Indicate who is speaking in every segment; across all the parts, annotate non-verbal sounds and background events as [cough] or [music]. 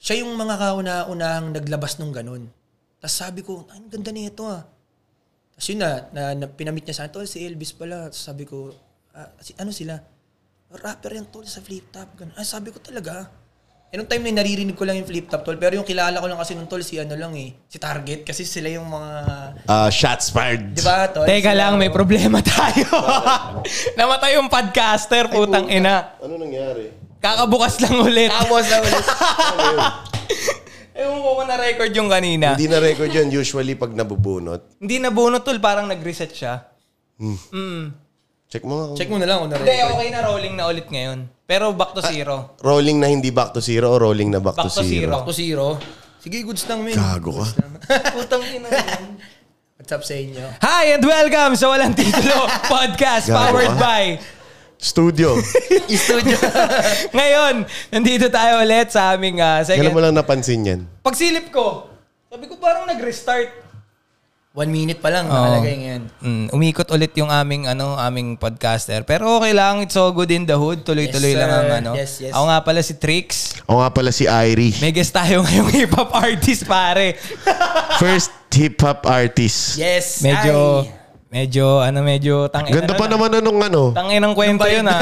Speaker 1: Siya yung mga kauna-unahang naglabas nung ganun. Tapos sabi ko, "Ay, ang ganda nito ah. Tapos yun na, na, na pinamit niya sa akin, tol, si Elvis pala. Tapos sabi ko, "Ah, si, ano sila? Rapper yan, tol, sa flip top. Ganun. Ay, sabi ko talaga. Eh, nung time na yun, naririnig ko lang yung flip top, tol. Pero yung kilala ko lang kasi nung tol, si ano lang eh, si Target. Kasi sila yung mga,
Speaker 2: Ah, shots fired.
Speaker 1: di ba, tol?
Speaker 3: Teka
Speaker 1: Sila-
Speaker 3: lang, may problema [laughs] tayo. Namatay yung podcaster, putang ina.
Speaker 4: Ano nangyari?
Speaker 3: Kakabukas lang ulit.
Speaker 1: Tapos, tapos,
Speaker 3: [laughs] Ewan ko kung na-record yung kanina.
Speaker 4: Hindi na record yun usually pag nabubunot.
Speaker 3: Hindi nabunot tol, parang nag-reset siya. Hmm. Mm.
Speaker 4: Check mo nga. kung-
Speaker 1: check mo na lang kung
Speaker 3: Hindi,
Speaker 1: na-record.
Speaker 3: okay na rolling na ulit ngayon. Pero back to zero.
Speaker 4: Rolling na hindi back to zero o rolling na back,
Speaker 3: Back to zero.
Speaker 1: Ako zero. Sige, goods lang, men.
Speaker 2: Gago
Speaker 1: [laughs]
Speaker 2: ka.
Speaker 3: Putang ina. [laughs]
Speaker 1: What's up sa inyo?
Speaker 3: Hi and welcome sa Walang [laughs] Titulo Podcast
Speaker 2: Gago
Speaker 3: powered
Speaker 2: ka.
Speaker 3: by... [laughs]
Speaker 2: Studio.
Speaker 1: Studio. [laughs]
Speaker 3: Ngayon, nandito tayo ulit sa aming ah,
Speaker 4: Kailan mo
Speaker 3: second...
Speaker 4: lang napansin yan?
Speaker 3: Pagsilip ko, sabi ko parang nag-restart.
Speaker 1: One minute pa lang, nakalagay ngayon.
Speaker 3: Mm, umikot ulit yung aming ano, aming podcaster. Pero okay lang, it's all good in the hood.
Speaker 1: Yes,
Speaker 3: Tuloy-tuloy lang
Speaker 1: sir.
Speaker 3: ang ano.
Speaker 1: Yes, yes.
Speaker 3: Ako nga pala si Trix.
Speaker 2: Ako nga pala si Irie.
Speaker 3: May guest tayo [laughs] ngayong hip-hop artist, pare.
Speaker 2: First hip-hop artist.
Speaker 1: Yes!
Speaker 3: Medyo,
Speaker 1: ay.
Speaker 3: medyo, ano, medyo tangin
Speaker 2: Ganda pa naman anong ano.
Speaker 3: Tangin ng kwento yun, ha?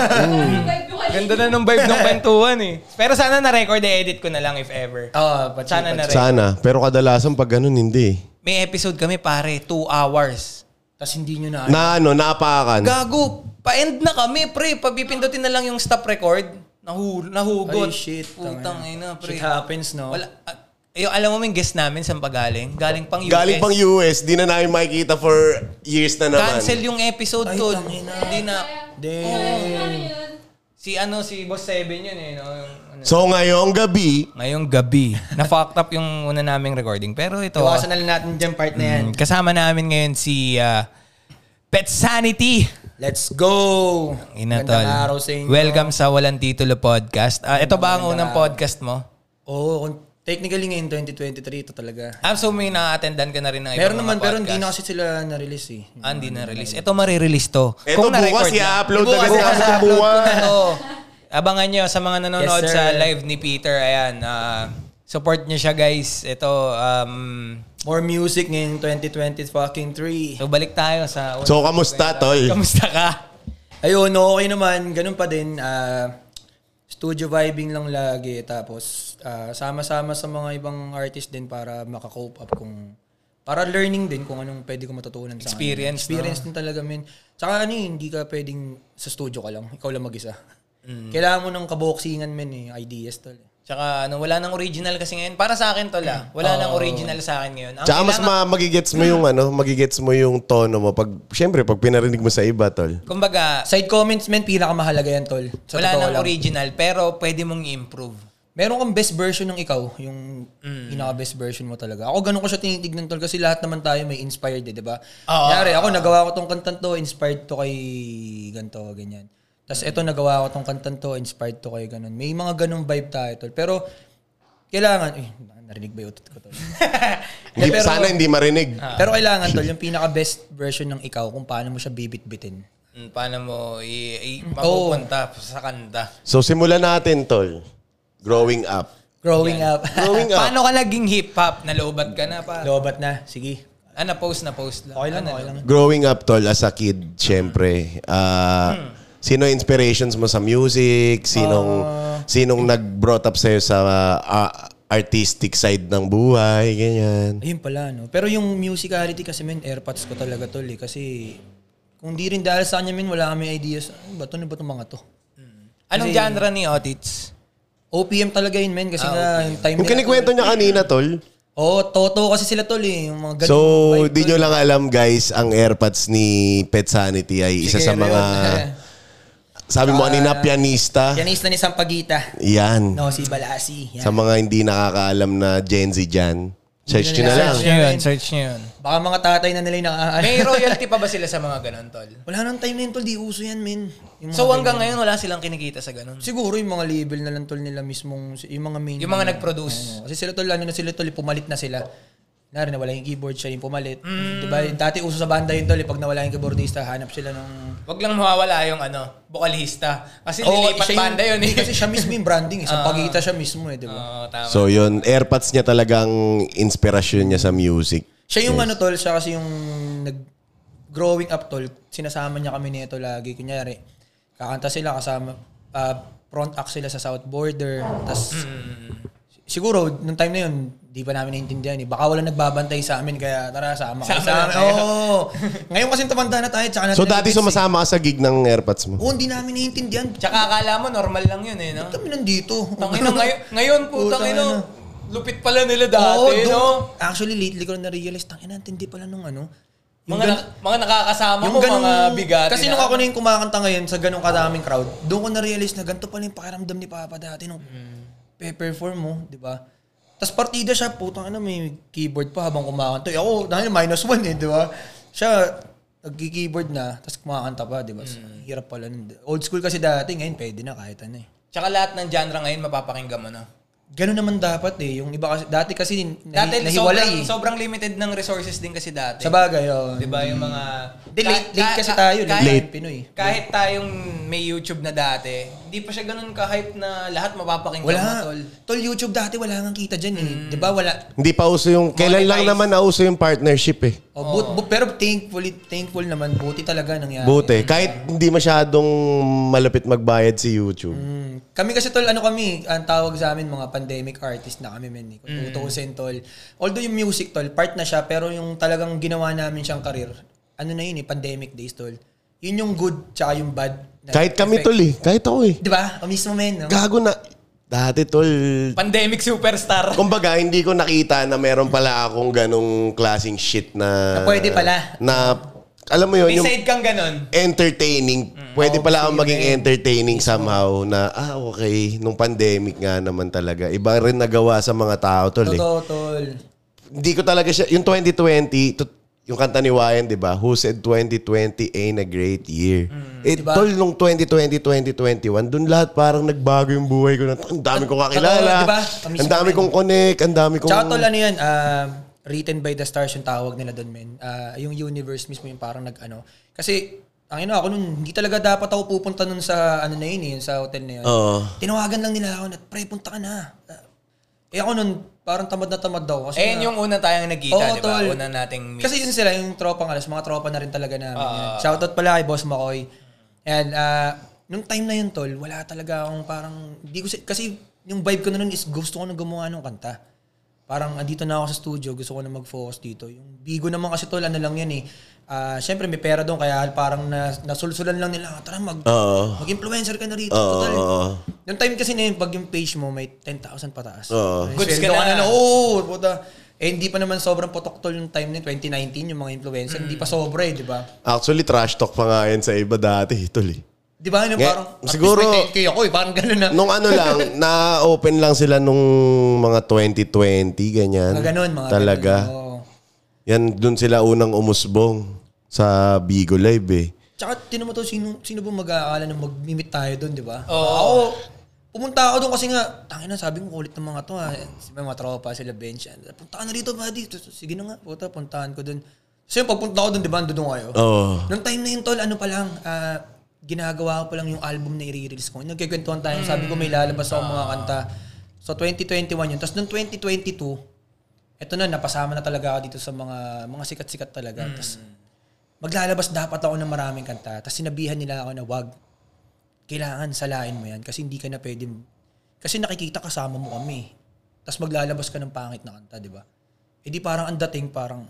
Speaker 3: Ganda na ng vibe ng kwentuhan, eh. Pero sana na-record, edit ko na lang if ever.
Speaker 1: Oo, oh, but
Speaker 3: Sana na rin.
Speaker 4: Sana. Pero kadalasan pag ganun, hindi.
Speaker 3: May episode kami, pare, two hours.
Speaker 1: Tapos hindi nyo na...
Speaker 4: Na ano, naapakan.
Speaker 3: Gago, pa-end na kami, pre. Papipindutin na lang yung stop record. Nahu
Speaker 1: Ay,
Speaker 3: nahugot.
Speaker 1: shit.
Speaker 3: Putang ina, pre.
Speaker 1: Shit happens, no?
Speaker 3: Wala. ah, Yung alam mo may guest namin saan pa galing? Galing pang US.
Speaker 4: Galing pang US, di na namin makikita for years na naman.
Speaker 3: Cancel yung episode
Speaker 1: Ay,
Speaker 3: ko.
Speaker 1: tangina.
Speaker 3: Hindi na.
Speaker 1: Damn.
Speaker 3: Si ano, si Boss Seven yun eh. No? Yung, ano.
Speaker 4: So ngayong gabi,
Speaker 3: Ngayong gabi, [laughs] na-fucked up yung una naming recording. Pero ito,
Speaker 1: Iwasan na lang natin dyan part na yan.
Speaker 3: mm, kasama namin ngayon si ah, Pet Sanity.
Speaker 1: Let's go!
Speaker 3: Ina
Speaker 1: Gandang
Speaker 3: tol.
Speaker 1: araw sa inyo.
Speaker 3: Welcome sa Walang Titulo Podcast. Ah, ito ba ang
Speaker 1: Magandang
Speaker 3: unang
Speaker 1: araw.
Speaker 3: podcast mo?
Speaker 1: Oo, kung- technically ngayon 2023 ito talaga.
Speaker 3: Ah, so may na-attendan ka na rin ng ibang
Speaker 1: Meron
Speaker 3: mga
Speaker 1: naman, pero hindi
Speaker 3: podcast.
Speaker 1: na kasi sila na-release eh.
Speaker 3: Ah, hindi na-release. Ito, marirelease to.
Speaker 4: eto bukas
Speaker 3: na-record na.
Speaker 4: i-upload na kasi
Speaker 3: Bukas
Speaker 4: ako
Speaker 3: na-upload ko
Speaker 4: buwan.
Speaker 3: na to. [laughs] Abangan nyo sa mga nanonood
Speaker 1: Ano? Yes, sir.
Speaker 3: sa live ni Peter. Ayan, ah, support nyo siya guys. Ito, um,
Speaker 1: More music ngayong 2020 fucking 3.
Speaker 3: so balik tayo sa...
Speaker 4: So kamusta, tol?
Speaker 3: Kamusta ka?
Speaker 1: Ayun, okay naman. Ganun pa din. ah, studio vibing lang lagi. Tapos, ah, sama-sama sa mga ibang artist din para makakope up kung... Para learning din kung anong pwede ko matutunan sa kanila.
Speaker 3: Experience,
Speaker 1: Experience din talaga, men. Tsaka ano yun, hindi ka pwedeng sa studio ka lang. Ikaw lang mag-isa.
Speaker 3: Mm.
Speaker 1: Kailangan mo ng kaboksingan, men, eh. Ideas, tol.
Speaker 3: Tsaka ano, wala nang original kasi ngayon. Para sa akin to la.
Speaker 1: Oh.
Speaker 3: Wala nang original sa akin ngayon. Ang
Speaker 4: Tsaka mas
Speaker 3: kailangan-
Speaker 4: ma- magigets mo yung ano, magigets mo yung tono mo pag syempre pag pinarinig mo sa iba, tol.
Speaker 3: Kumbaga,
Speaker 1: Side comments, men, pinakamahalaga yan, tol. Sa
Speaker 3: wala
Speaker 1: totoo
Speaker 3: nang
Speaker 1: lang.
Speaker 3: original pero pwede mong i-improve.
Speaker 1: Meron kang best version ng ikaw, yung pinaka-best version mo talaga. Ako ganun ko siya tinitignan tol kasi lahat naman tayo may inspired eh, di ba? Kunyari, ako nagawa ko tong kantan to, inspired to kay ganto, ganyan. Tapos eto nagawa ko tong kantan to, inspired to kay ganun. May mga ganung vibe tayo tol. Pero kailangan, eh, narinig ba yung utot ko tol? Eh,
Speaker 3: Eh,
Speaker 4: Hindi,
Speaker 1: pero- Ah.
Speaker 4: sana hindi marinig.
Speaker 3: Ah.
Speaker 1: Pero kailangan tol, yung pinaka-best version ng ikaw kung paano mo siya bibit-bitin.
Speaker 3: Mm, Paano mo i- i- mapupunta sa kanta?
Speaker 4: So simulan natin, tol. Growing up.
Speaker 1: Growing up. [laughs]
Speaker 4: Growing up.
Speaker 3: Paano ka naging hip-hop? Nalobat ka na pa?
Speaker 1: Lobat na, sige.
Speaker 3: Ah, na-post, na-post lang.
Speaker 1: Okay lang,
Speaker 3: Ah,
Speaker 1: okay lang.
Speaker 4: Growing up, tol, as a kid, syempre.
Speaker 3: Hmm.
Speaker 4: ah, Sino inspirations mo sa music? Sinong
Speaker 3: Ah.
Speaker 4: sinong nag-brought up sa'yo sa ah, artistic side ng buhay? Ganyan.
Speaker 1: Ayun pala, no? Pero yung musicality kasi, men, airpods ko talaga, tol, eh. Kasi, kung di rin dahil sa kanya, men, wala kami ideas. Ano ba to? Ano ba tong mga to?
Speaker 3: Anong genre ni Otits?
Speaker 1: OPM talaga yun, men. Kasi nga, yung time
Speaker 4: Yung
Speaker 1: nila-
Speaker 4: kinikwento niya kanina, tol.
Speaker 1: Oo, Toto kasi sila, tol, eh. Yung mga ganun.
Speaker 4: So, di nyo lang alam guys, ang AirPods ni Pet Sanity ay isa sa
Speaker 1: Sigero [laughs]
Speaker 4: mga,
Speaker 1: yun.
Speaker 4: sabi mo kanina, pianista.
Speaker 1: Pianista ni Sampagita.
Speaker 4: Yan.
Speaker 1: Ah, No, si Balasi. Yan.
Speaker 4: Sa mga hindi nakakaalam na Gen Z dyan. Search nyo na lang.
Speaker 3: Search nyo yun, search nyo yun.
Speaker 1: Baka mga tatay na nila yung nakakaalam.
Speaker 3: May royalty pa ba sila sa mga ganun, tol?
Speaker 1: [laughs] Wala nang time na yun, tol. Di uso yan, men. Yung mga
Speaker 3: So hanggang
Speaker 1: ganyan.
Speaker 3: ngayon, wala silang kinikita sa ganun.
Speaker 1: Siguro yung mga label na lang, tol, nila mismong, yung mga main.
Speaker 3: Yung mga nag-produce.
Speaker 1: Oo, kasi sila tol, ano na sila tol, pumalit na sila. Nari, nawala yung keyboard, siya yung pumalit.
Speaker 3: Mm.
Speaker 1: Diba? Dati uso sa banda yun tol, eh, pag nawala yung keyboardista, hanap sila ng
Speaker 3: Huwag lang mawawala yung ano, bokalista. Kasi
Speaker 1: Oo,
Speaker 3: nilipat
Speaker 1: siya yung-
Speaker 3: banda yun eh. Ah.
Speaker 1: Kasi siya mismo yung branding. Isang pagkikita siya mismo eh, di ba?
Speaker 3: [laughs] Oo, tama.
Speaker 4: So yun, airpods niya talagang inspirasyon niya sa music.
Speaker 1: Siya yung ano tol, siya kasi yung nag growing up tol, sinasama niya kami nito lagi. Kunyari, kakanta sila kasama, ah, front act sila sa South Border. Tapos, siguro, nung time na yun, di pa namin naiintindihan eh. Baka wala nagbabantay sa amin, kaya tara, sama kayo
Speaker 3: Sama
Speaker 1: sa
Speaker 3: na
Speaker 1: amin.
Speaker 3: tayo.
Speaker 1: Oo. Ngayon kasi tumanda na tayo, tsaka natin
Speaker 4: So dati
Speaker 1: nagigets eh.
Speaker 4: sumasama ka sa gig ng airpods mo.
Speaker 1: Oo, hindi namin naiintindihan. Tsaka,
Speaker 3: Tsaka akala mo, normal lang yun eh, no?
Speaker 1: kami nandito.
Speaker 3: Tangino,
Speaker 1: [laughs]
Speaker 3: ngayon, ngayon putang
Speaker 1: Putang
Speaker 3: ino,
Speaker 1: ina.
Speaker 3: lupit pala nila dati,
Speaker 1: doon-
Speaker 3: no?
Speaker 1: Actually, lately ko na na-realize, tangin natin, hindi pala nung ano.
Speaker 3: Mga, na, mga nakakasama
Speaker 1: yung
Speaker 3: mo,
Speaker 1: ganung-
Speaker 3: mga bigati.
Speaker 1: Kasi nung ako na yung kumakanta ngayon sa ganong kadaming crowd, doon ko na-realize na ganito pala yung pakiramdam ni Papa dati nung
Speaker 3: Mm.
Speaker 1: pe-perform mo, di ba? Tapos partida siya, putang ano, may keyboard pa habang kumakanta. Eh, ako, dahil minus one eh, di ba? Siya, nagki-keyboard na, tapos kumakanta pa, di ba? So,
Speaker 3: Mm.
Speaker 1: Hirap pala. nun. Old school kasi dati, ngayon pwede na kahit ano eh.
Speaker 3: Tsaka lahat ng genre ngayon, mapapakinggan mo na.
Speaker 1: Ganun naman dapat eh. Yung iba kasi, dati kasi nahi,
Speaker 3: Dati,
Speaker 1: nahiwalay eh.
Speaker 3: sobrang, sobrang limited ng resources din kasi dati.
Speaker 1: Sa bagay, oh.
Speaker 3: Di ba yung mga...
Speaker 1: Hindi, late,
Speaker 3: ka-
Speaker 1: late
Speaker 3: ka-
Speaker 1: kasi
Speaker 3: ka-
Speaker 1: tayo.
Speaker 3: kahit-
Speaker 1: Late. late. Pinoy. eh.
Speaker 3: Kahit tayong may YouTube na dati, hindi pa siya ganun ka-hype na lahat mapapakinggan
Speaker 1: Wala.
Speaker 3: mo, tol.
Speaker 1: Tol, YouTube dati wala nang kita dyan eh. Di ba? Wala.
Speaker 4: Hindi pa uso yung, kailan lang
Speaker 3: Monetize.
Speaker 4: naman nauso yung partnership eh.
Speaker 1: Oh, but- but- pero thankfully, thankful naman. Buti talaga nangyari.
Speaker 4: Buti. Kahit hindi masyadong malapit magbayad si YouTube.
Speaker 1: Mm. Kami kasi tol, ano kami, ang tawag sa amin mga pandemic artist na kami men. eh. Kung tutuusin tol. Although yung music tol, part na siya, pero yung talagang ginawa namin siyang karir, ano na yun eh, pandemic days tol. Yun yung good tsaka yung bad. na
Speaker 4: Kahit kami
Speaker 1: effect.
Speaker 4: tol eh. Kahit ako eh.
Speaker 1: Di ba? O mismo men. No?
Speaker 4: Gago na. Dati tol.
Speaker 3: Pandemic superstar.
Speaker 4: Kumbaga, hindi ko nakita na meron pala akong ganong klaseng shit na...
Speaker 1: Na pwede pala.
Speaker 4: Na, alam mo yun,
Speaker 3: May
Speaker 4: yung
Speaker 3: side kang ganun.
Speaker 4: entertaining.
Speaker 1: Mm.
Speaker 4: Pwede pala
Speaker 1: yun
Speaker 4: akong maging
Speaker 1: eh.
Speaker 4: entertaining somehow na, ah, okay. Nung pandemic nga naman talaga. Iba rin nagawa sa mga tao tol eh.
Speaker 1: Totoo tol.
Speaker 4: Hindi ko talaga siya... Yung 2020, to- yung kanta ni Wayan, di ba? Who said 2020 ain't a great year? Eh,
Speaker 1: Diba?
Speaker 4: tol, nung 2020, 2021, dun lahat parang nagbago yung buhay ko. na, Ang dami kong
Speaker 1: Totoo,
Speaker 4: kakilala.
Speaker 1: diba?
Speaker 4: Ang dami kong connect. Ang dami kong...
Speaker 1: Tsaka tol, ano yan, um, written by the stars yung tawag nila doon, men. Ah, yung universe mismo yung parang nag-ano. Kasi, ang ina ako nun, hindi talaga dapat ako pupunta nun sa, ano na yun, eh, sa hotel na yun.
Speaker 4: Oo.
Speaker 1: Tinawagan lang nila ako na, pre, punta ka na. Ah, eh ako nun, parang tamad na tamad daw. Kasi na-
Speaker 3: Eh, yun yung una tayong nagkita,
Speaker 1: Oo,
Speaker 3: di ba?
Speaker 1: tol.
Speaker 3: Una nating meet.
Speaker 1: Kasi yun sila, yung tropang alas, mga tropa na rin talaga namin. yan. Shoutout pala kay Boss Makoy. And ah, nung time na yun, tol, wala talaga akong parang, di ko, si- kasi yung vibe ko na nun is gusto ko na gumawa ng kanta. Parang andito na ako sa studio, gusto ko na mag-focus dito. Yung Bigo naman kasi tol, ano lang yan eh. Ah, Siyempre may pera doon, kaya parang na, nasulsulan lang nila, "Ah, tara mag,
Speaker 4: Oo.
Speaker 1: mag-influencer ka na rito.
Speaker 4: Oo,
Speaker 1: Total,
Speaker 4: oo.
Speaker 1: Yung time kasi na yun, pag yung page mo may 10,000 pataas.
Speaker 4: Oo.
Speaker 1: May
Speaker 3: Goods ka
Speaker 1: sweldo
Speaker 3: na.
Speaker 1: Oo, puta. Eh, hindi pa naman sobrang potoktol yung time na yun, 2019, yung mga influencer. Hindi pa
Speaker 3: Mm.
Speaker 1: sobra eh, di ba?
Speaker 4: Actually, trash talk pa nga yan sa iba dati, tol eh.
Speaker 1: Di ba? Ano,
Speaker 4: Nga-
Speaker 1: parang, at least
Speaker 4: siguro-
Speaker 1: may 10K ako eh, parang gano'n
Speaker 4: [laughs]
Speaker 1: na.
Speaker 4: Nung ano lang, na-open lang sila nung mga 2020, ganyan.
Speaker 1: mga gano'n, mga
Speaker 4: Talaga.
Speaker 1: ganun, oo.
Speaker 4: Yan, dun sila unang umusbong sa Bigo Live eh.
Speaker 1: Tsaka, tinan mo to, sino, sino ba mag-aakala na mag-meet tayo doon, di ba?
Speaker 3: Oo.
Speaker 1: Ako, pumunta ako doon kasi nga, tangin na, sabi ko, kulit ng mga to ha. May mga tropa, sila bench. Punta ka na rito, buddy. Sige na nga, puta, puntahan ko doon. So yung pagpunta ko doon, di ba, doon kayo?
Speaker 4: Oo.
Speaker 1: Nung time na yun, tol, ano pa lang, ah, ginagawa ko pa lang yung album na i-release ko. Nagkikwentuhan tayo. Sabi ko may lalabas ako mga kanta. So, 2021 yun. Tapos noong 2022, eto na, napasama na talaga ako dito sa mga mga sikat-sikat talaga. Tapos, maglalabas dapat ako ng maraming kanta. Tapos, sinabihan nila ako na wag. Kailangan salain mo yan kasi hindi ka na pwede. Kasi nakikita kasama mo kami. Tapos maglalabas ka ng pangit na kanta, di ba? Eh di parang ang dating parang,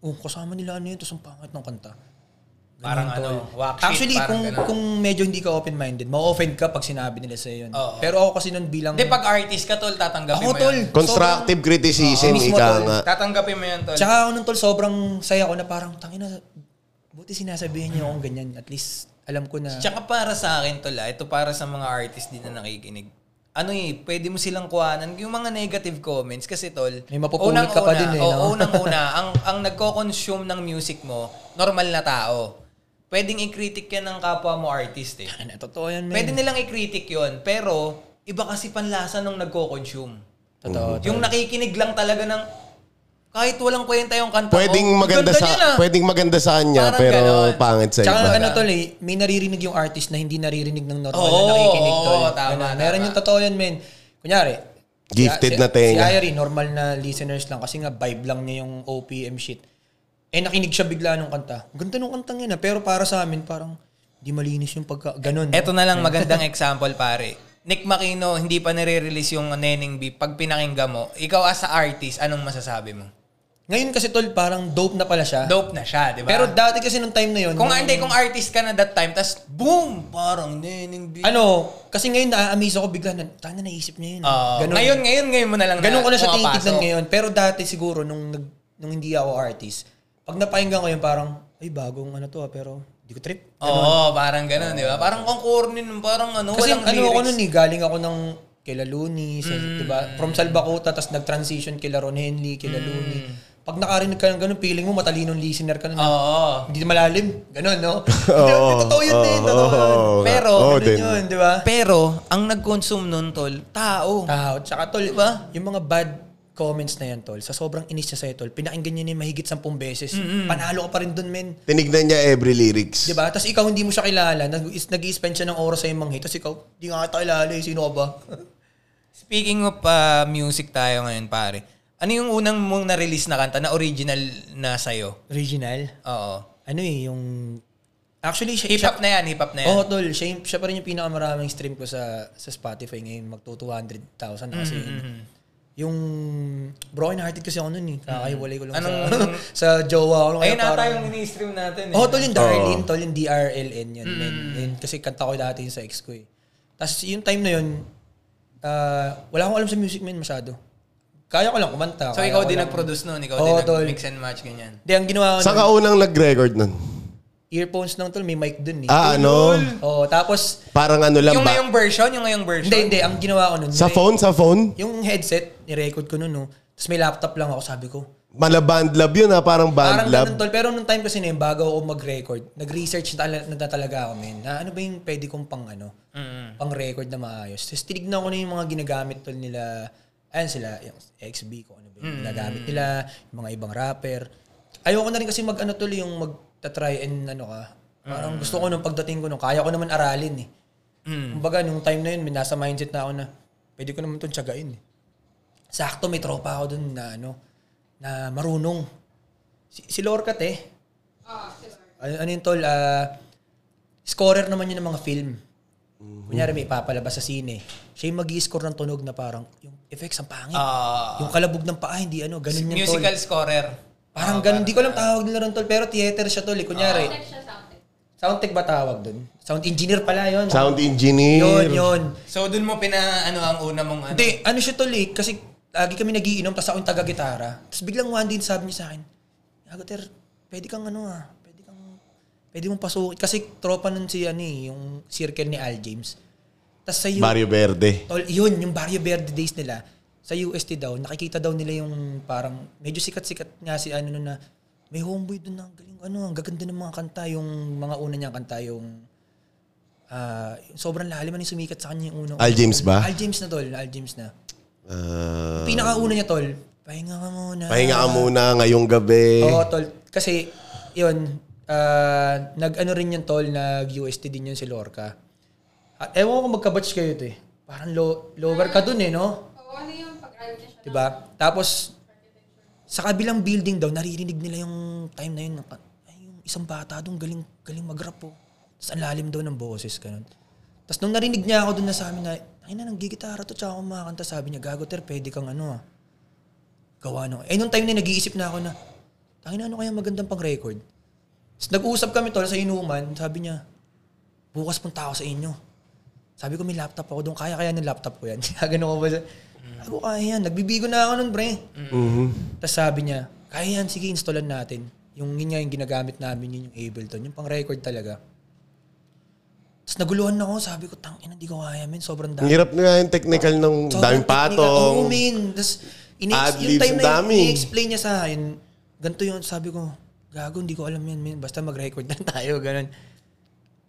Speaker 1: oh, kasama nila ano yun, tapos ang pangit ng kanta. Ganun,
Speaker 3: Parang
Speaker 1: tol.
Speaker 3: ano, wack shit,
Speaker 1: Actually,
Speaker 3: parang
Speaker 1: kung,
Speaker 3: ganun.
Speaker 1: kung medyo hindi ka open-minded, ma-offend ka pag sinabi nila sa'yo yun.
Speaker 3: Oo.
Speaker 1: Pero ako kasi nun bilang...
Speaker 3: Hindi, pag artist ka, tol, tatanggapin
Speaker 1: Ako,
Speaker 3: mo
Speaker 1: tol.
Speaker 3: yan.
Speaker 4: Constructive criticism,
Speaker 1: Oo, mismo,
Speaker 4: ika
Speaker 1: tol.
Speaker 4: nga.
Speaker 3: Tatanggapin mo yan, tol.
Speaker 1: Tsaka ako nun tol, sobrang saya ko na parang, tangina, buti sinasabihan niyo akong ganyan. At least, alam ko na...
Speaker 3: Tsaka para sa akin, tol, ah, ito para sa mga artist din na nakikinig. Ano eh, pwede mo silang kuhanan yung mga negative comments kasi tol.
Speaker 1: May mapupulot ka pa
Speaker 3: unang-una,
Speaker 1: din eh,
Speaker 3: oo,
Speaker 1: no? [laughs]
Speaker 3: unang-una, ang, ang nagko-consume ng music mo, normal na tao. Pwedeng i-critic yan ng kapwa mo artist eh.
Speaker 1: Tangina, totoo yan, man.
Speaker 3: Pwede nilang i-critic yon pero iba kasi panlasa nung nagko-consume.
Speaker 1: Totoo.
Speaker 3: Yung nakikinig lang talaga ng Kahit walang kwenta yung kanta
Speaker 4: Pwedeng
Speaker 3: ko,
Speaker 4: maganda
Speaker 3: ganda
Speaker 4: sa
Speaker 3: niya na.
Speaker 4: pwedeng maganda sa kanya
Speaker 3: Parang
Speaker 4: pero
Speaker 3: ganon.
Speaker 4: pangit sa
Speaker 1: Tsaka
Speaker 4: iba.
Speaker 1: ano tol eh, may naririnig yung artist na hindi naririnig ng normal
Speaker 3: Oo,
Speaker 1: na nakikinig tol.
Speaker 3: oo, tama,
Speaker 1: Ganun.
Speaker 3: tama.
Speaker 1: Meron yung totoo yun, men. Kunyari,
Speaker 4: Gifted
Speaker 1: si-
Speaker 4: na
Speaker 1: Si
Speaker 4: tenga.
Speaker 1: Ayari, normal na listeners lang kasi nga vibe lang niya yung OPM shit. Eh nakinig siya bigla nung kanta. Ang Ganda nung kantang yun ah. Pero para sa amin, parang di malinis yung pagka... Ganun. no?
Speaker 3: Eto na lang magandang example, pare. Nick Makino, hindi pa nire-release yung Neneng B. Pag pinakinggan mo, ikaw as a artist, anong masasabi mo?
Speaker 1: Ngayon kasi tol, parang dope na pala siya.
Speaker 3: Dope na siya, di ba?
Speaker 1: Pero dati kasi nung time na yun,
Speaker 3: kung ah,
Speaker 1: nung-
Speaker 3: hindi, kung artist ka na that time, tas boom, parang Neneng B.
Speaker 1: ano, kasi ngayon na-amaze ako bigla na, tanga naisip niya yun.
Speaker 3: Oo.
Speaker 1: Ganun.
Speaker 3: Oh, ngayon, ngayon, ngayon mo na lang
Speaker 1: Ganun ko na siya
Speaker 3: pumapasok.
Speaker 1: tinitignan ngayon. Pero dati siguro, nung, nag, nung hindi ako artist, pag napakinggan ko yun, parang, ay, bagong ano to ah, pero hindi ko trip.
Speaker 3: Oo, parang ganun, di ba? Parang kung corny, nun, parang ano,
Speaker 1: Kasi
Speaker 3: walang
Speaker 1: ano
Speaker 3: lyrics. Mm.
Speaker 1: ako nun eh, galing ako ng kila Looney, sa, diba? From Salbakuta, tapos nag-transition kila Ron Henley, kila Looney. Pag nakarinig ka ng ganun, feeling mo matalinong listener ka na. na
Speaker 3: Oo.
Speaker 1: Hindi malalim. Ganun, no?
Speaker 4: [laughs]
Speaker 1: Hindi, totoo yun din. Totoo yun. Pero,
Speaker 4: Oo,
Speaker 1: ganun
Speaker 4: din.
Speaker 1: yun, diba? di ba?
Speaker 3: Pero, ang nag-consume nun, tol, tao.
Speaker 1: Tao. Tsaka tol, yung mga bad comments na yan, tol, sa sobrang inis niya sa'yo, tol, pinakinggan niya niya mahigit 10 beses. Panalo ka pa rin dun, men.
Speaker 4: Tinignan niya every lyrics.
Speaker 1: Diba? Tapos ikaw hindi mo siya kilala, nag- is- nag-i-spend siya ng oras sa'yo manghi, tapos ikaw, di nga kita kilala, eh, sino ka ba? [laughs]
Speaker 3: Speaking of uh, music tayo ngayon, pare. Ano yung unang mong na-release na kanta na original na sa'yo?
Speaker 1: Original.
Speaker 3: Oo.
Speaker 1: Ano eh, yung... Actually, siya,
Speaker 3: Hip-hop na yan, hip-hop na yan.
Speaker 1: Oo, tol. Siya, yung- siya pa rin yung pinakamaraming stream ko sa sa Spotify ngayon. Magto 200,000 na kasi yun. Yung broken hearted kasi ako nun eh. Kakahiwalay ko lang
Speaker 3: Anong-
Speaker 1: sa, [laughs] sa jowa ko. Kaya
Speaker 3: Ayun ata
Speaker 1: parang-
Speaker 3: yung ini-stream natin eh.
Speaker 1: Oh, tol yung Darlene, tol yung DRLN yun. men.
Speaker 3: Mm.
Speaker 1: Yun, kasi kanta ko dati yun sa ex ko eh. Tapos yung time na yun, ah, wala akong alam sa music man masyado. Kaya ko lang kumanta.
Speaker 3: so
Speaker 1: kaya ko
Speaker 3: ikaw din
Speaker 1: lang-
Speaker 3: nag-produce nun, ikaw
Speaker 1: Oo,
Speaker 3: din
Speaker 1: tol.
Speaker 3: nag-mix and match, ganyan.
Speaker 1: Hindi, ang ginawa ko
Speaker 4: Saan ka
Speaker 1: nun,
Speaker 4: unang nag-record nun?
Speaker 1: earphones lang tol, may mic dun eh.
Speaker 4: Ah, ano?
Speaker 1: Oo, tapos,
Speaker 4: Parang ano lang
Speaker 3: Yung
Speaker 4: ba?
Speaker 3: ngayong version, yung ngayong version.
Speaker 1: hindi, hindi, ang ginawa ko nun.
Speaker 4: Sa
Speaker 1: nire-
Speaker 4: phone, sa phone?
Speaker 1: Yung headset, nirecord ko nun no. Tapos may laptop lang ako, sabi ko.
Speaker 4: Malaband lab yun ha, parang
Speaker 1: Parang
Speaker 4: band Ah, lab.
Speaker 1: ganun tol, pero nung time kasi na yun, bago ako mag-record, nag-research na, tala- na talaga ako, men. Na ano ba yung pwede kong pang ano,
Speaker 3: Mm.
Speaker 1: pang-record na maayos. Tapos tinignan ko na yung mga ginagamit tol nila, ayan sila, yung XB ko, ano ba yung ginagamit nila, yung mga ibang rapper. Ayoko na rin kasi mag-ano tol, yung magta-try and ano ka. Parang gusto ko nung pagdating ko nung, kaya ko naman aralin eh.
Speaker 3: Mm.
Speaker 1: Kumbaga, nung time na yun, may nasa mindset na ako na, pwede ko naman itong tsagain eh. Sakto, may tropa ako dun na ano, na marunong. Si, si Lorcat eh. Ano, ano yun tol, ah, scorer naman yun ng mga film. Kunyari may ipapalabas sa sine. Siya yung mag score ng tunog na parang yung effects ang pangit.
Speaker 3: Ah,
Speaker 1: yung kalabog ng paa, hindi ano, ganun yan tol.
Speaker 3: musical scorer.
Speaker 1: Parang ganun, di ko alam tawag nila ron tol, pero theater siya tol. eh. Kunyari, sound tech ba tawag dun? Sound engineer pala yun.
Speaker 4: Sound
Speaker 1: Yun,
Speaker 4: engineer.
Speaker 1: yun.
Speaker 3: So dun mo pina ano ang una mong ano?
Speaker 1: Hindi, ano siya tol eh, kasi lagi kami nagiinom, tapos ako yung taga-gitara. Tapos biglang one day sabi niya sa akin, Agoter, pwede kang ano ah, pwede kang, pwede mong pasukin. Kasi tropa nun si ano eh, yung circle ni Al James. Tapos sa yung-
Speaker 4: Mario Verde.
Speaker 1: Tol, yun, yung Barrio Verde days nila, sa UST daw, nakikita daw nila yung parang, medyo sikat-sikat nga si ano nun na, may homeboy dun na, ang galing, ano, ang gaganda ng mga kanta, yung mga una niyang kanta, yung, ah, yung sobrang lalim, ano yung sumikat sa kanya yung una.
Speaker 4: Al James ba?
Speaker 1: Al James na, tol, Al James na.
Speaker 4: Ah,
Speaker 1: Pinakauna niya, tol, pahinga ka muna.
Speaker 4: pahinga ka muna ngayong gabi.
Speaker 1: Oo, tol. Kasi, yun, ah, nag-ano rin yung tol, nag-UST din yun si Lorca. At ewan ko kung magkabatch kayo ito eh. Parang low, lower ka dun eh, no?
Speaker 5: Oo, ano yung pag-aral niya siya?
Speaker 1: Diba? Tapos, sa kabilang building daw, naririnig nila yung time na yun. ng- Ay, yung isang bata doon, galing, galing mag-rap po. Tapos ang lalim daw ng boses, ganun. Tapos nung narinig niya ako doon na sa amin na, ay na, nanggigitara to, tsaka kumakanta. Sabi niya, gago ter, pwede kang ano ah. Gawa no. Eh, nung time na yun, nag-iisip na ako na, tangin na ano kaya magandang pang-record? Tapos nag-uusap kami tol sa inuman, sabi niya, bukas punta ako sa inyo. Sabi ko, may laptop ako doon. Kaya-kaya ng laptop ko yan. [laughs] Ganun ko ba? siya? Sabi ko, kaya yan. Nagbibigo na ako nun, bre.
Speaker 4: Mm. Mhm.
Speaker 1: Tapos sabi niya, kaya yan, sige, installan natin. Yung yun nga yung ginagamit namin, yun yung Ableton. Yung pang-record talaga. Tapos naguluhan na ako. Sabi ko, tang, ina, di ko kaya, men. Sobrang
Speaker 4: Ang
Speaker 1: dami.
Speaker 4: hirap na nga yung technical ng daming patong.
Speaker 1: Oo, men. Tapos, inex-
Speaker 4: Ad-libs,
Speaker 1: yung time na
Speaker 4: dami.
Speaker 1: yun, i-explain niya sa akin, ganito yun. Sabi ko, gago, hindi ko alam yan, men. Basta mag-record lang [laughs] tayo, ganun.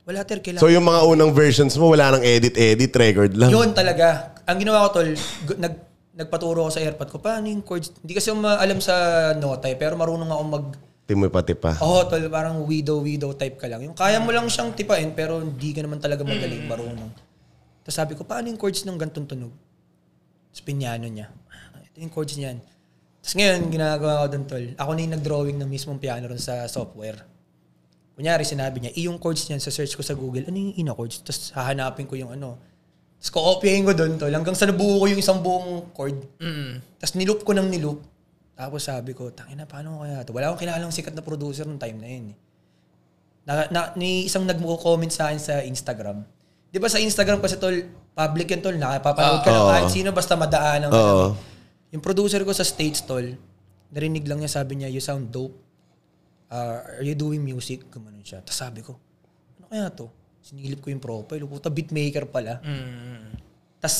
Speaker 1: Wala, ter, kailangan.
Speaker 4: So yung mga unang versions mo, wala nang edit-edit, record lang.
Speaker 1: Yun talaga. Ang ginawa ko tol, g- nag nagpaturo ako sa airpad ko, paano yung chords? Hindi kasi ako ma- alam sa nota eh, pero marunong ako mag...
Speaker 4: Timoy pati pa.
Speaker 1: Oo, tol, parang widow-widow type ka lang. Yung kaya mo lang siyang tipain, pero hindi ka naman talaga magaling, marunong. Tapos sabi ko, paano yung chords ng gantong tunog? Tapos pinyano niya. "Ah, Ito yung chords niyan. Tapos ngayon, ginagawa ko doon, tol. Ako na yung nag-drawing ng mismong piano ron sa software. Kunyari, sinabi niya, iyong chords niyan, sa search ko sa Google, ano yung ina chords? Tapos hahanapin ko yung ano. Tapos ko-copyin ko doon, tol. Hanggang sa nabuo ko yung isang buong chord.
Speaker 3: Mm.
Speaker 1: Tapos niloop ko ng niloop. Tapos sabi ko, tangina, paano ko kaya to? Wala akong kilalang sikat na producer nung time na yun. eh. Na, na, ni isang nagmo-comment sa akin sa Instagram. Di ba sa Instagram kasi tol, public yan tol, nakapapanood ka na kahit sino basta madaan ang
Speaker 4: Oo.
Speaker 1: Yung producer ko sa States tol, narinig lang niya sabi niya, you sound dope. Uh, are you doing music? Gumanon siya. Tapos sabi ko, ano kaya to? Sinilip ko yung profile. Puta, beatmaker pala. Tapos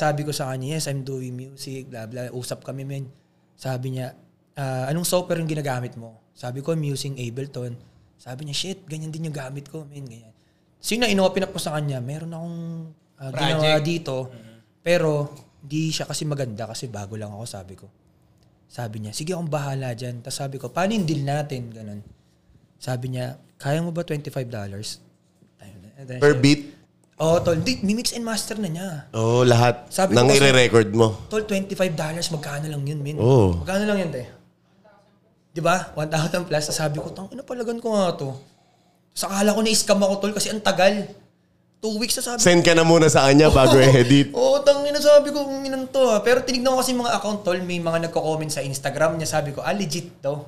Speaker 1: sabi ko sa kanya, yes, I'm doing music, bla bla. Usap kami, men. Sabi niya, "Ah, anong software yung ginagamit mo? Sabi ko, I'm using Ableton. Sabi niya, shit, ganyan din yung gamit ko, men. Ganyan. Sino in-open up ko sa kanya, meron akong ah, ginawa dito. Pero, di siya kasi maganda kasi bago lang ako, sabi ko. Sabi niya, sige akong bahala dyan. Tapos sabi ko, paano yung deal natin? Ganun. Sabi niya, kaya mo ba $25? Ayun, ayun,
Speaker 2: Per
Speaker 1: siya.
Speaker 2: beat?
Speaker 1: Oo, tol. Di, mimix and master na niya.
Speaker 4: Oo, lahat.
Speaker 1: Sabi
Speaker 4: nang
Speaker 1: ko kasi-
Speaker 4: i-record mo.
Speaker 1: Tol, $25, magkano lang yun, min?
Speaker 4: Oo.
Speaker 1: Magkano lang yun, te? Di ba? 1,000 plus. Sabi ko, tang, ano palagan ko nga to? Sa akala ko na-scam ako, tol, kasi ang tagal. Two weeks na sabi ko.
Speaker 4: Send ka na muna sa kanya bago i-edit.
Speaker 1: [laughs] Oo, tangin na sabi ko, kung inan to. ah. Pero tinignan ko kasi yung mga account, tol, may mga nagko-comment sa Instagram niya, sabi ko, ah, legit to.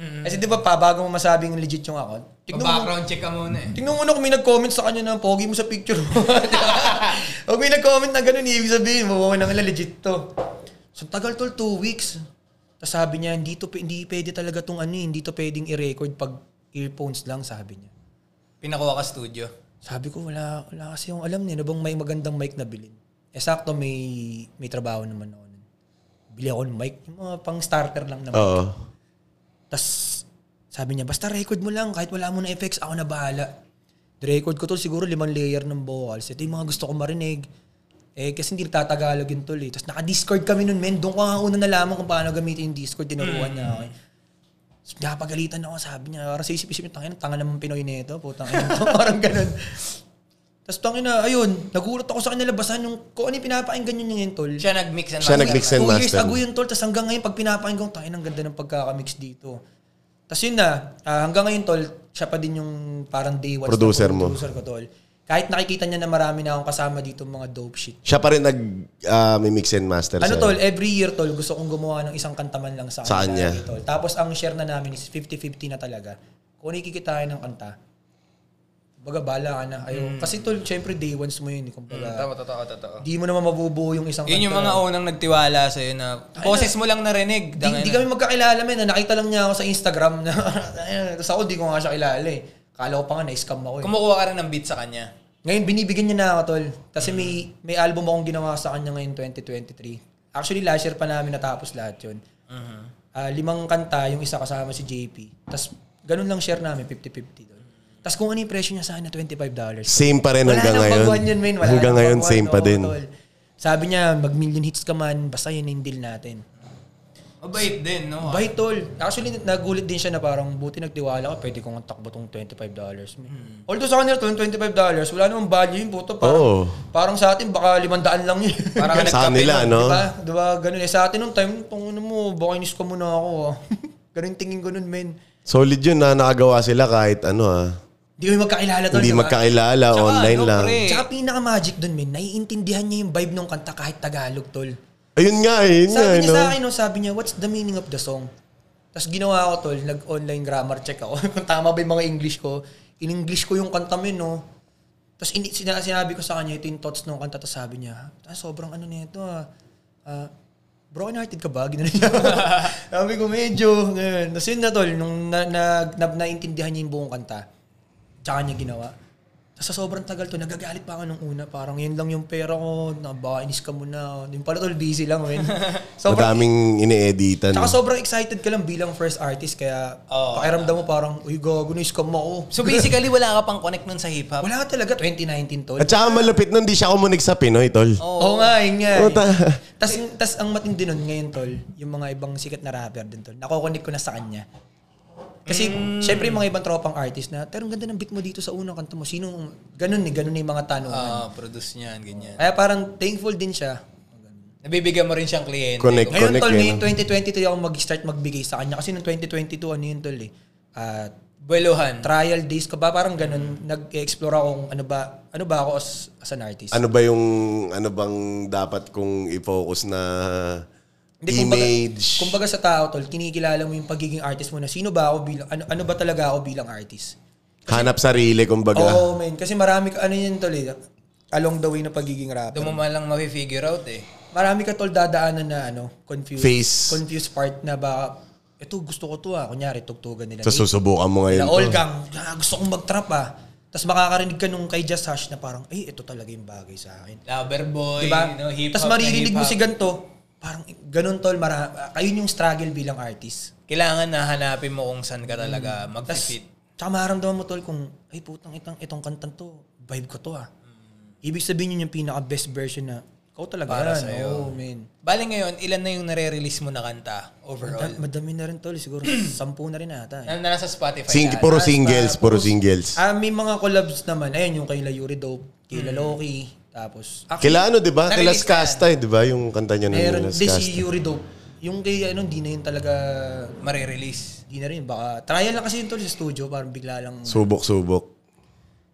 Speaker 1: Kasi di ba pa, bago mo masabing legit yung account, tignan mo,
Speaker 3: background check ka muna eh.
Speaker 1: Tingnan mo na kung may nag-comment sa kanya na pogi mo sa picture mo. [laughs] Pag may nag-comment na ganun, ibig sabihin, mawawa na nga legit to. So, tagal tol, two weeks. Tapos sabi niya, hindi, to, pe- hindi pwede talaga tong ano, eh, hindi to pwedeng i-record pag earphones lang, sabi niya.
Speaker 3: Pinakuha ka studio.
Speaker 1: Sabi ko, wala, wala kasi yung alam niya, ano bang may magandang mic na bilhin. Eh, sakto, may, may trabaho naman ako. nun. Bili ako ng mic, yung mga pang-starter lang naman.
Speaker 4: Oo.
Speaker 1: Tapos, sabi niya, basta record mo lang, kahit wala mo na effects, ako na bahala. Record ko tol, siguro limang layer ng vocals. Ito yung mga gusto ko marinig. Eh, kasi hindi nagtatagalog yun tol eh. Tapos naka-discord kami nun, men. Doon ko nga una nalaman kung paano gamitin yung discord. Tinuruan niya ako eh. Tapos Napagalitan ako, sabi niya. Parang sa isip-isip niya, tangin, tanga naman Pinoy na ito. Putang ina [laughs] to." parang ganun. Tapos tangin na, ayun, nagulat ako sa kanilabasan yung kung ano yung pinapakinggan niya ngayon, tol.
Speaker 3: Siya nag-mix and
Speaker 4: Siya
Speaker 3: master.
Speaker 4: nag-mix and
Speaker 1: Two years
Speaker 4: master.
Speaker 1: ago yun, tol. Tapos hanggang ngayon, pag pinapakinggan ko, tayo, ang ganda ng pagkakamix dito. Tapos yun na, ah, hanggang ngayon, tol, siya pa din yung parang day one
Speaker 4: Producer
Speaker 1: na
Speaker 4: mo.
Speaker 1: producer ko, tol. Kahit nakikita niya na marami na akong kasama dito mga dope shit.
Speaker 4: Siya pa rin nag ah, may mix and master
Speaker 1: Ano
Speaker 4: sa'yo.
Speaker 1: tol, every year tol, gusto kong gumawa ng isang kantaman lang sa,
Speaker 4: Sa kanya.
Speaker 1: lagi, tol. Tapos ang share na namin is 50-50 na talaga. Kung ano yung kikitain ng kanta, baga bala ka na.
Speaker 3: Mm.
Speaker 1: Ayaw. Kasi tol, syempre day ones mo yun. eh. Kumbaga,
Speaker 3: Tama, totoo, totoo.
Speaker 1: di mo naman mabubuo yung isang
Speaker 3: Yun yung mga unang nagtiwala sa'yo na boses mo lang narinig.
Speaker 1: Di, di kami magkakilala men. Nakita lang niya ako sa Instagram. na- [laughs] Tapos ako, di ko nga siya kilala eh. Kala ko pa nga na-scam ako eh.
Speaker 3: Kumukuha ka rin ng beat sa kanya.
Speaker 1: ngayon, binibigyan niya na ako, tol. Kasi may, may album akong ginawa sa kanya ngayon, 2023. Actually, last year pa namin natapos lahat yun.
Speaker 3: Mhm.
Speaker 1: Ah, limang kanta, yung isa kasama si JP. Tapos, ganun lang share namin, 50-50 doon. Tapos kung ano yung presyo niya sa akin na $25.
Speaker 4: Same pa rin
Speaker 1: nang
Speaker 4: hanggang ngayon.
Speaker 1: baguhan yun, men. Wala
Speaker 4: hanggang
Speaker 1: nang
Speaker 4: ngayon,
Speaker 1: baguhan,
Speaker 4: same pa
Speaker 1: oo,
Speaker 4: din.
Speaker 1: tol. Sabi niya, mag-million hits ka man, basta yun yung deal natin.
Speaker 3: Mabait din, no?
Speaker 1: Bay, tol. Actually, nagulit din siya na parang buti nagtiwala ka, pwede kong takbo tong $25. man. Although sa kanila, tong $25, wala namang value yun, puto. Parang,
Speaker 4: Oo.
Speaker 1: parang sa atin, baka 500 lang yun.
Speaker 3: Parang
Speaker 1: Ganun,
Speaker 4: Sa kanila,
Speaker 1: [laughs]
Speaker 4: no?
Speaker 1: Diba? Diba? Ganun. Eh, sa atin nung time, tong ano mo, baka inis ka muna ako. ah." [laughs] ganun tingin ko nun, men.
Speaker 4: Solid yun na nakagawa sila kahit ano ah.
Speaker 1: Hindi kami magkakilala, tol.
Speaker 4: Hindi
Speaker 1: Tsaka-
Speaker 4: magkakilala,
Speaker 3: Tsaka,
Speaker 4: online
Speaker 3: ano,
Speaker 4: lang.
Speaker 3: pre?
Speaker 1: Tsaka pinaka-magic dun, men. Naiintindihan niya yung vibe ng kanta kahit Tagalog, tol.
Speaker 4: Ayun nga, ayun nga.
Speaker 1: Sabi
Speaker 4: eh,
Speaker 1: niya
Speaker 4: no?
Speaker 1: sa akin, no, sabi niya, what's the meaning of the song? Tapos ginawa ko, tol, nag-online grammar check ako. [laughs] Kung tama ba yung mga English ko. In-English ko yung kanta min, no? Tapos in- sina- sinabi ko sa kanya, ito yung thoughts ng kanta. Tapos sabi niya, ah, sobrang ano nito, ah. Ah, broken-hearted ka ba? [laughs] Ginanon niya. sabi ko, medyo. Ganyan. Tapos yun na, tol, nung na, na, na, naintindihan niya yung buong kanta, tsaka niya ginawa. Sa sobrang tagal to, nagagalit pa ako nung una. Parang yun lang yung pera ko, na baka inis ka muna. Yung pala tol, busy lang, men. sobrang,
Speaker 4: Madaming ini-editan.
Speaker 1: tsaka sobrang excited ka lang bilang first artist. Kaya pakiramdam mo parang, uy, gago, na-scam ako.
Speaker 3: So basically, wala ka pang connect nun sa hip-hop.
Speaker 1: oh." Wala ka talaga, 2019 tol.
Speaker 4: At saka malupit nun, di siya kumunik sa Pinoy, tol.
Speaker 1: Oo nga, yun nga. eh.
Speaker 4: Puta.
Speaker 1: tas, tas ang matindi nun ngayon, tol, yung mga ibang sikat na rapper din, tol, nakokonik ko na sa kanya. Kasi, syempre, yung mga ibang tropang artist na, pero ang ganda ng beat mo dito sa unang kanta mo. Sino, ganun eh, ganun na yung mga tanungan.
Speaker 3: Ah, produce niyan, ganyan.
Speaker 1: Kaya parang thankful din siya.
Speaker 3: Nabibigyan mo rin siyang kliyente.
Speaker 4: Connect,
Speaker 1: Ngayon,
Speaker 4: connect
Speaker 1: tol,
Speaker 4: yun.
Speaker 1: ngayon 2022 ako mag-start magbigay sa kanya. Kasi noong 2022, ano yun, tol, eh. Ah,
Speaker 3: Bueluhan.
Speaker 1: trial days ko ba? Parang ganun, nag-explore ako kung ano ba, ano ba ako as, as an artist.
Speaker 4: Ano ba yung, ano bang dapat kong i-focus na image?
Speaker 1: Kumbaga, kumbaga sa tao, tol, kinikilala mo yung pagiging artist mo na sino ba ako bilang, ano, ano ba talaga ako bilang artist?
Speaker 4: Hanap sarili, kumbaga.
Speaker 1: Oo, man. Kasi marami ka, ano yun, tol, eh, along the way na pagiging rapper.
Speaker 3: Doon mo man lang ma-figure out eh.
Speaker 1: Marami ka, tol, dadaanan na, ano, confused.
Speaker 4: Face.
Speaker 1: Confused part na baka, eto, gusto ko to, ah. Kunyari, tugtugan nila.
Speaker 4: Tapos susubukan mo ngayon.
Speaker 1: Nila
Speaker 4: to.
Speaker 1: Olgang, ah, gusto kong mag-trap, ah. Tapos makakarinig ka nung kay Just Hush na parang, ay, ito talaga yung bagay sa akin.
Speaker 3: Lover boy,
Speaker 1: Diba?
Speaker 3: you know, hip-hop
Speaker 1: Tapos
Speaker 3: na
Speaker 1: maririnig mo
Speaker 3: hip-hop.
Speaker 1: si ganito, parang ganun, tol, mara, ayun yung struggle bilang artist.
Speaker 3: Kailangan na hanapin mo kung saan ka talaga
Speaker 1: Tapos,
Speaker 3: mag-fit.
Speaker 1: tsaka maramdaman mo tol kung, ay putang itang, itong kantang to, vibe ko to ah. Ibig sabihin yun yung pinaka-best version na, ikaw talaga
Speaker 3: Mm. Para
Speaker 1: yan.
Speaker 3: sa'yo.
Speaker 1: Oo, man.
Speaker 3: Bale ngayon, ilan na yung nare-release mo na
Speaker 1: Da-
Speaker 3: kanta overall?
Speaker 1: madami na rin tol, siguro [clears throat] sampu na rin ata. Eh.
Speaker 3: Na, nasa Spotify
Speaker 4: Sing,
Speaker 3: lahat.
Speaker 4: puro singles, puro singles.
Speaker 1: Ah, may mga collabs naman, ayun yung kay Layuri Dope, kay
Speaker 3: Mm.
Speaker 1: Laloki, tapos, ah,
Speaker 4: Kila ano, di ba? Kila
Speaker 3: Narelease ka.
Speaker 4: Skasta, eh, di ba? Yung kanta niya ng
Speaker 1: meron,
Speaker 4: Las
Speaker 1: di si
Speaker 4: Casta.
Speaker 1: Yuri Dope. Yung kay ano, di na yun talaga,
Speaker 3: Marirelease.
Speaker 1: di na rin, baka, trial lang kasi yun tol sa studio, parang bigla lang.
Speaker 4: Subok-subok.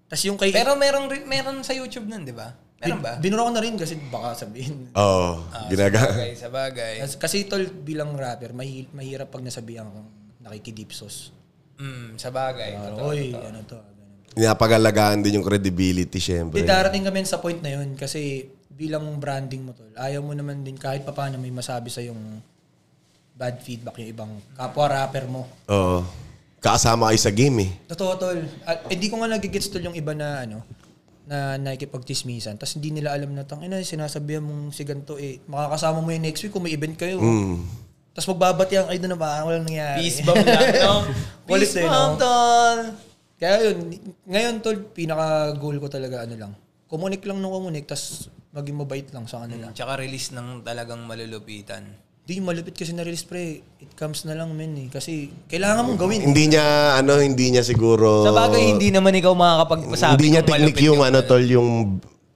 Speaker 1: Tapos yung kay,
Speaker 3: Pero merong, re- meron sa YouTube nun, di ba? Meron
Speaker 1: [laughs]
Speaker 3: ba?
Speaker 1: binura ko na rin kasi baka sabihin,
Speaker 4: Oo, oh, ginaga.
Speaker 3: Bagay sa bagay.
Speaker 1: Kasi- Kasi tol, bilang rapper, mahi- mahirap pag nasabihan kang nakikidipsos.
Speaker 3: Mm, sa bagay.
Speaker 1: Parang, oy, ano to. ganun."
Speaker 4: [laughs] Napagalagaan din yung credibility,
Speaker 1: Hindi,
Speaker 4: syempre.
Speaker 1: darating kami sa point na yun kasi bilang branding mo tol, ayaw mo naman din kahit pa paano may masabi sa yung bad feedback yung ibang kapwa rapper mo.
Speaker 4: Oo. Kaasama kayo sa game eh.
Speaker 1: Totoo tol. At hindi ko nga nagigets tol yung iba na ano na nakikipagtismisan. Tapos hindi nila alam na tang ina sinasabihan mong si ganito eh makakasama mo yung next week kung may event kayo.
Speaker 4: Hmm.
Speaker 1: Tapos magbabati ang ay doon na parang walang nangyari.
Speaker 3: Peace bomb lang, no?
Speaker 1: Wallet
Speaker 3: Peace
Speaker 1: eh,
Speaker 3: bomb,
Speaker 1: no?
Speaker 3: tol!
Speaker 1: [laughs] Kaya yun, ngayon tol, pinaka-goal ko talaga ano lang. Kumunik lang nung kumunik, tas maging mabait lang sa kanila.
Speaker 3: Tsaka release ng talagang malulupitan.
Speaker 1: Di, malupit kasi na-release pre. It comes na lang men eh. Kasi kailangan mong gawin.
Speaker 4: Hindi niya, ano, hindi niya siguro...
Speaker 3: Sa bagay, hindi naman ikaw makakapagpasabi.
Speaker 4: Hindi niya
Speaker 3: kung
Speaker 4: teknik
Speaker 3: malupit
Speaker 4: yung, ano, tol, yung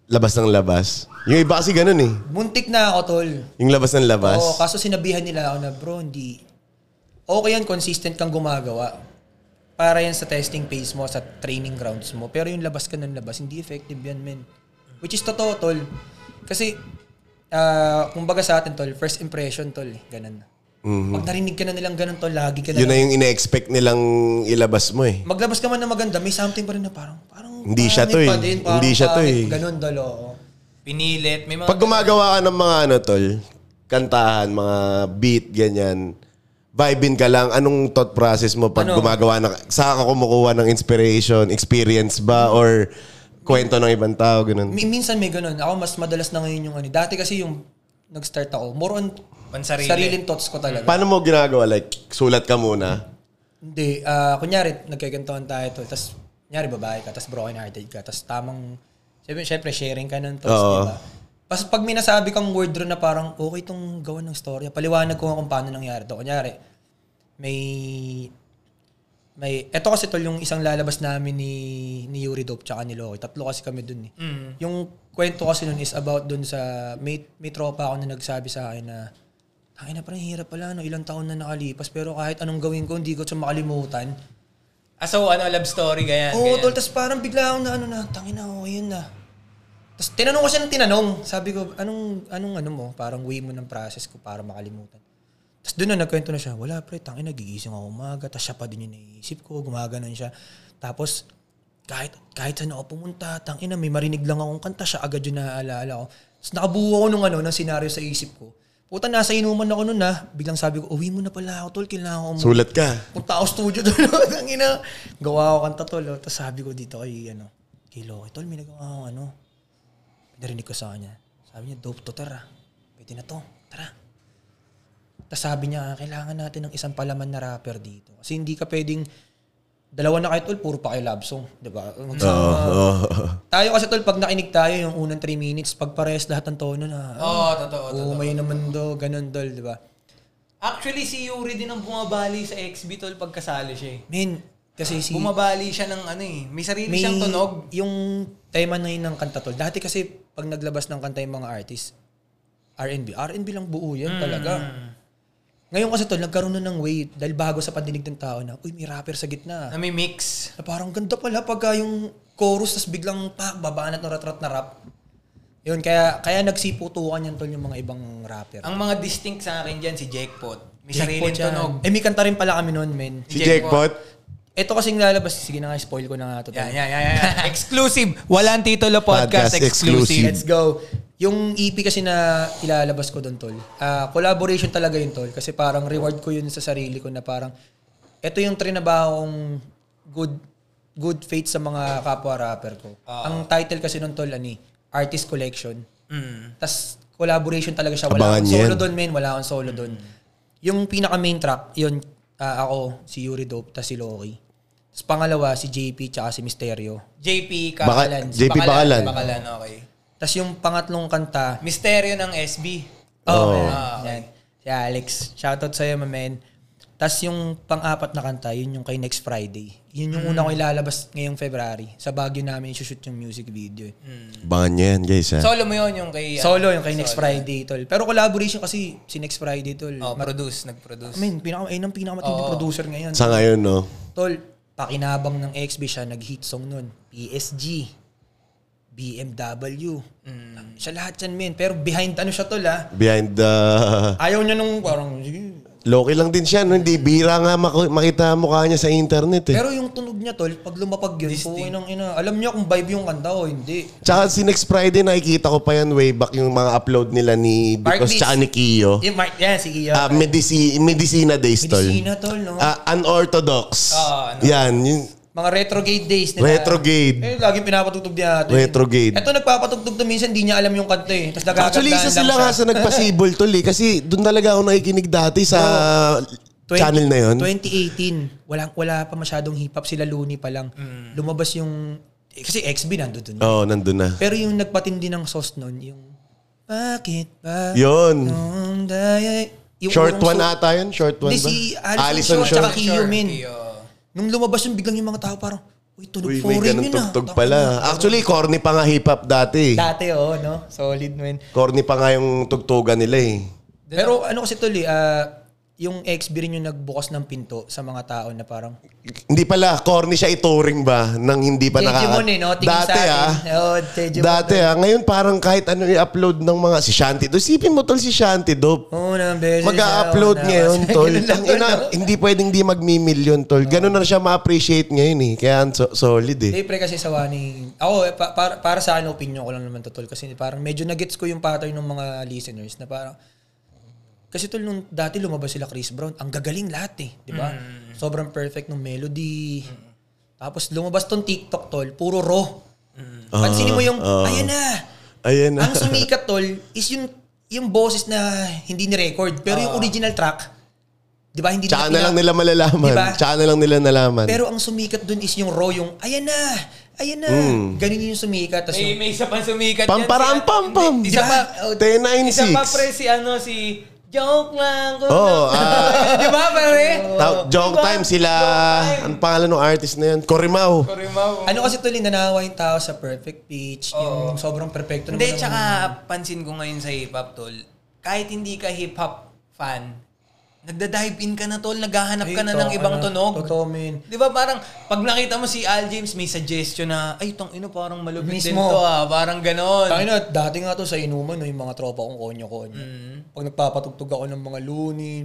Speaker 4: labas ng labas. Yung iba kasi ganun eh.
Speaker 1: Muntik na ako tol.
Speaker 4: Yung labas ng labas.
Speaker 1: Oo, kaso sinabihan nila ako na bro, hindi. Okay yan, consistent kang gumagawa. Para yan sa testing phase mo, sa training grounds mo. Pero yung labas ka ng labas, hindi effective yan men. Which is totoo tol. Kasi, ah, kumbaga sa atin tol, first impression tol, eh, ganun na.
Speaker 4: Mhm.
Speaker 1: Pag narinig ka na nilang ganun to, lagi ka na.
Speaker 4: Yun na yung ina-expect nilang ilabas mo eh.
Speaker 1: Maglabas ka man na maganda, may something pa rin na parang, parang
Speaker 4: Hindi siya
Speaker 1: pangit
Speaker 4: to
Speaker 1: pa
Speaker 4: eh.
Speaker 1: din, parang
Speaker 4: Hindi siya to
Speaker 1: pangit,
Speaker 4: eh.
Speaker 1: Ganun dalo.
Speaker 3: Pinilit. May mga...
Speaker 4: Pag gumagawa ka ng mga ano, tol, kantahan, mga beat, ganyan, vibin ka lang, anong thought process mo pag gumagawa ng, saan ka kumukuha ng inspiration, experience ba, or kwento ng ibang tao, ganun.
Speaker 1: Mi- minsan may ganun. Ako mas madalas na ngayon yung ano. Dati kasi yung nag-start ako, more on
Speaker 3: Pansarili.
Speaker 1: sariling thoughts ko talaga.
Speaker 4: Paano mo ginagawa? Like, sulat ka muna?
Speaker 1: Hindi, ah kunyari, nagkagantuhan tayo to. Tapos, kunyari, babae ka, tapos broken-hearted ka. Tapos tamang, syempre, syempre, sharing ka ng thoughts,
Speaker 4: Oo.
Speaker 1: di ba? Tapos pag may nasabi kang word doon na parang, okay itong gawa ng story, paliwanag ko nga kung paano nangyari to. Kunyari, may... May, eto kasi tol, yung isang lalabas namin ni, ni Yuri Dope tsaka ni Loki. Tatlo kasi kami dun
Speaker 3: Mm.
Speaker 1: eh.
Speaker 3: hmm.
Speaker 1: Yung kwento kasi nun is about dun sa, may, may tropa ako na nagsabi sa akin na, ay na parang hirap pala, no? ilang taon na nakalipas, pero kahit anong gawin ko, hindi ko siya makalimutan.
Speaker 3: Ah, so, ano, love story, ganyan.
Speaker 1: Oo,
Speaker 3: ganyan.
Speaker 1: tol, tas parang bigla ako na, ano na, tangin na, okay yun na. Tapos tinanong ko siya ng tinanong. Sabi ko, anong, anong ano mo, parang way mo ng process ko para makalimutan. Tapos doon na nagkwento na siya, wala pre, tangin na, gigising ako umaga. Tapos siya pa din yung naiisip ko, gumaganon siya. Tapos, kahit, kahit saan ako pumunta, tangin na, may marinig lang akong kanta, siya agad yung naaalala ko. Tapos nakabuo ko nung ano, ng senaryo sa isip ko. Puta, nasa inuman ako noon na. Biglang sabi ko, uwi mo na pala ako, tol. Kailangan ko umuwi.
Speaker 4: Sulat ka.
Speaker 1: [laughs] Punta ako studio tol. Ang ina. Gawa ako kanta tol. oh. Tapos sabi ko dito kay ano, kay Loki, tol, may nagawa akong ano. Narinig ko sa kanya. Sabi niya, dope to, tara. Pwede na to, tara. Tapos sabi niya, kailangan natin ng isang palaman na rapper dito. Kasi hindi ka pwedeng, dalawa na kayo, tol, puro pa kayo love song. Di ba? Magsama. Tayo kasi, tol, pag nakinig tayo, yung unang 3 minutes, pag pares lahat ng tono na,
Speaker 3: Oo, oh, totoo,
Speaker 1: oh,
Speaker 3: totoo.
Speaker 1: umay naman do, ganun, tol, di ba?
Speaker 3: Actually, si Yuri din ang bumabali sa XB tol pagkasali siya eh.
Speaker 1: Men, kasi si...
Speaker 3: Bumabali siya ng ano eh. May sarili siyang tunog.
Speaker 1: Yung tema na yun ng kanta tol. Dati kasi pag naglabas ng kanta yung mga artist, R&B. R&B lang buo yan talaga.
Speaker 3: Mm.
Speaker 1: Ngayon kasi tol, nagkaroon na ng way dahil bago sa pandinig ng tao na, uy, may rapper sa gitna.
Speaker 3: Na may mix.
Speaker 1: Na parang ganda pala pagka yung chorus tas biglang pak, babanat ng ratrat na rap. Yun, kaya, kaya nagsiputukan yan tol yung mga ibang rapper.
Speaker 3: Ang mga distinct sa akin dyan, si Jackpot. May
Speaker 1: Jackpot
Speaker 3: sariling
Speaker 1: yan.
Speaker 3: tunog.
Speaker 1: Eh, may kanta rin pala kami noon, men.
Speaker 4: Si Jackpot?
Speaker 1: Ito kasing lalabas, sige na nga, spoil ko na nga to. tol.
Speaker 3: Yan, yan, yan, yan. Exclusive. Walang titulo podcast,
Speaker 4: Podcast exclusive.
Speaker 3: exclusive.
Speaker 1: Let's go. Yung EP kasi na ilalabas ko doon, Tol. ah, collaboration talaga yun, Tol. Kasi parang reward ko yun sa sarili ko na parang ito yung trinabahong good good faith sa mga kapwa rapper ko.
Speaker 4: Ah.
Speaker 1: Ang title kasi nun, Tol, ani, Artist Collection.
Speaker 3: Mm.
Speaker 1: tas collaboration talaga siya. Wala
Speaker 4: Abangan
Speaker 1: akong solo
Speaker 4: yan.
Speaker 1: doon, men. Wala akong solo doon. Yung pinaka main track, yun, ah, ako, si Yuri Dope, tas si Loki. Tapos pangalawa, si JP, tsaka si Mysterio.
Speaker 3: JP
Speaker 4: Baka-
Speaker 3: Bakalan.
Speaker 4: JP Bakalan.
Speaker 3: Bakalan, okay.
Speaker 1: Tapos yung pangatlong kanta,
Speaker 3: Misteryo ng SB.
Speaker 1: Oh,
Speaker 3: Ah, okay.
Speaker 1: Yan. Si Alex. Shoutout sa'yo, my man. Tapos yung pang-apat na kanta, yun yung kay Next Friday. Yun yung una ko ilalabas ngayong February. Sa Baguio namin isushoot yung music video. eh.
Speaker 4: Bangan yan, guys. ah. Ha?
Speaker 3: Solo mo yun yung kay... ano,
Speaker 1: Solo yung kay Next
Speaker 3: solo.
Speaker 1: Friday, tol. Pero collaboration kasi si Next Friday, tol.
Speaker 3: Oh,
Speaker 1: Mar-
Speaker 3: produce, nag-produce.
Speaker 1: I mean, pinaka, ayun ang pinakamatindi producer ngayon.
Speaker 4: Sa ngayon, no?
Speaker 1: Tol, pakinabang ng XB siya, nag-hit song nun. PSG, BMW. Siya lahat yan, men. Pero behind ano siya, tol, ah.
Speaker 4: Behind the...
Speaker 1: Ayaw niya nung parang, sige,
Speaker 4: Loki lang din siya, no? Hindi bira nga maku- makita ang mukha niya sa internet, eh.
Speaker 1: Pero yung tunog niya, tol, pag lumapag yun, po, inang ina, alam niya kung vibe yung kanta o hindi.
Speaker 4: Tsaka si next Friday, nakikita ko pa yan way back yung mga upload nila ni Because
Speaker 1: Barclays.
Speaker 4: tsaka ni Kiyo.
Speaker 1: Yung Eh, Mark, yan, si Iya.
Speaker 4: Ah, medisi- Medicina Days, tol.
Speaker 1: Medicina, tol, no?
Speaker 4: Ah, unorthodox.
Speaker 3: Ah, ano.
Speaker 4: Yan. Yung
Speaker 1: Mga retrograde days nila.
Speaker 4: retrograde.
Speaker 1: Eh, laging pinapatugtog niya ito.
Speaker 4: Retrograde.
Speaker 1: Ito, nagpapatugtog to minsan, di niya alam yung kanta eh. Tapos nagagandaan
Speaker 4: Actually, isa
Speaker 1: lang
Speaker 4: sila
Speaker 1: siya.
Speaker 4: nga sa nagpasibol, tol, eh. Kasi doon talaga ako nakikinig dati sa
Speaker 1: 20
Speaker 4: channel na yun.
Speaker 1: 2018, wala, wala pa masyadong hip-hop, sila Looney pa lang. Lumabas yung, eh, kasi XB nandun dun.
Speaker 4: Oo, oh, nandun na.
Speaker 1: Pero yung nagpatindi ng sauce nun, yung, bakit ba?
Speaker 4: Yun.
Speaker 1: Nung daya- yung
Speaker 4: Short
Speaker 1: unang
Speaker 4: one
Speaker 1: su-
Speaker 4: ata yun? Short one
Speaker 1: Hindi,
Speaker 4: ba?
Speaker 1: si Allison, Shore, tsaka Kiyo, men.
Speaker 3: Kiyo.
Speaker 1: Nung lumabas yung biglang yung mga tao parang, uy, tunog
Speaker 4: Uy, may
Speaker 1: foreign
Speaker 4: ganun
Speaker 1: yun ah.
Speaker 4: tugtog
Speaker 1: Tangina.
Speaker 4: pala. Actually, corny pa nga hip-hop dati. eh.
Speaker 1: Dati, oo, no? Solid, man.
Speaker 4: Corny pa nga yung tugtugan nila eh.
Speaker 1: Pero ano kasi tol, eh, ah, yung XB rin yung nagbukas ng pinto sa mga tao na parang,
Speaker 4: Hindi pala, corny siya ituring ba nang hindi pa
Speaker 1: Jejumon
Speaker 4: nakaka...
Speaker 1: eh, no? Tingin sa
Speaker 4: Dati
Speaker 1: Oh, atin.
Speaker 4: ah.
Speaker 1: Oo, Jejumon.
Speaker 4: Dati ah. Ngayon parang kahit ano i-upload ng mga... Si Shanti Dope. Isipin mo tol si Shanti Dope.
Speaker 1: Unang beses.
Speaker 4: Mag-upload
Speaker 1: ako na-
Speaker 4: ngayon, tol.
Speaker 1: [laughs] Ganun lang,
Speaker 4: Ang ina,
Speaker 1: no?
Speaker 4: hindi pwedeng di magmi-million, tol. Ganun na siya ma-appreciate ngayon eh. Kaya ang so- solid eh.
Speaker 1: Hindi, pre, kasi sawa ni... Ako, eh, pa- para, para sa akin, opinion ko lang naman to, tol. Kasi parang medyo nagets ko yung pattern ng mga listeners na parang... Kasi tol, nung dati lumabas sila Chris Brown, ang gagaling lahat eh, di ba? Sobrang perfect ng melody. Tapos lumabas tong TikTok, tol, puro raw. Pansinin mo yung,
Speaker 4: Ah,
Speaker 1: ayan na!
Speaker 4: Ayan ah. na.
Speaker 1: ang sumikat tol is yung yung boses na hindi ni record pero yung original track 'di ba hindi nila
Speaker 4: Ah. Tsaka na lang
Speaker 1: pina-
Speaker 4: nila malalaman.
Speaker 1: Diba?
Speaker 4: Tsaka na lang nila nalaman.
Speaker 1: pero ang sumikat dun is yung raw yung ayan na ayan na ganun yung sumikat tas
Speaker 3: May,
Speaker 1: yung
Speaker 3: may isa pang sumikat yan,
Speaker 4: Pamparam,
Speaker 3: si-
Speaker 4: pam, pam.
Speaker 3: Hindi, Isa pa, oh, isa pa pre
Speaker 4: 1096.
Speaker 3: si ano, si... Joke lang. Ko
Speaker 1: [laughs]
Speaker 4: Oo,
Speaker 3: lang.
Speaker 4: ah.
Speaker 3: Di ba pare? [laughs]
Speaker 4: Ta- joke
Speaker 3: Diba?
Speaker 4: time sila.
Speaker 3: Joke time.
Speaker 4: Ang pangalan ng artist na yan? Corimaw.
Speaker 3: Kurimaw.
Speaker 1: ano kasi tol yung nanawa yung tao sa perfect pitch yung sobrang perfecto
Speaker 3: Hindi,
Speaker 1: ng-
Speaker 3: tsaka pansin ko ngayon sa hip-hop, tol, kahit hindi ka hip-hop fan, nagda-dive in ka na, tol, naghahanap
Speaker 1: Ay,
Speaker 3: ka na
Speaker 1: tol,
Speaker 3: ng ibang
Speaker 1: ano,
Speaker 3: tunog.
Speaker 1: totoo, men.
Speaker 3: Di ba parang, pag nakita mo si Al James, may suggestion na, ay, tong ino, parang malupit din
Speaker 1: Mismo.
Speaker 3: to, ah. Parang ganon.
Speaker 1: Tangin na, dati nga to sa inuman, no, yung mga tropa kong konyo-konyo.
Speaker 3: Mm.
Speaker 1: Pag nagpapatugtog ako ng mga luni,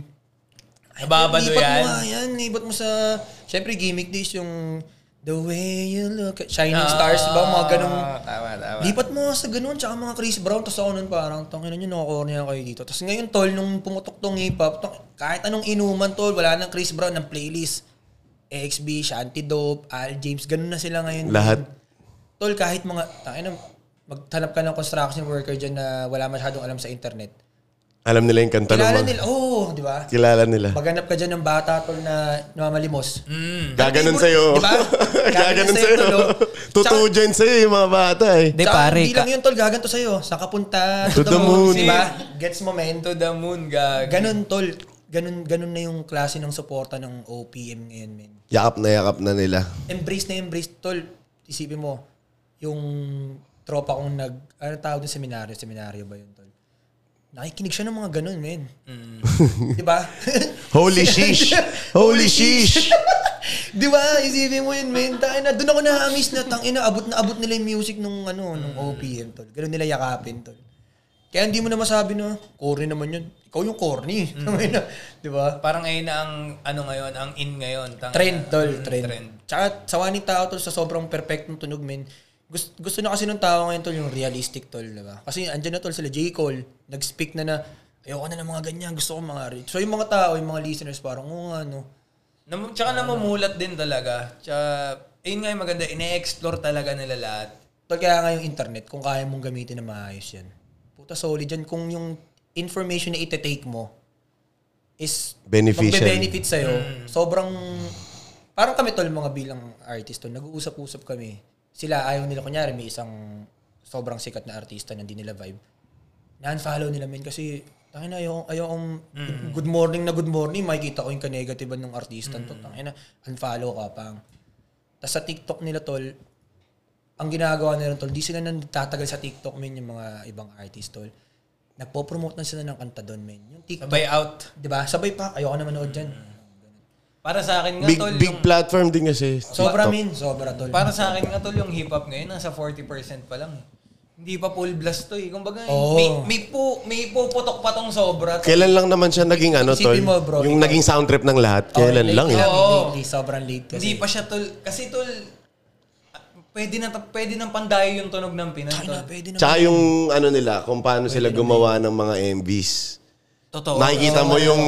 Speaker 1: Ibat
Speaker 3: Nababado yan.
Speaker 1: mo nga eh. yan. Ibat mo sa... Siyempre, gimmick days yung... The way you look at... Shining
Speaker 3: Ah,
Speaker 1: Stars, ba? Mga ganong...
Speaker 3: Tama, tama.
Speaker 1: Lipat mo nga sa ganun, tsaka mga Chris Brown, tapos ako nun parang, tanginan nyo, nakakornya kayo dito. Tapos ngayon, tol, nung pumutok tong hip-hop, tong- kahit anong inuman, tol, wala nang Chris Brown ng playlist. XB, Shanty Dope, Al James, ganun na sila ngayon.
Speaker 4: Lahat.
Speaker 1: Tol, kahit mga, tangin na, maghanap ka ng construction worker dyan na wala masyadong alam sa internet.
Speaker 4: Alam nila yung kanta ng
Speaker 1: Kilala
Speaker 4: mga-
Speaker 1: nila, oo, di ba?
Speaker 4: Kilala nila.
Speaker 1: Maghanap ka dyan ng bata, tol, na namamalimos.
Speaker 3: Mm.
Speaker 4: Gaganon
Speaker 1: Diba?
Speaker 4: sa'yo. [laughs]
Speaker 1: Diba?
Speaker 4: Gaganon
Speaker 1: Gaganon
Speaker 4: sa'yo.
Speaker 1: sa'yo,
Speaker 4: [laughs]
Speaker 1: tol, oh.
Speaker 4: Totoo dyan sa'yo yung mga bata eh.
Speaker 3: Hindi,
Speaker 1: Tsaka,
Speaker 3: pare.
Speaker 1: Hindi lang
Speaker 3: ka-
Speaker 1: yun, tol, gaganto sa'yo. Sa kapunta,
Speaker 4: To the moon.
Speaker 1: Di ba? Gets mo, men?
Speaker 3: To the moon,
Speaker 1: Ah,
Speaker 3: gag.
Speaker 1: Ganun, tol. Ganun, ganun na yung klase ng suporta ng OPM ngayon, men.
Speaker 4: Yakap na yakap na nila.
Speaker 1: Embrace na embrace, tol. Isipin mo, yung tropa kong nag... Anong tawag dun? Seminaryo? Seminaryo ba yun, tol? Nakikinig siya ng mga ganun, men. Di ba?
Speaker 4: Mm. [laughs]
Speaker 1: [laughs]
Speaker 4: Holy sheesh! Holy sheesh!
Speaker 1: Di ba? Isipin mo yun, men. Tangin na, doon ako na-amiss na, tangin na, abot na abot nila yung music nung, ano,
Speaker 4: Mm.
Speaker 1: nung OPM, tol. Ganun nila yakapin, tol. Kaya hindi mo na masabi na, corny naman yun. Ikaw yung corny.
Speaker 4: Mm.
Speaker 1: [laughs] Di ba?
Speaker 3: Parang ayun na ang ano ngayon, ang in ngayon. Tang-
Speaker 1: Trend, tol. Trend.
Speaker 3: Mm, trend.
Speaker 1: Tsaka, sawa ni tao, tol, sa sobrang perfect ng tunog, men. Gusto, gusto na kasi ng tao ngayon, tol, yung realistic, tol, diba? Kasi andyan na, tol, sila J. Cole, nag-speak na na, ayoko na ng mga ganyan, gusto ko mga rich. So, yung mga tao, yung mga listeners, parang, oo nga, no.
Speaker 3: Nam- tsaka namumulat din talaga. Tsaka, ayun nga yung maganda, ine-explore talaga nila lahat.
Speaker 1: Tol, kaya nga yung internet, kung kaya mong gamitin na maayos yan. Puta, solid yan. Kung yung information na iti-take mo is
Speaker 4: Beneficial.
Speaker 1: magbe-benefit sa'yo, sobrang... Parang kami, tol, mga bilang artist, tol, nag-uusap-usap kami. Sila, ayaw nila, kunyari, may isang sobrang sikat na artista na hindi nila vibe. Na-unfollow nila, men, kasi Tangin na, ayaw, ayaw good morning na good morning, makikita ko yung kanegatiban ng artista. to. Tangin na, unfollow ka pang. Tapos sa TikTok nila, tol, ang ginagawa nila tol, di sila nang tatagal sa TikTok men yung mga ibang artist tol. Nagpo-promote na sila ng kanta doon men. Yung TikTok,
Speaker 3: Sabay out. Mm.
Speaker 1: 'di ba? Sabay pa, ayoko na manood diyan.
Speaker 3: Para sa akin nga,
Speaker 4: Big,
Speaker 3: tol,
Speaker 4: big
Speaker 3: yung,
Speaker 4: platform din kasi.
Speaker 1: Sobra men, sobra tol.
Speaker 3: para sa akin nga, tol, yung hip-hop ngayon, nasa 40% pa lang. Hindi pa full blast to eh. Kumbaga,
Speaker 1: Oo.
Speaker 4: Oh.
Speaker 3: may, may, po, may puputok pa tong sobra. tol.
Speaker 4: Kailan lang naman siya naging ano, Tol?
Speaker 1: Isipin mo, bro,
Speaker 4: yung
Speaker 1: ikaw.
Speaker 4: naging soundtrap ng lahat.
Speaker 1: Oh,
Speaker 4: Kailan
Speaker 1: late
Speaker 4: lang eh.
Speaker 1: kami,
Speaker 3: Oo.
Speaker 1: lately, sobrang late kasi.
Speaker 3: Hindi pa siya, tol. Kasi, tol, ah, pwede na pwede nang pandayo yung tunog ng Pinas,
Speaker 1: Ay, na,
Speaker 3: tol.
Speaker 1: pwede na.
Speaker 4: Tsaka yung ano nila, kung paano sila gumawa ng mga MVs.
Speaker 3: Totoo.
Speaker 4: Nakikita mo yung...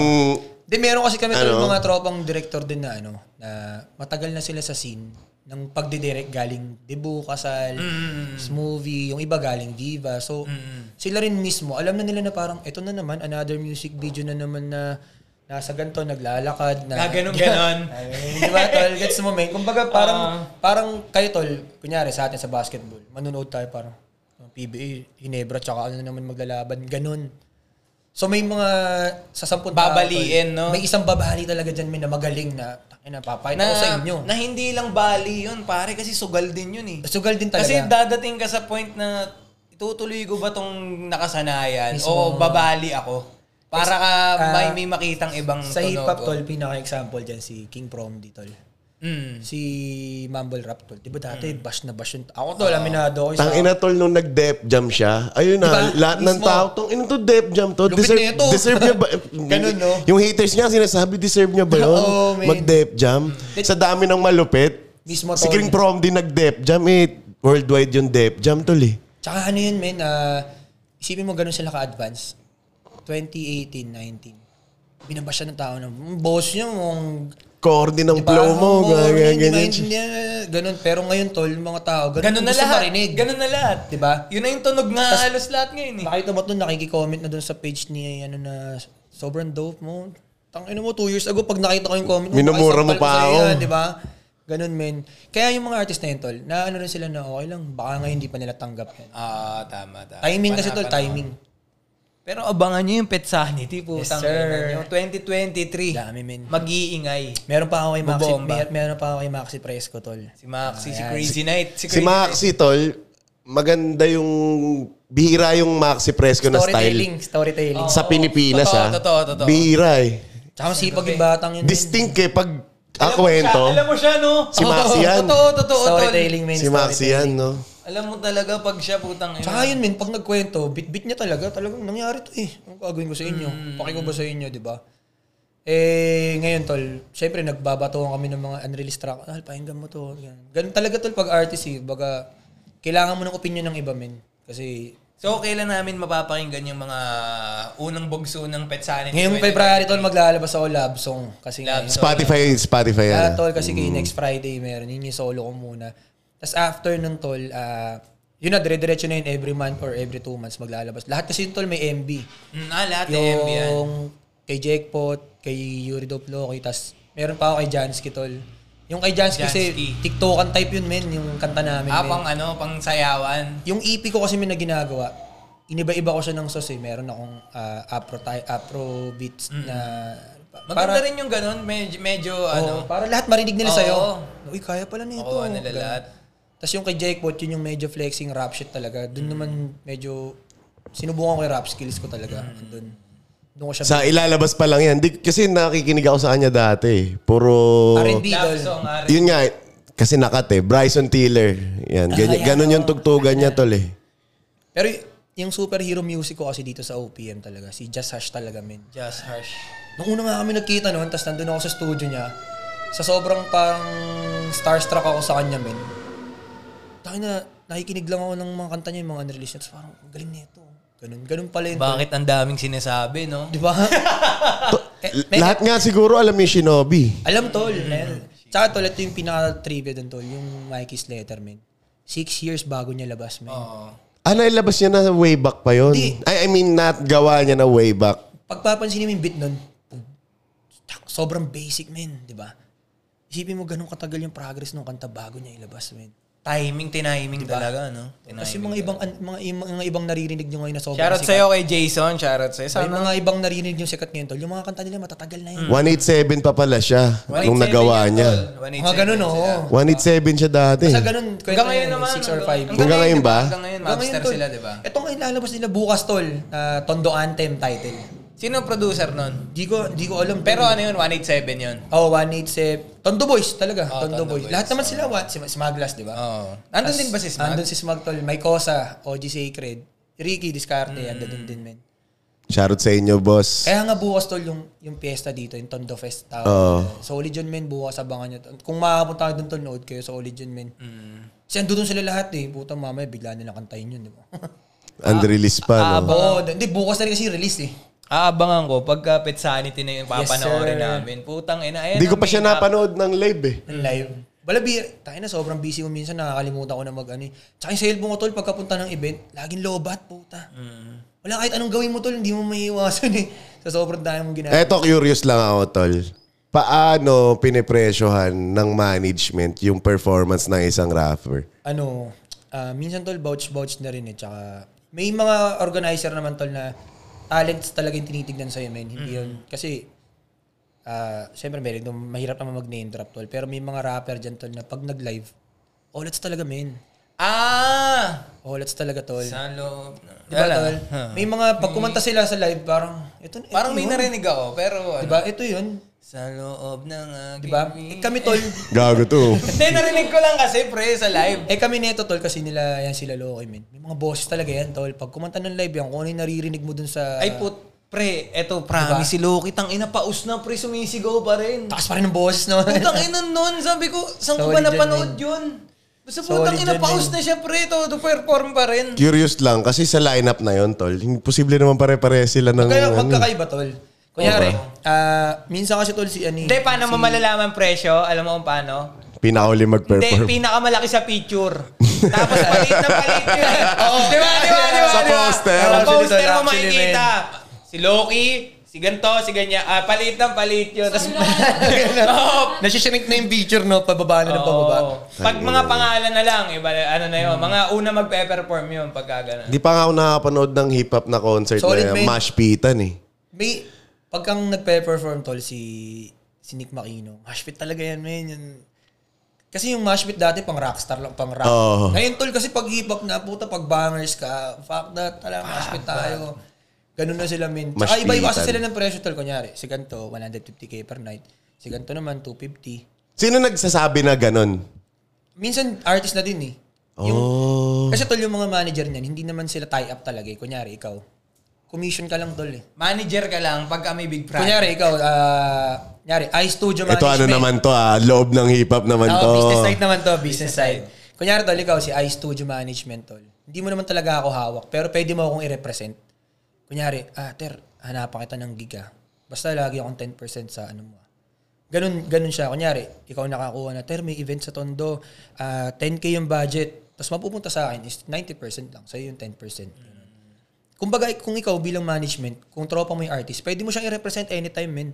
Speaker 1: Di, meron kasi kami tol,
Speaker 4: Ano?
Speaker 1: mga tropang director din na ano, na matagal na sila sa scene ng pagdidirect galing Debu, Kasal, Smoothie, yung iba galing Viva. So, sila rin mismo, alam na nila na parang, eto na naman, another music video na naman na nasa ganito, naglalakad na. [laughs]
Speaker 3: Gaganon-ganon.
Speaker 1: Ay, di ba, tol? Gets mo, man. Kumbaga, parang, parang kayo, tol, kunyari sa atin sa basketball, manunood tayo parang, "Oh, ng PBA, Hinebra, tsaka ano na naman maglalaban, ganun. So may mga sa sampung tao, tol,
Speaker 3: Babaliin, no?
Speaker 1: May isang babali talaga dyan may na magaling na, na papayat
Speaker 3: na,
Speaker 1: ako sa inyo.
Speaker 3: na hindi lang bali yun, pare, kasi sugal din yun eh.
Speaker 1: Sugal din talaga.
Speaker 3: Kasi dadating ka sa point na itutuloy ko ba tong nakasanayan
Speaker 1: Mismo. ah,
Speaker 3: o babali ako? Para ka may, may makitang ibang
Speaker 1: sa
Speaker 3: tunog,
Speaker 1: hip-hop,
Speaker 3: oh.
Speaker 1: tol, pinaka-example dyan si King Promdi, tol.
Speaker 3: Mm.
Speaker 1: Si Mumble Rap, tol. Di ba dati, bash na bash yun. Ako, tol, aminado ako.
Speaker 4: Tang ina tol nung nag-dep jam siya. Ayun na,
Speaker 1: Diba?
Speaker 4: lahat ng
Speaker 1: Mismo.
Speaker 4: tao tong ina to dep jam to.
Speaker 1: Lupit
Speaker 4: Deserve,
Speaker 1: na ito.
Speaker 4: deserve niya ba? [laughs]
Speaker 1: Ganun, no?
Speaker 4: Yung haters niya sinasabi deserve niya ba [laughs] yun?
Speaker 1: Oo, man.
Speaker 4: Mag-dep jam. Sa dami ng malupit.
Speaker 1: Mismo,
Speaker 4: Si
Speaker 1: tol.
Speaker 4: King Prom din nag-dep jam eh. Worldwide yung dep jam tol eh.
Speaker 1: Tsaka ano yun, men, ah, isipin mo ganun sila ka-advance. 2018, 19. Binabash siya ng tao na, "Mm, boss niya, mong...
Speaker 4: Corny ng
Speaker 1: Diba?
Speaker 4: flow mo.
Speaker 1: Mong corny, Hindi
Speaker 4: Ganyan, ganyan.
Speaker 1: maintindihan, ganun. Pero ngayon, tol, mga tao, ganun,
Speaker 3: Ganun na
Speaker 1: gusto
Speaker 3: lahat.
Speaker 1: marinig.
Speaker 3: Ganun na lahat.
Speaker 1: Diba?
Speaker 3: Yun na yung tunog na halos lahat ngayon eh.
Speaker 1: Nakita mo ito, nakikicomment na doon sa page ni, ano na, sobrang dope mo. Tangin mo, two years ago, pag nakita ko yung comment mo,
Speaker 4: Minumura
Speaker 1: "Ay,
Speaker 4: mo
Speaker 1: sampal ko
Speaker 4: pa
Speaker 1: sa'yo
Speaker 4: ako."
Speaker 1: yan," Di ba? Ganun, men. Kaya yung mga artist na yun, tol, na ano rin sila na, okay lang, baka ngayon hindi pa nila tanggap yan.
Speaker 3: Ah, tama, tama.
Speaker 1: Timing kasi, tol,
Speaker 3: Panapan-
Speaker 1: timing.
Speaker 3: Pero abangan nyo yung pet sanity po.
Speaker 1: Yes, sir.
Speaker 3: Yung 2023.
Speaker 1: Dami, men.
Speaker 3: Mag-iingay.
Speaker 1: Meron pa ako kay Maxi,
Speaker 3: Bobomba.
Speaker 1: mer- meron pa ako kay Maxi Presco, tol.
Speaker 3: Si Maxi, si Crazy Night. Si,
Speaker 4: Si
Speaker 3: Crazy
Speaker 4: Maxi tol, maganda yung bihira yung Maxi Fresco na
Speaker 1: Storytelling,
Speaker 4: style.
Speaker 1: storytelling.
Speaker 4: Sa Pilipinas
Speaker 3: Totoo,
Speaker 4: ah.
Speaker 3: totoo, totoo.
Speaker 4: Bihira eh.
Speaker 1: Tsaka masipag yung batang yun.
Speaker 4: Distinct eh pag
Speaker 3: Alam
Speaker 4: ang
Speaker 3: mo siya,
Speaker 4: kwento.
Speaker 3: Alam mo siya, no?
Speaker 4: Si Maxi
Speaker 3: Oo,
Speaker 4: yan.
Speaker 3: Totoo, totoo, tol.
Speaker 1: Storytelling, men.
Speaker 4: Si Maxi
Speaker 1: storytelling.
Speaker 4: yan, no?
Speaker 3: Alam mo talaga pag siya putang ina.
Speaker 1: Tsaka yun, men, pag nagkwento, bit-bit niya talaga. Talagang nangyari to eh. Ang gagawin ko sa inyo.
Speaker 3: Mm.
Speaker 1: Paki ko ba sa inyo, di ba? Eh, ngayon, tol, syempre, nagbabatuan kami ng mga unreleased track. Ah, pakinggan mo to. Ganun. Ganun talaga, tol, pag artist eh. Baga, kailangan mo ng opinion ng iba, men. Kasi,
Speaker 3: So, kailan namin mapapakinggan yung mga unang bugso ng Pet Sanity?
Speaker 1: ngayong
Speaker 3: 2023?
Speaker 1: February, tol, maglalabas ako lab song. Kasi
Speaker 3: diba?
Speaker 1: ngayon-
Speaker 3: Love song.
Speaker 4: Spotify, Spotify yan.
Speaker 1: Kaya
Speaker 4: ah.
Speaker 1: tol, kasi kay next Friday meron. Yun yung solo ko muna. Tapos after nun, tol, ah, yun na, dire-diretso na yun every month or every two months maglalabas. Lahat kasi yun, tol, may MB.
Speaker 3: Mm, ah, lahat yung MB yan.
Speaker 1: Yung kay Jackpot, kay Yuri Doplo, kay tas meron pa ako kay Jansky, tol. Yung kay Jansky,
Speaker 3: Jansky.
Speaker 1: kasi TikTokan type yun, men, yung kanta namin. men.
Speaker 3: Ah, pang ano, pang sayawan.
Speaker 1: Yung EP ko kasi may na ginagawa, iniba-iba ko siya ng sauce eh. Meron akong ah, afro, ty- afro beats na...
Speaker 3: Mm. Maganda rin yung ganun, medyo, medyo
Speaker 1: Oo,
Speaker 3: ano.
Speaker 1: Para lahat marinig nila sa'yo.
Speaker 3: Oo.
Speaker 1: Uy, kaya pala nito.
Speaker 3: Oo, ano nila
Speaker 1: Ganun.
Speaker 3: lahat.
Speaker 1: Tapos yung kay Jake Bot, yun yung medyo flexing rap shit talaga.
Speaker 3: Mm.
Speaker 1: Doon naman medyo... Sinubukan ko yung rap skills ko talaga.
Speaker 3: Mm.
Speaker 1: Doon. Doon ko siya...
Speaker 4: Sa ilalabas pa lang yan. Di, kasi nakikinig ako sa kanya dati. eh. Puro...
Speaker 1: R&B,
Speaker 3: Love
Speaker 1: tol.
Speaker 3: song, Ari.
Speaker 4: Yun nga, kasi nakate. Bryson Tiller. Yan. Ganyan, ganun yung tugtugan niya, tol eh.
Speaker 1: Pero y- yung superhero music ko kasi dito sa OPM talaga. Si Just Hush talaga, men.
Speaker 3: Just harsh.
Speaker 1: Nung una nga kami nagkita noon, tapos nandun ako sa studio niya, sa sobrang parang starstruck ako sa kanya, men. Tayo na, nakikinig lang ako ng mga kanta niya, yung mga unreleased niya. Tapos parang, ang galing nito. Ganun, ganun pala yun.
Speaker 3: Bakit ang daming sinasabi, no?
Speaker 1: Di ba? [laughs] Eh, men,
Speaker 4: Lahat nga siguro alam ni Shinobi.
Speaker 1: alam, tol. men. Tsaka, tol, ito yung pinaka-trivia dun, tol. Yung Mikey's Letter, men. Six years bago niya labas, men.
Speaker 3: Oo.
Speaker 4: Ah, nailabas niya na way back pa yun. I, I mean, not gawa niya na way back.
Speaker 1: Pagpapansin mo yung beat nun, sobrang basic, men. Di ba? Isipin mo, ganun katagal yung progress ng kanta bago niya ilabas, men.
Speaker 3: Timing, tiniming talaga, no? Tiniming.
Speaker 1: Kasi mga ibang an- mga, mga, mga ibang naririnig nyo ngayon na sobrang
Speaker 3: Shoutout
Speaker 1: sikat.
Speaker 3: sa'yo kay Jason, shoutout sa'yo.
Speaker 1: May
Speaker 3: Sana Mm.
Speaker 1: mga ibang naririnig nyo sikat ngayon, tol. Yung mga kanta nila matatagal na yun.
Speaker 4: 187 pa pala siya nung nagawa niya.
Speaker 1: Mga ganun, oo.
Speaker 4: 187 siya dati.
Speaker 1: Sa ganun, kwento
Speaker 3: Hanggang ngayon
Speaker 1: yun,
Speaker 3: naman.
Speaker 1: 6 or 5.
Speaker 4: Hanggang ngayon ba?
Speaker 3: Hanggang ngayon, master sila, di ba?
Speaker 1: Ito ngayon lalabas nila bukas, tol. na Tondo Anthem title.
Speaker 3: Sino ang producer nun?
Speaker 1: Di ko, di ko alam.
Speaker 3: Pero
Speaker 1: tol.
Speaker 3: ano yun, 187 yun.
Speaker 1: Oh, 187. Tondo Boys talaga.
Speaker 3: Oh,
Speaker 1: Tondo,
Speaker 3: Tondo
Speaker 1: Boys.
Speaker 3: Boys.
Speaker 1: Lahat naman sila, what? Si Smaglas, di ba?
Speaker 3: Oo. Nandun din ba si Smag?
Speaker 1: Andun si Smag, tol. May Cosa, OG Sacred. Ricky Discarte, andun
Speaker 3: Mm.
Speaker 1: din din, men.
Speaker 4: Shoutout sa inyo, boss.
Speaker 1: Kaya nga bukas tol yung yung piyesta dito, yung Tondo Fest tao.
Speaker 4: Oo.
Speaker 1: Sa Solid yun men, bukas abangan nyo. Kung makapunta kayo doon tol, nood kayo sa Solid yun men.
Speaker 3: Mm.
Speaker 1: Kasi andun doon sila lahat eh. Puta mamaya, bigla nila kantayin yun, di ba?
Speaker 4: Unreleased pa, no?
Speaker 1: Oo, hindi, bukas na rin kasi release eh.
Speaker 3: Aabangan ko, pagka Pet Sanity na yung
Speaker 1: sir.
Speaker 3: papanoorin namin. Putang ina, ayan.
Speaker 4: Hindi ko
Speaker 3: ang
Speaker 4: pa siya
Speaker 3: main up.
Speaker 4: napanood ng live eh.
Speaker 3: Mm.
Speaker 1: Ang live. Balabi, tayo na sobrang busy ko minsan, nakakalimutan ko na mag ano eh. Tsaka yung cellphone ko tol, pagkapunta ng event, laging lobat, puta.
Speaker 3: Mm.
Speaker 1: Wala kahit anong gawin mo tol, hindi mo maiiwasan eh. Sa sobrang dami mong ginagawa.
Speaker 4: Eto, curious lang ako, tol. Paano pinipresyohan ng management yung performance ng isang rapper?
Speaker 1: ano, ah, minsan tol, vouch-vouch na rin eh. Tsaka, may mga organizer naman tol na talents talaga yung tinitignan sa'yo, men.
Speaker 3: Mm-hmm.
Speaker 1: Hindi yun. Kasi, ah, syempre, meron doon, mahirap naman mag-name drop tol. Pero may mga rapper dyan tol na pag nag-live, olats talaga, men.
Speaker 3: Ah!
Speaker 1: Olats talaga, tol.
Speaker 3: Sa loob. Diba?
Speaker 1: Di ba,
Speaker 3: Wala.
Speaker 1: tol? May mga, pag kumanta sila sa live, parang, ito, ito
Speaker 3: Parang may
Speaker 1: yun.
Speaker 3: narinig ako, pero ano.
Speaker 1: Di ba? Ito yun.
Speaker 3: Sa loob ng aking...
Speaker 1: Di ba? Eh, kami, tol.
Speaker 4: Gago to.
Speaker 3: Hindi, narinig ko lang kasi, pre, sa live.
Speaker 1: Eh kami nito tol kasi nila yan sila Loki men. May mga boses talaga yan tol. Pag kumanta ng live yan, kung ano yung naririnig mo dun sa...
Speaker 3: Ay, put, pre, eto, promise si Loki, tang ina, paus na, pre, sumisigaw pa rin.
Speaker 1: Taas pa rin ang boses naman. [laughs]
Speaker 3: [laughs] Putang ina nun, sabi ko, saan ko
Speaker 1: Sorry, John
Speaker 3: ba napanood
Speaker 1: Wayne.
Speaker 3: yun? eh. Basta
Speaker 1: Sorry,
Speaker 3: putang ina,
Speaker 1: John
Speaker 3: paus
Speaker 1: Wayne.
Speaker 3: na siya, pre, to, to perform pa rin.
Speaker 4: Curious lang, kasi sa lineup na yon tol, imposible naman pare-pare sila ng...
Speaker 1: Kaya
Speaker 4: ano.
Speaker 1: magkakaiba tol. Kunyari, ah, minsan kasi tol si ani.
Speaker 3: Hindi, paano mo malalaman presyo? Alam mo kung paano?
Speaker 4: Pinakahuli
Speaker 3: Hindi,
Speaker 4: mag-perform.
Speaker 3: pinakamalaki sa picture. Tapos palit na palit yun. Oo. Di ba, di ba, di ba?
Speaker 4: Sa
Speaker 3: di ba?
Speaker 4: poster.
Speaker 3: Sa poster mo
Speaker 1: Actually,
Speaker 3: makikita. Si Loki, si ganto, si ganyan. Ah, palit na palit yun. Tapos, [laughs] Oo.
Speaker 1: Oh! Nasishrink na yung picture no, pababa na ng pababa.
Speaker 3: Oo. Pag mga pangalan na lang, iba, ano na yun, mga una magpe-perform yun pagka ganun.
Speaker 4: Di pa nga ako nakapanood ng hip-hop na concert
Speaker 1: Solid,
Speaker 4: na
Speaker 1: man.
Speaker 4: Mash Pitan eh.
Speaker 1: May, pagkang nagpe-perform tol si, si Nick Makino, mashpit talaga yan men. Yun. Kasi yung mashpit dati pang rockstar lang, pang rock.
Speaker 4: Oo.
Speaker 1: Ngayon tol kasi pag hip hop na, puta pag bangers ka, fuck that, tala
Speaker 3: Ah,
Speaker 1: mashpit tayo. Ganun na sila men. Tsaka
Speaker 4: Mosh
Speaker 1: iba-iba kasi
Speaker 4: pitan.
Speaker 1: sila ng presyo tol. Kunyari, si ganito, 150k per night. Si ganito naman, 250.
Speaker 4: Sino nagsasabi na ganun?
Speaker 1: minsan artist na din eh. Yung,
Speaker 4: Oh.
Speaker 1: Kasi tol, yung mga manager niyan, hindi naman sila tie-up talaga eh. Kunyari, ikaw. Commission ka lang tol eh.
Speaker 3: Manager ka lang pagka may big prize.
Speaker 1: Kunyari, ikaw, ah, kunyari, I studio
Speaker 4: Ito
Speaker 1: management.
Speaker 4: ano naman to ah, loob ng hip-hop naman
Speaker 1: Oo,
Speaker 4: to.
Speaker 1: business side naman to, business side. Kunyari tol, ikaw, si I studio management tol. Hindi mo naman talaga ako hawak, pero pwede mo akong i-represent. Kunyari, ah, ter, hanapan kita ng gig ah. Basta lagi akong 10% sa ano mo ah. Ganun, ganun siya. Kunyari, ikaw nakakuha na, Ter, may event sa Tondo, ah, 10K yung budget. Tapos mapupunta sa akin is 90% lang. Sa'yo yung 10%. Ganun. Kumbaga, kung ikaw bilang management, kung tropa mo yung artist, pwede mo siyang i-represent anytime, men.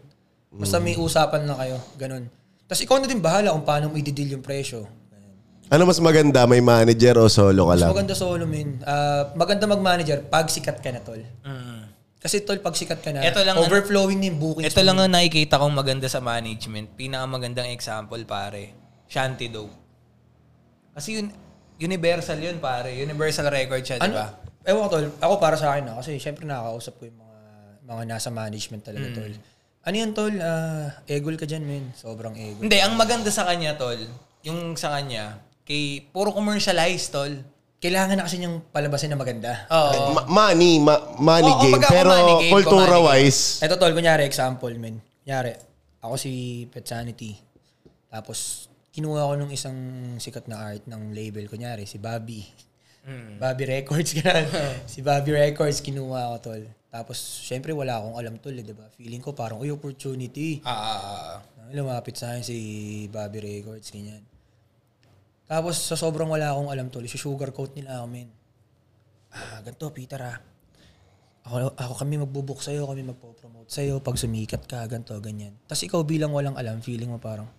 Speaker 1: Basta may usapan lang kayo. Ganun. Tapos ikaw na din bahala kung paano mo i-deal yung presyo. Ganun.
Speaker 4: Ano mas maganda, may manager o solo ka
Speaker 1: Mas
Speaker 4: lang?
Speaker 1: maganda solo, men. Ah, maganda mag-manager pag sikat ka na, tol.
Speaker 3: Mm.
Speaker 1: Kasi, tol, pag sikat ka na,
Speaker 3: Ito lang ang-
Speaker 1: overflowing na yung bookings
Speaker 3: Ito lang ang nakikita kong maganda sa management. Pinakamagandang example, pare. Shanty Dope. Kasi yun, universal yun, pare. Universal record siya, di
Speaker 1: Ano?
Speaker 3: ba?
Speaker 1: Ewan ko, tol. Ako para sa akin na. Kasi syempre nakakausap ko yung mga, mga nasa management talaga,
Speaker 3: Mm.
Speaker 1: tol. Ano yan, tol? Ah, egol ka dyan, men. Sobrang egol.
Speaker 3: Hindi, ang maganda sa kanya, tol, yung sa kanya, kay puro commercialized, tol.
Speaker 1: Kailangan na kasi niyang palabasin na maganda.
Speaker 3: Oo.
Speaker 4: Ma- money, ma- money
Speaker 3: Oo,
Speaker 4: game.
Speaker 3: kumbaga,
Speaker 4: Pero
Speaker 3: money game, money
Speaker 4: kultura-wise,
Speaker 1: Ito, tol. Kunyari, example, men. Kunyari, ako si Pet Sanity. Tapos, kinuha ko nung isang sikat na art ng label. Kunyari, si Bobby. Bobby Records, [laughs] ganun. si Bobby Records, kinuha ko, tol. Tapos, syempre, wala akong alam, tol. Eh, 'di ba? Feeling ko parang, uy, opportunity.
Speaker 3: Ah, ah, ah.
Speaker 1: Ah, Lumapit sa akin si Bobby Records, ganyan. Tapos sa sobrang wala akong alam tol, sugarcoat nila ako, men. Ah, ganito, Peter ah. Ako, ako kami magbubook sa'yo, kami magpo-promote sa'yo, pag sumikat ka, ganito, ganyan. Tapos ikaw bilang walang alam, feeling mo parang,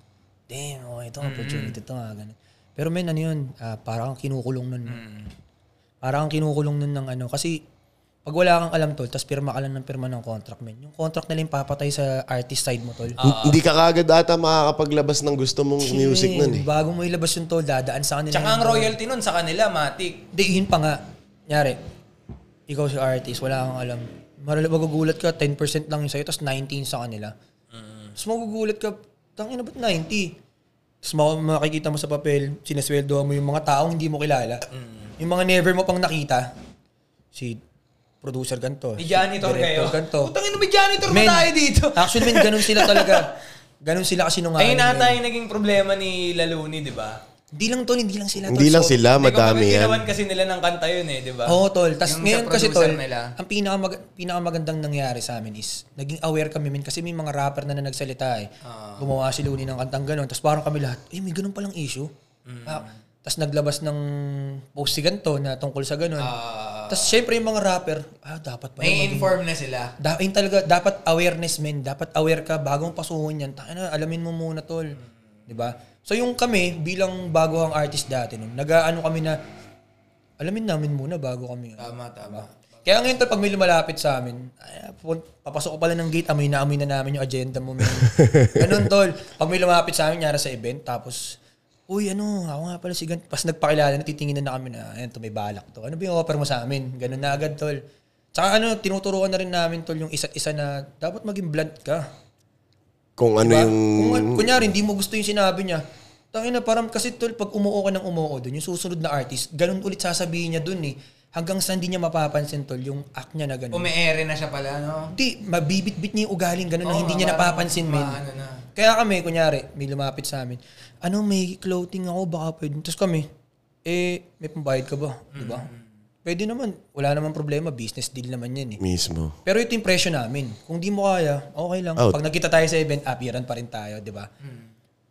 Speaker 1: damn, okay, ito, opportunity to, ah, ganun. Pero men, ano yun, ah, parang kinukulong nun. men. Parang kinukulong nun ng ano, kasi pag wala kang alam tol, tapos pirma ka lang ng pirma ng contract, men. Yung contract nila yung papatay sa artist side mo, tol.
Speaker 4: hindi ka kagad ata makakapaglabas ng gusto mong
Speaker 1: Shit,
Speaker 4: music
Speaker 1: eh.
Speaker 4: nun eh.
Speaker 1: Bago mo ilabas yung tol, dadaan sa kanila.
Speaker 3: Tsaka
Speaker 1: yung
Speaker 3: ang
Speaker 1: tol.
Speaker 3: royalty nun sa kanila, matik.
Speaker 1: Hindi, yun pa nga. Nyari, ikaw si artist, wala kang alam. Marala, magugulat ka, 10% lang yung sa'yo, tapos 19 sa kanila.
Speaker 3: Mm.
Speaker 1: Tapos magugulat ka, tangin na ba't 90? Tapos ma- makikita mo sa papel, sinesweldo mo yung mga taong hindi mo kilala.
Speaker 3: Mm.
Speaker 1: Yung mga never mo pang nakita, si producer ganito.
Speaker 3: May
Speaker 1: si
Speaker 3: janitor kayo.
Speaker 1: director Ganito.
Speaker 3: Putangin na may janitor pa
Speaker 1: Men, Ah,
Speaker 3: tayo dito.
Speaker 1: Actually, men, ganun sila
Speaker 3: [laughs]
Speaker 1: talaga. Ganun sila kasi nung
Speaker 3: Ayun ata yung naging problema ni Laluni, di ba?
Speaker 1: Hindi lang tol, hindi lang sila tol.
Speaker 4: Hindi lang
Speaker 1: So-
Speaker 4: sila,
Speaker 3: Hindi, kumbaga,
Speaker 4: madami yan.
Speaker 3: ginawan kasi nila ng kanta yun eh, di ba?
Speaker 1: Oo, tol. Tapos
Speaker 3: Yung sa
Speaker 1: ngayon kasi,
Speaker 3: producer
Speaker 1: tol,
Speaker 3: nila.
Speaker 1: ang pinakamag- pinakamagandang nangyari sa amin is, naging aware kami, min, kasi may mga rapper na, na nagsalita eh.
Speaker 3: Ah,
Speaker 1: Gumawa si Luni ng kantang ganun. Tapos parang kami lahat, eh, may ganun palang issue.
Speaker 3: Mm.
Speaker 1: Ah, tapos naglabas ng post si ganito na tungkol sa ganun.
Speaker 3: Ah.
Speaker 1: tapos syempre yung mga rapper, ah, dapat pala
Speaker 3: May
Speaker 1: maging-
Speaker 3: inform na sila.
Speaker 1: da, yun talaga, dapat awareness, men. Dapat aware ka bagong pasuhin yan. Taka na, alamin mo muna, tol.
Speaker 3: Mm.
Speaker 1: Di ba? So yung kami, bilang bago ang artist dati, nun, nag-ano kami na, alamin namin muna bago kami.
Speaker 3: Tama, tama.
Speaker 1: Kaya ngayon, tol, pag may lumalapit sa amin, ay, pun- papasok ko pala ng gate, amoy na amoy na namin yung agenda mo, men. Ganun, tol. Pag may lumapit sa amin, nyara sa event, tapos, Uy, ano, ako nga pala si Ganto. Pas nagpakilala na, titingin na kami na, ayan, to, may balak to. Ano ba yung offer mo sa amin? Ganun na agad, tol. Tsaka ano, tinuturuan na rin namin, tol, yung isa't isa na dapat maging blunt ka.
Speaker 4: Kung ano
Speaker 1: Diba?
Speaker 4: yung...
Speaker 1: Kung, kunyari, hindi mo gusto yung sinabi niya, tangin na parang kasi tol, pag umuo ka ng umuo dun, yung susunod na artist, ganun ulit sasabihin niya dun eh. Hanggang sa hindi niya mapapansin tol, yung act niya na ganun.
Speaker 3: Umeere na siya pala, no?
Speaker 1: Hindi, mabibit-bit niya yung ugaling ganun na
Speaker 3: Oo,
Speaker 1: hindi niya
Speaker 3: ma-
Speaker 1: napapansin, men.
Speaker 3: maano na.
Speaker 1: Kaya kami, kunyari, may lumapit sa amin, ano, may clothing ako, baka pwede. Tapos kami, eh, may pambayad ka ba? Di ba?
Speaker 3: Mm.
Speaker 1: Pwede naman. Wala naman problema. Business deal naman yan eh.
Speaker 4: Mismo.
Speaker 1: Pero ito yung presyo namin. Kung di mo kaya, okay lang.
Speaker 4: Out.
Speaker 1: Pag nagkita tayo sa event, apiran pa rin tayo, di ba?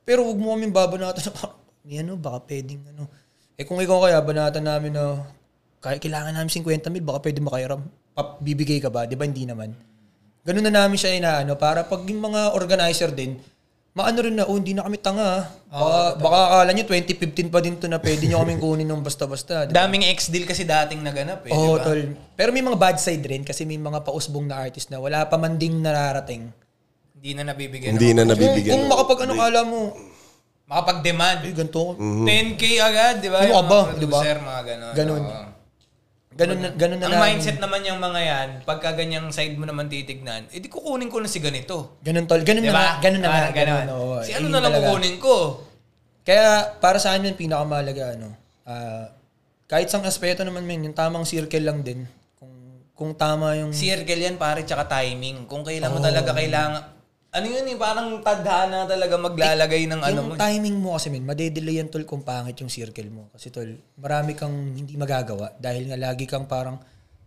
Speaker 1: Pero huwag mo kami babanatan na, "Ni ano, baka pwedeng ano. Eh kung ikaw kaya, banatan namin na, kaya kailangan namin 50 mil, baka pwede makairam. Pap, bibigay ka ba? Di ba hindi naman? Ganun na namin siya inaano para pag yung mga organizer din, maano rin na, oh, hindi na kami tanga. ah. Baka, baka akala nyo, 2015 pa din to na pwede nyo kaming kunin ng basta-basta. di ba?
Speaker 3: Daming ex-deal kasi dating naganap eh, di
Speaker 1: Oo,
Speaker 3: ba?
Speaker 1: tol. Pero may mga bad side rin kasi may mga pausbong na artist na wala pa man ding nararating.
Speaker 3: Hindi na nabibigyan.
Speaker 4: Hindi na
Speaker 1: Kung,
Speaker 4: nabibigyan.
Speaker 1: kung makapag ano kala mo,
Speaker 3: Makapag-demand.
Speaker 1: ay ganito. ko.
Speaker 3: Mm. 10K agad, di ba?
Speaker 1: Ano
Speaker 3: Yung
Speaker 1: ka ba, di
Speaker 3: mga
Speaker 1: ba?
Speaker 3: Producer, mga ganon.
Speaker 1: Ganun.
Speaker 3: Oo.
Speaker 1: Ganun na, ganun na
Speaker 3: Ang
Speaker 1: namin.
Speaker 3: mindset naman yung mga yan, pagka ganyang side mo naman titignan, edi kukunin ko na si ganito.
Speaker 1: Ganun tol, ganun na
Speaker 3: Di
Speaker 1: nga,
Speaker 3: ba?
Speaker 1: ganun na nga,
Speaker 3: Parang ganon.
Speaker 1: ganun. oo.
Speaker 3: Diba? Si
Speaker 1: Eh,
Speaker 3: ano
Speaker 1: yun
Speaker 3: na lang
Speaker 1: talaga.
Speaker 3: kukunin ko.
Speaker 1: Kaya para sa akin yung pinakamalaga ano, ah, kahit sang aspeto naman men, yung tamang circle lang din. Kung kung tama yung
Speaker 3: Mm. Circle yan pare, tsaka timing. Kung kailan mo
Speaker 1: Oh.
Speaker 3: talaga kailangan. Ano yun eh, parang tadhana talaga maglalagay ng ano mo.
Speaker 1: Eh, yung timing mo kasi min, madedelay yan tol kung pangit yung circle mo. Kasi tol, marami kang hindi magagawa dahil nga lagi kang parang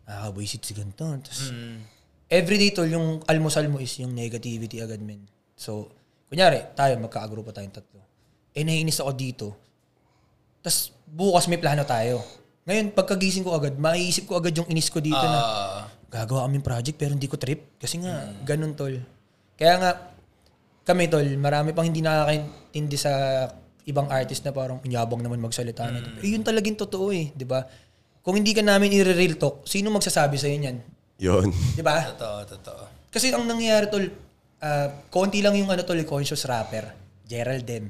Speaker 1: nakakawisit si ganito.
Speaker 3: Mm.
Speaker 1: Tapos, everyday tol, yung almusal mo is yung negativity agad men. So, Kunyari, tayo, magkakagrupo tayong tatlo. Eh, naiinis ako dito. Tapos, bukas may plano tayo. Ngayon, pagkagising ko agad, maiisip ko agad yung inis ko dito
Speaker 3: Ah.
Speaker 1: na, gagawa kaming project pero hindi ko trip. Kasi nga, ganun, tol. Kaya nga, kami, tol, marami pang hindi nakakaintindi sa ibang artist na parang inyabang naman magsalita. na to. Eh, yun talagang totoo eh, di ba? Kung hindi ka namin i-real talk, sino magsasabi sa'yo niyan?
Speaker 4: Yun.
Speaker 1: Di ba?
Speaker 3: Totoo, totoo.
Speaker 1: Kasi ang nangyayari tol, ah, konti lang yung ano tol, conscious rapper. Geraldine,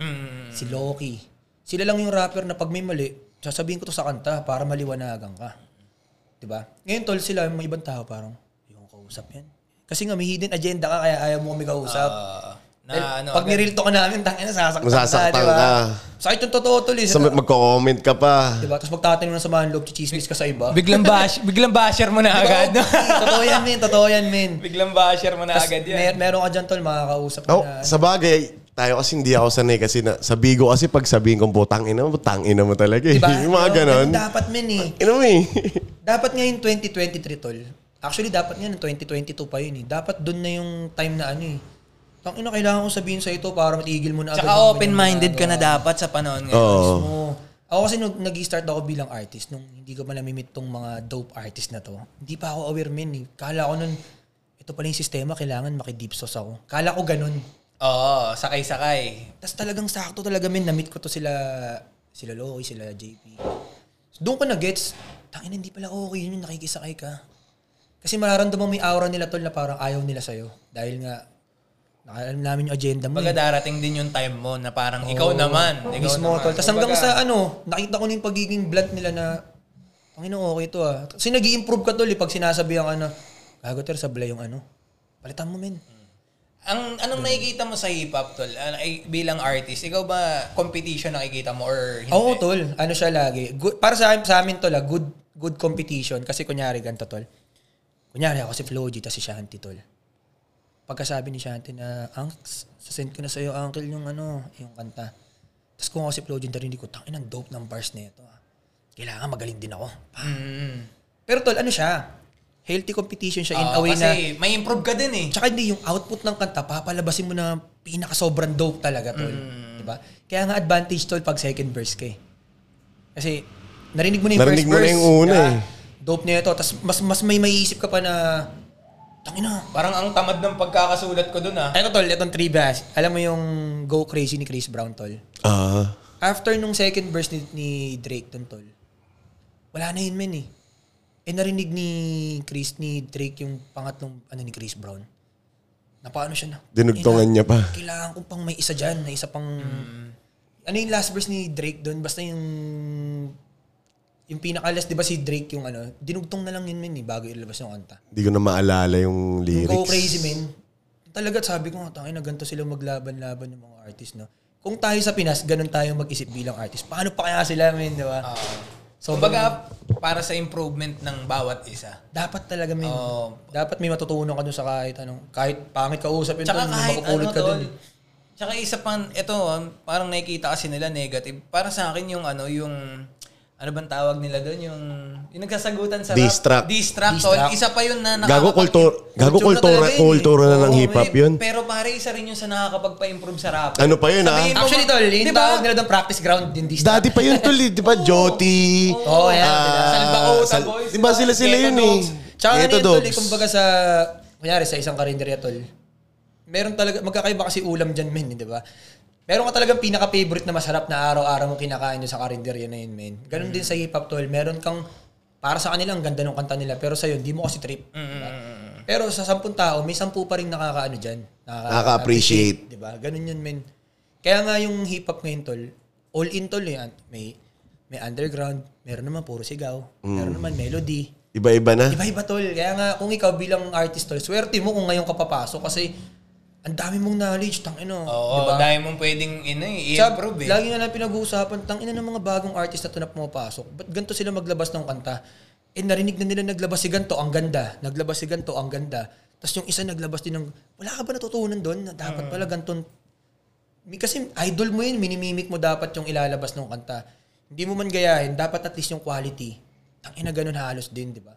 Speaker 3: Mm.
Speaker 1: si Loki. Sila lang yung rapper na pag may mali, sasabihin ko to sa kanta para maliwanagan ka. 'Di ba? Ngayon tol, sila yung mga ibang tao parang, yung kausap yan. Kasi nga may hidden agenda ka kaya ayaw mo kami kausap.
Speaker 3: Ah, na
Speaker 1: Dahil
Speaker 3: ano,
Speaker 1: Eh, pag
Speaker 3: agad-
Speaker 1: niril to ka namin, tangin na sasaktan,
Speaker 4: Masasaktan
Speaker 1: ka. 'di ba?
Speaker 4: ka.
Speaker 1: Sakit yung totoo tol. Eh.
Speaker 4: So, magko-comment ka pa.
Speaker 1: 'Di ba? Tapos magtatanong lang sa mga loob, chichismis ka sa iba.
Speaker 3: biglang [laughs] bash, biglang basher mo na
Speaker 1: Diba?
Speaker 3: agad. no?
Speaker 1: [laughs] totoo yan, men. Totoo yan, men.
Speaker 3: [laughs] biglang basher mo na
Speaker 1: Tapos
Speaker 3: agad yan.
Speaker 1: mer- meron ka dyan, tol, makakausap ka
Speaker 4: Oh,
Speaker 1: na.
Speaker 4: sa bagay, tayo kasi hindi ako sanay kasi na, sa Bigo kasi pag sabihin kong putang ina mo, putang ina mo talaga eh.
Speaker 1: Diba?
Speaker 4: [laughs] Yung mga
Speaker 1: Oo,
Speaker 4: ganon.
Speaker 1: ganun Dapat men eh.
Speaker 4: Ina mo eh.
Speaker 1: Dapat ngayon 2023 tol. Actually dapat ngayon 2022 pa yun eh. Dapat doon na yung time na ano eh. Tang ina kailangan ko sabihin sa ito para matigil mo na
Speaker 3: Tsaka
Speaker 1: yung
Speaker 3: open-minded ka na
Speaker 1: ginagawa
Speaker 3: dapat sa panahon ngayon.
Speaker 4: Oo.
Speaker 1: mo. Ako kasi nung nag-start ako bilang artist, nung hindi ko pa namimit tong mga dope artist na to, hindi pa ako aware men eh. Kala ko nun, ito pala yung sistema, kailangan maki-deep sauce ako. Kala ko ganun.
Speaker 3: Oo, sakay-sakay.
Speaker 1: Tapos talagang sakto talaga men, na-meet ko to sila, sila Loki, sila JP. So, doon ko na-gets, tangin hindi pala okay yun yung nakikisakay ka. Kasi mararamdaman mo yung aura nila tol na parang ayaw nila sa'yo. Dahil nga, alam namin yung agenda mo.
Speaker 3: Baga
Speaker 1: eh.
Speaker 3: darating din yung time mo na parang ikaw naman. Ikaw
Speaker 1: Mismo
Speaker 3: naman.
Speaker 1: tol. Tapos hanggang
Speaker 3: Kumbaga,
Speaker 1: sa ano, nakita ko na yung pagiging blunt nila na, tangin okay to ah. Kasi nag improve ka tol eh, pag sinasabi ang ano, gago ter, sablay yung ano. Palitan mo men.
Speaker 3: Ang
Speaker 1: Mm.
Speaker 3: anong nakikita mo sa hip-hop, tol? Ano, ay, bilang artist, ikaw ba competition nakikita mo or hindi?
Speaker 1: Oo, tol. Ano siya lagi. Good, para sa, akin- sa amin, tol, ah, good, good competition. Kasi kunyari, ganito, tol. Kunyari, ako si Floji, tas si Shanti, tol. Pagkasabi ni Shanti na, Anks, sasend ko na sa'yo, Uncle, yung ano, yung kanta. Tapos kung ako si Floji, narinig ko, tangin ang dope ng bars na ito. ah. Kailangan magaling din ako. Pa.
Speaker 3: Mm.
Speaker 1: Pero, tol, ano siya? Healthy competition siya in
Speaker 3: Oo,
Speaker 1: a way na...
Speaker 3: Ah, kasi may improve ka din eh.
Speaker 1: Tsaka hindi yung output ng kanta, papalabasin mo na pinaka sobrang dope talaga, tol. Diba? Kaya nga advantage, tol, pag second verse ka eh. Kasi narinig mo na yung
Speaker 4: Narinig
Speaker 1: first
Speaker 4: mo na
Speaker 1: verse.
Speaker 4: yung una
Speaker 1: diba?
Speaker 4: eh.
Speaker 1: Dope na ito. Tapos mas, mas may maiisip ka pa na, tangina.
Speaker 3: Parang ang tamad ng pagkakasulat ko dun ah.
Speaker 1: Ito, tol, itong trivia. Alam mo yung Go Crazy ni Chris Brown, tol.
Speaker 4: Ah.
Speaker 1: After nung second verse ni, ni Drake dun, tol, wala na yun, men eh. Eh, narinig ni Chris, ni Drake yung pangatlong, ano ni Chris Brown. Na paano siya na?
Speaker 4: Dinugtungan
Speaker 1: Ina,
Speaker 4: niya pa.
Speaker 1: Kailangan ko pang may isa dyan, na isa pang... Ano yung last verse ni Drake doon? Basta yung... Yung pinakalas, di ba si Drake yung ano? Dinugtong na lang yun, men, eh, bago ilabas yung kanta.
Speaker 4: Hindi ko na maalala yung
Speaker 1: Yung
Speaker 4: lyrics.
Speaker 1: Go Crazy Men, talaga sabi ko, tangin na ganito sila maglaban-laban ng mga artist, no? Kung tayo sa Pinas, ganun tayo mag-isip bilang artist. Paano pa kaya sila, men, di ba?
Speaker 3: So, baga, para sa improvement ng bawat isa.
Speaker 1: dapat talaga, men.
Speaker 3: Oo.
Speaker 1: dapat may matutunan ka dun sa kahit anong, kahit pangit kausapin
Speaker 3: Tsaka
Speaker 1: dun,
Speaker 3: kahit
Speaker 1: makapulot
Speaker 3: ano,
Speaker 1: ka
Speaker 3: tol.
Speaker 1: dun. eh.
Speaker 3: Tsaka isa pang, ito, ah, parang nakikita kasi nila negative. Para sa akin yung ano, yung, ano bang tawag nila doon? Yung, yung nagsasagutan sa
Speaker 4: Diss track.
Speaker 3: Diss track,
Speaker 1: Diss
Speaker 3: tol.
Speaker 1: track.
Speaker 3: Isa pa yun na
Speaker 4: Gago kultura, gago
Speaker 1: Kultura talaga
Speaker 4: kultura,
Speaker 1: yun eh.
Speaker 4: kultura na ng
Speaker 3: Oo,
Speaker 4: hip-hop
Speaker 3: eh,
Speaker 4: yun.
Speaker 3: Pero pare, isa rin yung sa nakakapagpa-improve sa rap.
Speaker 4: Ano pa yun ah?
Speaker 3: Sabihin mo-
Speaker 1: Actually, tol, yung
Speaker 3: Di ba?
Speaker 1: tawag nila doon practice ground, din distance.
Speaker 4: Dati pa yun tol, eh,
Speaker 1: [laughs]
Speaker 4: di ba? Joti.
Speaker 1: Oo, yan.
Speaker 4: ah,
Speaker 3: Salbakota
Speaker 4: sal-
Speaker 3: Boys,
Speaker 4: Di ba sila sila
Speaker 3: Ghetto
Speaker 4: yun eh?
Speaker 3: Dogs.
Speaker 1: Tsaka ano
Speaker 4: Ghetto
Speaker 1: yun, tol, eh,
Speaker 4: Dogs.
Speaker 1: kumbaga sa, kunyari, sa isang karinderya, tol, meron talaga, magkakaiba kasi ulam dyan, men, eh, di ba? Meron ka talagang pinaka-favorite na masarap na araw-araw mong kinakain yun sa karinderya na yun, men. Ganon din sa hip-hop, tol. Meron kang, para sa kanila, ang ganda ng kanta nila, pero sa'yo, hindi mo kasi trip. di ba? Pero sa sampung tao, may sampu pa rin nakakaano dyan. Nakaka-
Speaker 4: Nakaka-appreciate.
Speaker 1: Di ba? Ganun yun, men. Kaya nga yung hip-hop ngayon, tol, all in, tol, eh. May, may underground, meron naman puro sigaw,
Speaker 4: Mm.
Speaker 1: meron naman melody,
Speaker 4: Iba-iba na.
Speaker 1: Iba-iba tol. Kaya nga kung ikaw bilang artist tol, swerte mo kung ngayon ka papasok kasi ang dami mong knowledge, Diba? tang ino.
Speaker 3: Oo, dahil mong pwedeng ina, eh, i-improve eh.
Speaker 1: Lagi nga lang pinag-uusapan, tang ina ng mga bagong artist na to na pumapasok. Ba't ganito sila maglabas ng kanta? Eh narinig na nila naglabas si ganto, ang ganda. Naglabas si ganto, ang ganda. Tapos yung isa naglabas din ng, wala ka ba natutunan doon na dapat pala ganton kasi idol mo yun, minimimik mo dapat yung ilalabas ng kanta. Hindi mo man gayahin, dapat at least yung quality. Ang ina ganun halos din, di ba?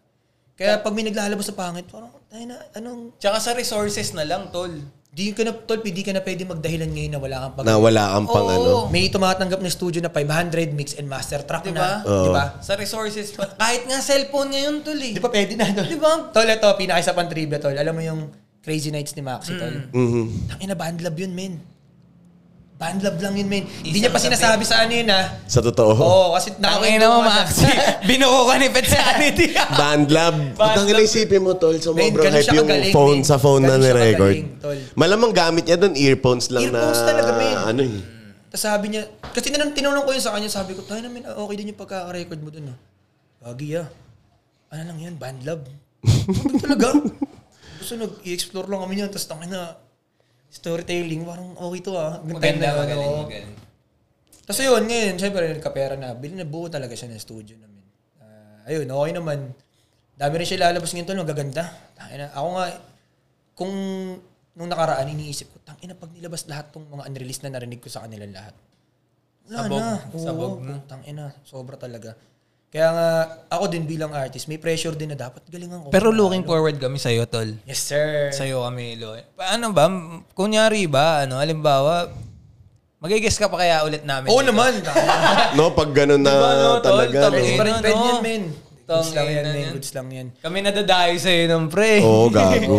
Speaker 1: Kaya pag may naglalabas sa pangit, parang, tayo na, anong...
Speaker 3: Tsaka sa resources na lang, tol.
Speaker 1: Di ka na, tol, di ka na pwede magdahilan ngayon na wala kang pag-
Speaker 4: Na wala ang pang
Speaker 3: Oo.
Speaker 4: ano.
Speaker 1: May tumatanggap na studio na 500 mix and master track
Speaker 3: Diba?
Speaker 1: na. Di ba?
Speaker 3: Sa resources pa. Kahit nga cellphone ngayon, tol eh.
Speaker 1: Di ba pwede na, tol?
Speaker 3: Di ba?
Speaker 1: Tol, ito, pinakaisa pang trivia, tol. Alam mo yung Crazy Nights ni Maxi, tol?
Speaker 3: Mm.
Speaker 4: Mhm.
Speaker 1: Tangina, band love yun, men. Band love lang yun, men. Hindi
Speaker 3: Isang
Speaker 1: niya pa
Speaker 3: gabi.
Speaker 1: sinasabi sa ano yun, ha?
Speaker 4: Sa totoo.
Speaker 1: Oo, kasi
Speaker 3: Tangin na
Speaker 1: nakakwentuhan
Speaker 3: mo,
Speaker 1: siya.
Speaker 3: Maxi. [laughs] Binuko ka ni Pet
Speaker 1: [laughs]
Speaker 3: Sanity.
Speaker 4: Band lab. Ang
Speaker 1: lab.
Speaker 4: isipin mo, tol.
Speaker 1: Men,
Speaker 4: Sobrang
Speaker 1: ganun
Speaker 4: hype
Speaker 1: siya
Speaker 4: yung
Speaker 1: kagaling,
Speaker 4: phone
Speaker 1: men.
Speaker 4: sa phone na
Speaker 1: Ganun siya
Speaker 4: nirecord.
Speaker 1: kagaling, tol.
Speaker 4: Malamang gamit niya doon earphones lang
Speaker 1: Earphones
Speaker 4: na...
Speaker 1: talaga, men.
Speaker 4: Ano eh.
Speaker 1: [laughs] Tapos sabi niya, kasi tinanong, tinanong ko yun sa kanya, sabi ko, tayo namin, ah, okay din yung pagkaka-record mo dun, ah. Bagi, ah. Ano lang yan, band love. Ano talaga? Gusto nag-i-explore lang kami yan, tapos tangin na, storytelling, parang okay to, ah. Ganda
Speaker 3: Maganda,
Speaker 1: na,
Speaker 3: magaling,
Speaker 1: ano.
Speaker 3: magaling.
Speaker 1: Tapos yun, ngayon, syempre, nagkapera na. Bili na buo talaga siya ng studio namin. Ah, ayun, okay naman. Dami rin siya lalabas ngayon tol, magaganda. Tangina, ako nga, kung nung nakaraan, iniisip ko, tangina, pag nilabas lahat tong mga unreleased na narinig ko sa kanila lahat. Wala
Speaker 3: Sabog.
Speaker 1: na. Oo,
Speaker 3: Sabog na.
Speaker 1: Tangina, sobra talaga. Kaya nga, ako din bilang artist, may pressure din na dapat galingan ko.
Speaker 3: Pero looking forward kami sa'yo, tol.
Speaker 1: Yes, sir.
Speaker 3: Sa'yo kami, lo. Paano ba? Kunyari ba, ano, halimbawa, magigis ka pa kaya ulit namin?
Speaker 1: Oo
Speaker 3: [laughs]
Speaker 1: naman. tangina.
Speaker 4: [laughs] No, pag ganun na
Speaker 3: Diba, no, tol?
Speaker 4: talaga. eh.
Speaker 3: Tol,
Speaker 4: no?
Speaker 1: Pwede
Speaker 3: Tangina,
Speaker 1: pa rin, pwede
Speaker 3: no?
Speaker 1: yan, men. Goods lang yan,
Speaker 3: Tangina
Speaker 1: men.
Speaker 3: yan.
Speaker 1: Goods lang yan.
Speaker 3: Kami nadadayo sa'yo ng pre.
Speaker 4: Oo,
Speaker 1: [laughs]
Speaker 4: gago.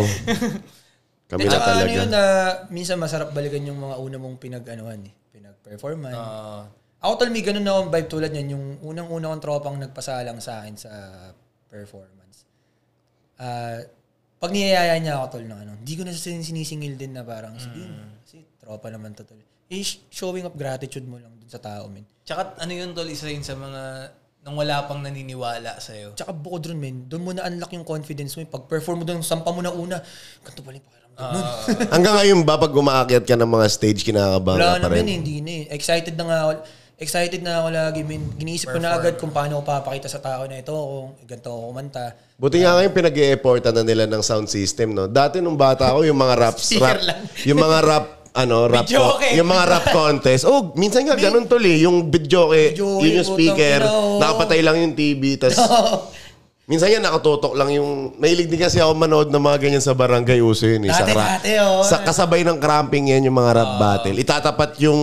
Speaker 4: Kami na
Speaker 1: Tsaka
Speaker 4: talaga.
Speaker 1: Ano yun na minsan masarap balikan yung mga una mong pinag-anuhan eh. Pinag-performan.
Speaker 3: Ah,
Speaker 1: ako tol, may ganun na akong vibe tulad yan. Yung unang-una kong tropang nagpasalang sa akin sa performance. Ah, pag niyayaya niya ako tol ng ano, hindi ko na sin- sinisingil din na parang, sige, kasi tropa naman to tol. Eh, sh- showing up gratitude mo lang dun sa tao, men.
Speaker 3: tsaka ano yun, tol, isa yun sa mga nang wala pang naniniwala sa'yo.
Speaker 1: Tsaka bukod ron, men, doon mo na-unlock yung confidence mo. eh. Pag-perform mo doon, sampa mo na una, ganito pala yung pakiramdam nun.
Speaker 4: Hanggang ngayon ba, pag umaakyat ka ng mga stage,
Speaker 1: Wala
Speaker 4: kinakabahan ka
Speaker 1: na
Speaker 4: pa rin?
Speaker 1: men, hindi na eh. Excited na nga ako. Excited na ako lagi, men. Giniisip ko na agad kung paano ko papakita sa tao na ito, kung ganito ako kumanta. [laughs]
Speaker 4: Buti nga ngayon pinag effortan na nila ng sound system, no? Dati nung bata ako, yung mga
Speaker 1: [laughs]
Speaker 4: rap, rap
Speaker 1: lang. eh.
Speaker 4: yung mga rap, ano, rap,
Speaker 3: Videoke.
Speaker 4: co- yung mga rap contest. Oh, minsan nga ganun tol eh, yung videoke,
Speaker 1: Videoke,
Speaker 4: yun yung speaker,
Speaker 1: putang ina, oh.
Speaker 4: nakapatay lang yung TV,
Speaker 1: [laughs]
Speaker 4: tas minsan nga nakatutok lang yung, mahilig din kasi ako manood ng mga ganyan sa barangay uso yun eh. sa,
Speaker 1: Dati,
Speaker 4: ra-
Speaker 1: dati, oh. Ah.
Speaker 4: sa kasabay ng cramping yan yung mga rap battle. Itatapat yung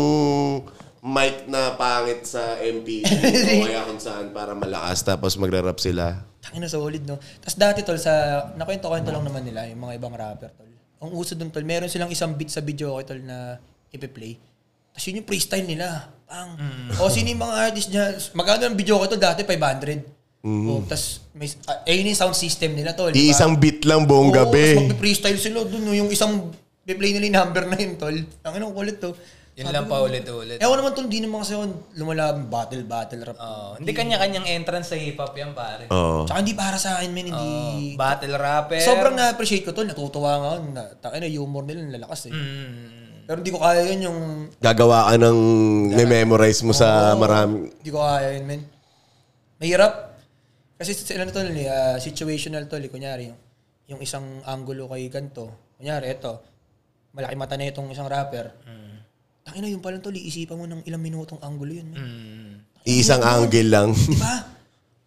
Speaker 4: mic na pangit sa
Speaker 1: [laughs]
Speaker 4: MP o kaya kung saan para malakas tapos magra-rap sila.
Speaker 1: Tangina solid, no? Tapos dati, tol, sa... Nakwento-kwento lang naman nila, yung mga ibang rapper, tol. Ang uso dun, tol, meron silang isang beat sa video, okay, tol, na ipiplay. Tapos yun yung freestyle nila. Pang. O sino yung mga artist niya? Magkano ang video ko, tol, dati 500. O, tapos, may, ah, ayun yung sound system nila, tol. di ba?
Speaker 4: Iisang beat lang buong
Speaker 1: Oo,
Speaker 4: gabi.
Speaker 1: Tapos mag-freestyle sila dun. no, Yung isang play nila yung number na yun, tol. Ang inang kulit to.
Speaker 3: Yun lang
Speaker 1: ko,
Speaker 3: pa ulit-ulit.
Speaker 1: Ewan naman tol, di naman kasi yun. Lumala, battle, battle rap.
Speaker 3: Oo, Oh, hindi kanya-kanyang entrance sa hip-hop yan, pare.
Speaker 4: Oo.
Speaker 1: Tsaka hindi para sa akin, man. Hindi...
Speaker 3: Oo, battle rapper.
Speaker 1: Sobrang na-appreciate ko tol. Natutuwa nga ako. Na, Takay na, humor nila, nalalakas eh.
Speaker 3: Mm.
Speaker 1: Pero hindi ko kaya yun yung...
Speaker 4: Gagawa ka ng memorize mo sa marami.
Speaker 1: Hindi ko kaya yun, man. Mahirap. Kasi sila na tol, eh, ah, situational tol. eh. Kunyari, yung, yung isang angulo kay ganto. Kunyari, eto. Malaki mata na itong isang rapper.
Speaker 3: Mm.
Speaker 1: Tangina yun pala tol, iisipan mo ng ilang minutong angulo yun. man.
Speaker 3: mm.
Speaker 4: Iisang angle lang.
Speaker 1: [laughs] Di ba?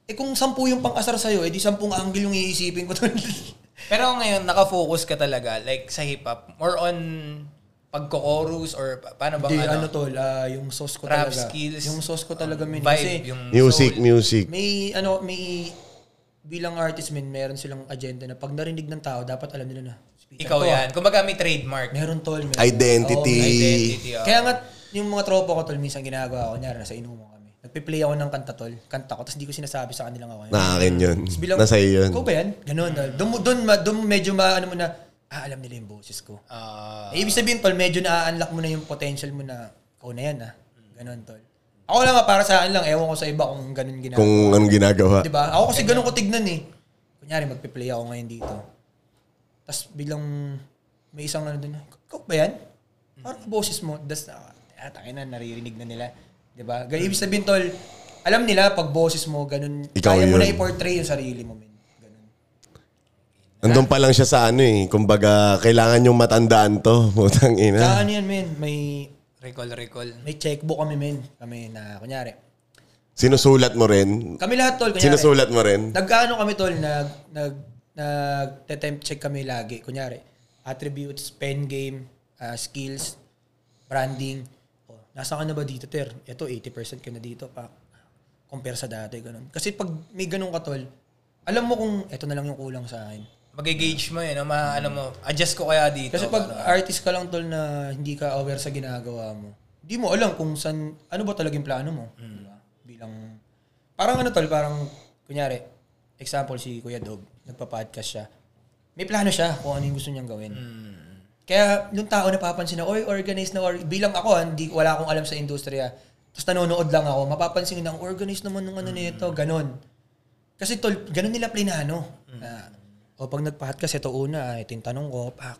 Speaker 1: Eh kung sampu yung pang-asar sa'yo, eh di sampung angle yung iisipin ko tol. [laughs]
Speaker 3: Pero ngayon, nakafocus ka talaga, like sa hip-hop, more on pagko-chorus or pa- paano bang
Speaker 1: Hindi,
Speaker 3: ano,
Speaker 1: ano tol, ah, yung sauce ko
Speaker 3: Rap
Speaker 1: talaga.
Speaker 3: skills,
Speaker 1: yung sauce ko talaga, min. Kasi
Speaker 3: vibe, yung
Speaker 4: music, music.
Speaker 1: may, ano, may, bilang artist, min, meron silang agenda na pag narinig ng tao, dapat alam nila na.
Speaker 3: Ikaw yan. Kumbaga may trademark.
Speaker 1: Meron tol, meron.
Speaker 4: Identity.
Speaker 1: Oo,
Speaker 3: Identity. oh.
Speaker 1: Kaya nga, yung mga tropa ko tol, minsan ginagawa ko, kunyari, nasa inuman kami. Nagpe-play ako ng kanta tol, kanta ko, tapos hindi ko sinasabi sa kanila nga ako.
Speaker 4: Na akin yun.
Speaker 1: Tapos bilang,
Speaker 4: Nasa iyo yun.
Speaker 1: Ikaw ba yan? Ganun. tol. Doon, mo- doon, ma- doon medyo ma, ano mo na, ah, alam nila yung boses ko.
Speaker 3: Ah,
Speaker 1: Eh, ibig sabihin, tol, medyo na-unlock mo na yung potential mo na, ikaw na yan, ah. Ganun, tol. Ako lang, ah, para sa akin lang, ewan ko sa iba kung ganun ginagawa.
Speaker 4: Kung anong ginagawa.
Speaker 1: Di ba? Diba? Ako kasi ganun ko tignan eh. Kunyari, magpe-play ako ngayon dito. Tapos biglang may isang ano doon, ikaw ba yan? Parang boses mo. Tapos, ah, tangin na, naririnig na nila. Di ba? Ganun, ibig sabihin, tol, alam nila, pag boses mo, ganun,
Speaker 4: Ikaw
Speaker 1: kaya mo
Speaker 4: yun.
Speaker 1: na i-portray yung sarili mo, men. Ganun.
Speaker 4: Nandun pa lang siya sa ano eh. Kumbaga, kailangan yung matandaan to. [laughs] Putang
Speaker 1: Kaya
Speaker 4: ina.
Speaker 1: ano yan, men, may,
Speaker 3: recall, recall.
Speaker 1: may checkbook kami, men. Kami na, kunyari.
Speaker 4: Sinusulat mo rin.
Speaker 1: Kami lahat, tol, kunyari.
Speaker 4: Sinusulat mo rin.
Speaker 1: Nag-ano kami tol, nag nag nag temp check kami lagi. Kunyari, attributes, pen game, ah, skills, branding. O, nasa ka na ba dito, Ter? Ito, 80% ka na dito. Pa, compare sa dati, ganun. Kasi pag may ganun ka, tol, alam mo kung ito na lang yung kulang sa akin.
Speaker 3: Mag-gauge mo yun. Ano, ma, ano mo, adjust ko kaya dito. Ano?
Speaker 1: Kasi pag artist ka lang, tol, na hindi ka aware sa ginagawa mo, hindi mo alam kung saan, ano ba talagang plano mo. di ba? Bilang, parang ano, tol, parang, kunyari, example si Kuya Dog, nagpa-podcast siya. May plano siya kung ano yung gusto niyang gawin. Kaya yung tao napapansin na, oy, organized na, or, bilang ako, ah, hindi, wala akong alam sa industriya. Tapos nanonood lang ako, mapapansin na, organized naman ng ano nito, ganon. Kasi tol, ganun nila plinano. Na, o pag nag-podcast, ito una, ito yung tanong ko, pak.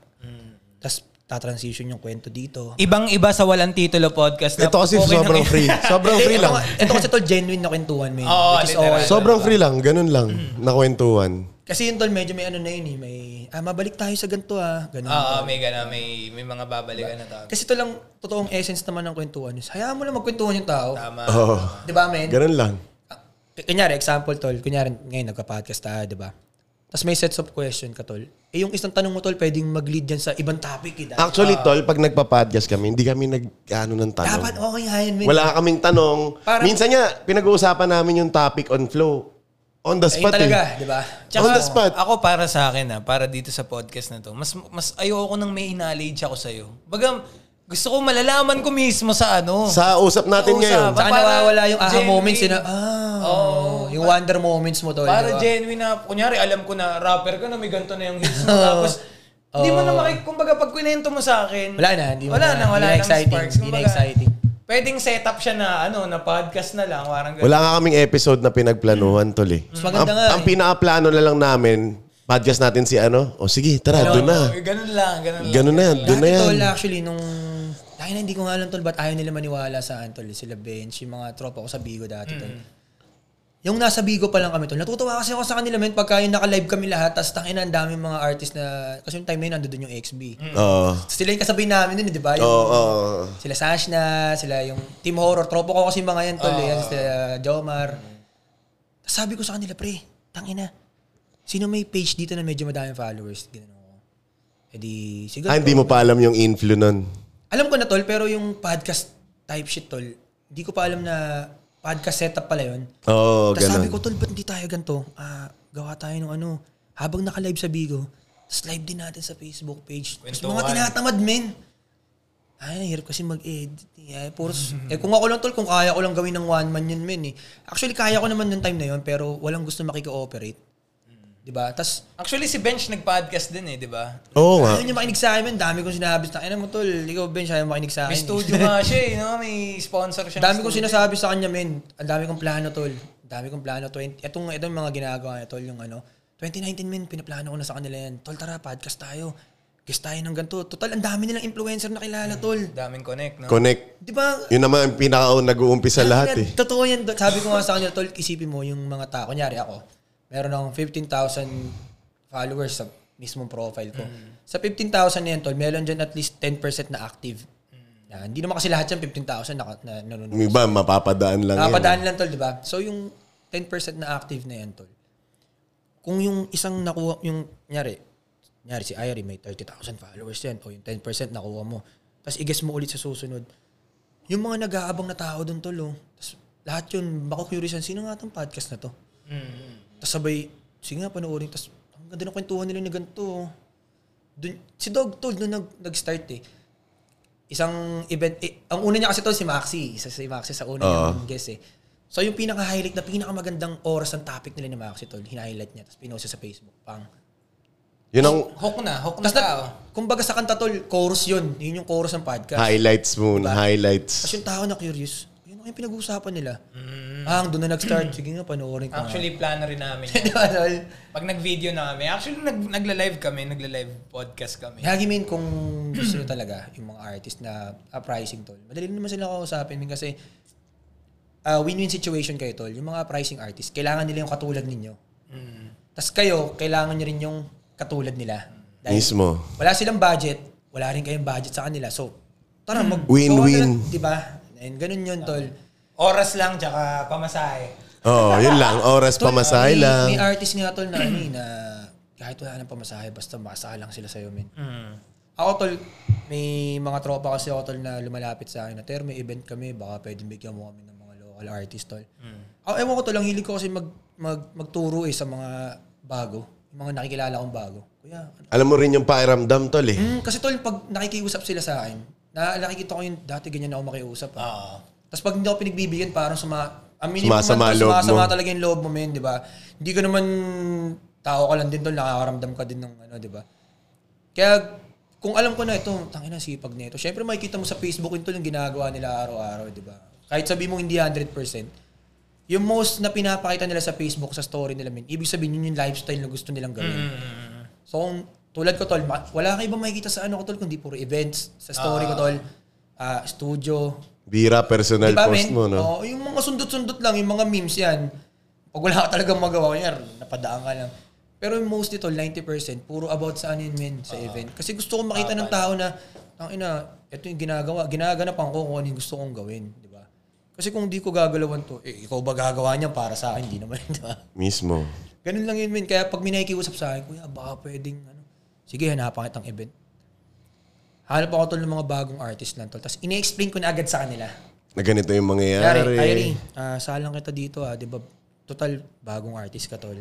Speaker 1: Tapos tatransition yung kwento dito.
Speaker 3: Ibang-iba sa walang titulo podcast. na
Speaker 4: Ito kasi
Speaker 3: okay na-
Speaker 4: sobrang
Speaker 1: [laughs]
Speaker 4: free. Sobrang
Speaker 1: Hindi, eh.
Speaker 4: free
Speaker 1: ito
Speaker 4: lang.
Speaker 1: nga- Ito kasi tol, genuine na kwentuhan, man.
Speaker 3: Oo,
Speaker 1: which is
Speaker 3: literal.
Speaker 1: okay.
Speaker 4: Sobrang free lang. Ganun lang.
Speaker 1: Mm.
Speaker 4: Nakwentuhan.
Speaker 1: Kasi yun tol, medyo may ano na yun eh. May, ah, mabalik tayo sa ganito ah. Ganun.
Speaker 3: Oo, may gana, may, may mga babalikan na topic.
Speaker 1: Kasi ito lang, totoong essence naman ng kwentuhan is, hayaan mo lang magkwentuhan yung tao.
Speaker 3: Tama.
Speaker 4: Oo.
Speaker 1: Di ba, men?
Speaker 4: Ganun lang.
Speaker 1: Ah, kunyari, example, tol. Kunyari, ngayon, nagka-podcast tayo, di ba? Tapos may sets of question ka, tol. Eh, yung isang tanong mo, tol, pwedeng mag-lead yan sa ibang topic, eh. dahil-
Speaker 4: Actually, tol, pag nagpa-podcast kami, hindi kami nag-ano ng tanong.
Speaker 1: Dapat okay nga yan, men.
Speaker 4: Wala kaming tanong.
Speaker 1: Parang-
Speaker 4: Minsan nga, pinag-uusapan namin yung topic on flow. On the
Speaker 1: Ayun
Speaker 4: spot
Speaker 1: talaga,
Speaker 4: eh.
Speaker 1: di ba?
Speaker 4: On the spot.
Speaker 3: Ah, Ako para sa akin ha, para dito sa podcast na to, mas mas ayoko nang may knowledge ako sa iyo. Baga gusto ko malalaman ko mismo sa ano.
Speaker 4: Sa usap natin ngayon.
Speaker 1: Saka
Speaker 3: Para
Speaker 1: nawawala yung aha
Speaker 3: genuine.
Speaker 1: moments, yun na, ah, yung wonder moments mo, tol. di
Speaker 3: para
Speaker 1: ba?
Speaker 3: genuine na, kunyari alam ko na rapper ka na may ganito na yung hits
Speaker 1: [laughs]
Speaker 3: mo. Tapos hindi mo na makik... Kumbaga pag kwento mo sa akin...
Speaker 1: Wala na, hindi mo na-
Speaker 3: wala na,
Speaker 1: hindi na
Speaker 3: wala nang
Speaker 1: exciting,
Speaker 3: sparks.
Speaker 1: hindi na
Speaker 3: Kumbaga,
Speaker 1: exciting.
Speaker 3: Pwedeng setup siya na ano na podcast na lang. Parang ganun.
Speaker 4: Wala nga kaming episode na pinagplanuhan, tol eh.
Speaker 1: Mas maganda
Speaker 4: ang,
Speaker 1: nga,
Speaker 4: ang
Speaker 1: eh.
Speaker 4: pinaka-plano na lang namin, podcast natin si ano, o sige, tara, doon na.
Speaker 3: Ganun lang, ganun lang.
Speaker 4: Ganun na yan, doon na
Speaker 1: Dati,
Speaker 4: yan.
Speaker 1: tol, actually, nung... Dahil na hindi ko nga alam, tol, ba't ayaw nila maniwala sa akin, tol. Sila Bench, yung mga tropa ko sa Bigo dati, tol.
Speaker 4: Mm.
Speaker 1: Yung nasa Bigo pa lang kami, tol. Natutuwa kasi ako sa kanila, men, pagka yung naka-live kami lahat, tas tangin ang daming mga artist na... Kasi yung time na yun, nandun yung XB.
Speaker 4: Oo.
Speaker 1: Tas sila yung kasabay namin dun, eh, di ba? Yung,
Speaker 4: Mm. Oo, oo.
Speaker 1: Sila Sash na, sila yung Team Horror. Tropo ko kasi mga yan, tol. eh, yan, sila Jomar. Tas Sabi ko sa kanila, pre, tangina. Sino may page dito na medyo madaming followers? Ganun ako. E di, siguro.
Speaker 4: Ah, hindi mo pa alam yung influ nun.
Speaker 1: Alam ko na, tol, pero yung podcast type shit, tol, hindi ko pa alam na podcast setup pala yun.
Speaker 4: Oo,
Speaker 1: Tapos sabi
Speaker 4: Oh, ganun.
Speaker 1: ko, tol, ba't hindi tayo ganito? Ah, gawa tayo ng ano, habang naka-live sa Bigo, tapos live din natin sa Facebook page. Tapos mga
Speaker 3: Kwentuhan.
Speaker 1: tinatamad, men. Ay, ang hirap kasi mag-edit. Eh, puro, s- eh, kung ako lang, tol, kung kaya ko lang gawin ng one man yun, men. Eh. Actually, kaya ko naman nung time na yun, pero walang gusto makikooperate. Di ba? Tapos,
Speaker 3: Actually, si Bench nag-podcast din eh, di ba?
Speaker 4: Oo
Speaker 1: ayaw
Speaker 4: nga.
Speaker 1: niya makinig sa amin. Dami kong sinabi sa akin. mo, tol, ikaw, Ben, siya yung makinig sa akin.
Speaker 3: May
Speaker 1: eh."
Speaker 3: studio nga siya eh, no? May sponsor siya. ng
Speaker 1: Dami kong
Speaker 3: studio.
Speaker 1: sinasabi sa kanya, men. Ang dami kong plano, tol. Ang dami kong plano. 20, itong, itong mga ginagawa niya, tol, yung ano. 2019, men, pinaplano ko na sa kanila yan. Tol, tara, podcast tayo. Guest tayo ng ganito. Total, ang dami nilang influencer na kilala, tol.
Speaker 3: Daming connect, no?
Speaker 4: Connect.
Speaker 1: Di ba?
Speaker 4: Yun naman ang pinaka nag-uumpisa lahat eh.
Speaker 1: Totoo yan. tol. Sabi ko nga sa kanila, tol, isipin mo yung mga tao. Kunyari ako, meron akong 15,000 followers sa mismong profile ko. Sa 15,000 na yan, tol, meron dyan at least 10% na active. Na, hindi naman kasi lahat yan 15,000 na, na nanonood.
Speaker 4: Yung iba, mapapadaan lang yun.
Speaker 1: Napadaan lang tol, di ba? So yung 10% na active na yan tol. Kung yung isang nakuha, yung nyari, nyari si Irie may 30,000 followers yan o yung 10% nakuha mo. Tapos i-guess mo ulit sa susunod. Yung mga nag-aabang na tao doon tol, oh, tas lahat yun, makukurious yan, sino nga itong podcast na to?
Speaker 3: Mm.
Speaker 1: Tapos sabay, sige nga, panoorin. Tapos, ang ganda ng kwentuhan nila na ganito. oh. Dun, si Dog Told, nung nag, nag-start eh, isang event, eh, ang una niya kasi to si Maxi, isa si Maxi sa una niyang guest eh. So yung pinaka-highlight na pinakamagandang oras ng topic nila ni Maxi tol, hina-highlight niya, tapos pinost siya sa Facebook, pang.
Speaker 4: Yun ang
Speaker 3: Hook na, hook na
Speaker 1: Tapos
Speaker 3: tao.
Speaker 1: na, kumbaga sa kanta tol, chorus yun, yun yung chorus ng podcast.
Speaker 4: highlights muna,
Speaker 1: Tapos
Speaker 4: highlights.
Speaker 1: yung tao na curious, yun ang yung pinag-uusapan nila. Ah, doon na nag-start, sige nga, panoorin ko. nga.
Speaker 3: Mm. Actually, plano rin [laughs] namin. yun.
Speaker 1: Di ba, tol?
Speaker 3: Pag nag-video na kami, actually, nag nagla-live kami, nagla-live podcast kami.
Speaker 1: Yagi min kung gusto nyo talaga yung mga artist na uprising tol. Madali naman sila kausapin min kasi ah, win-win situation kayo tol. Yung mga uprising artist, kailangan nila yung katulad ninyo.
Speaker 3: Mm.
Speaker 1: Tapos kayo, kailangan nyo rin yung katulad nila. Dahil
Speaker 4: Mismo.
Speaker 1: wala silang budget, wala rin kayong budget sa kanila. So, tara mag-
Speaker 4: Win-win.
Speaker 1: Di ba? And ganun yun tol.
Speaker 3: Oras lang, tsaka pamasahe.
Speaker 4: Oo, Oh, yun lang. Oras
Speaker 1: Tol, ah, oh,
Speaker 4: pamasahe
Speaker 1: may-
Speaker 4: lang.
Speaker 3: Mm.
Speaker 1: May artist nga tol na ano eh, na kahit wala nang pamasahe, basta makasaka lang sila sa'yo, men. Ako tol, may mga tropa kasi ako tol na lumalapit sa akin na, Ter, may event kami, baka pwedeng bigyan mo kami ng mga local artist tol. Ako, ewan ko tol, ang hilig ko kasi mag, mag, magturo eh sa mga bago. Yung mga nakikilala kong bago. Kuya, ano?
Speaker 4: Alam mo rin yung pakiramdam, tol eh.
Speaker 1: Mm, kasi tol, pag nakikiusap sila sa akin, na nakikita ko yung dati ganyan ako makiusap. Ah. Tapos pag hindi ako pinagbibigyan, parang suma, aminin ko man,
Speaker 4: Sumasama
Speaker 1: tol,
Speaker 4: loob mo.
Speaker 1: sumasama talaga yung loob mo, men, di ba? Hindi ka naman, tao ka lang din, tol, nakakaramdam ka din ng ano, di ba? Kaya, kung alam ko na ito, tangina sipag nito. Syempre makikita mo sa Facebook yun tol, yung ginagawa nila araw-araw, di ba? Kahit sabi mo hindi 100%, yung most na pinapakita nila sa Facebook, sa story nila, men, ibig sabihin yun yung lifestyle na gusto nilang gawin. So, kung tulad ko, tol, ma- wala kayo ba makikita sa ano ko, tol, kundi puro events, sa story ko, tol, ah, studio.
Speaker 4: Bira personal
Speaker 1: Di ba,
Speaker 4: post
Speaker 1: men?
Speaker 4: mo, no?
Speaker 1: Oo, yung mga sundot-sundot lang, yung mga memes yan. Pag wala ka talagang magawa, kunyari, napadaan ka lang. Pero yung mostly, tol, 90%, puro about sa ano yun, men, sa
Speaker 4: Ah.
Speaker 1: event. Kasi gusto kong makita ng tao na, ang ina, ito yung ginagawa, ginaganapan ko kung ano yung gusto kong gawin, di ba? Kasi kung di ko gagalawan to, eh, ikaw ba gagawa niya para sa akin? Hindi naman, [laughs] di ba?
Speaker 4: Mismo.
Speaker 1: Ganun lang yun, min. Kaya pag may nakikiusap sa akin, kuya, baka pwedeng, ano, sige, hanapan kitang event. Hanap ako tol ng mga bagong artist lang tol. Tapos ine-explain ko na agad sa kanila.
Speaker 4: Na ganito yung
Speaker 1: Kaya,
Speaker 4: mangyayari.
Speaker 1: Irene, ah, salang kita dito ah, di ba? Total, bagong artist ka tol.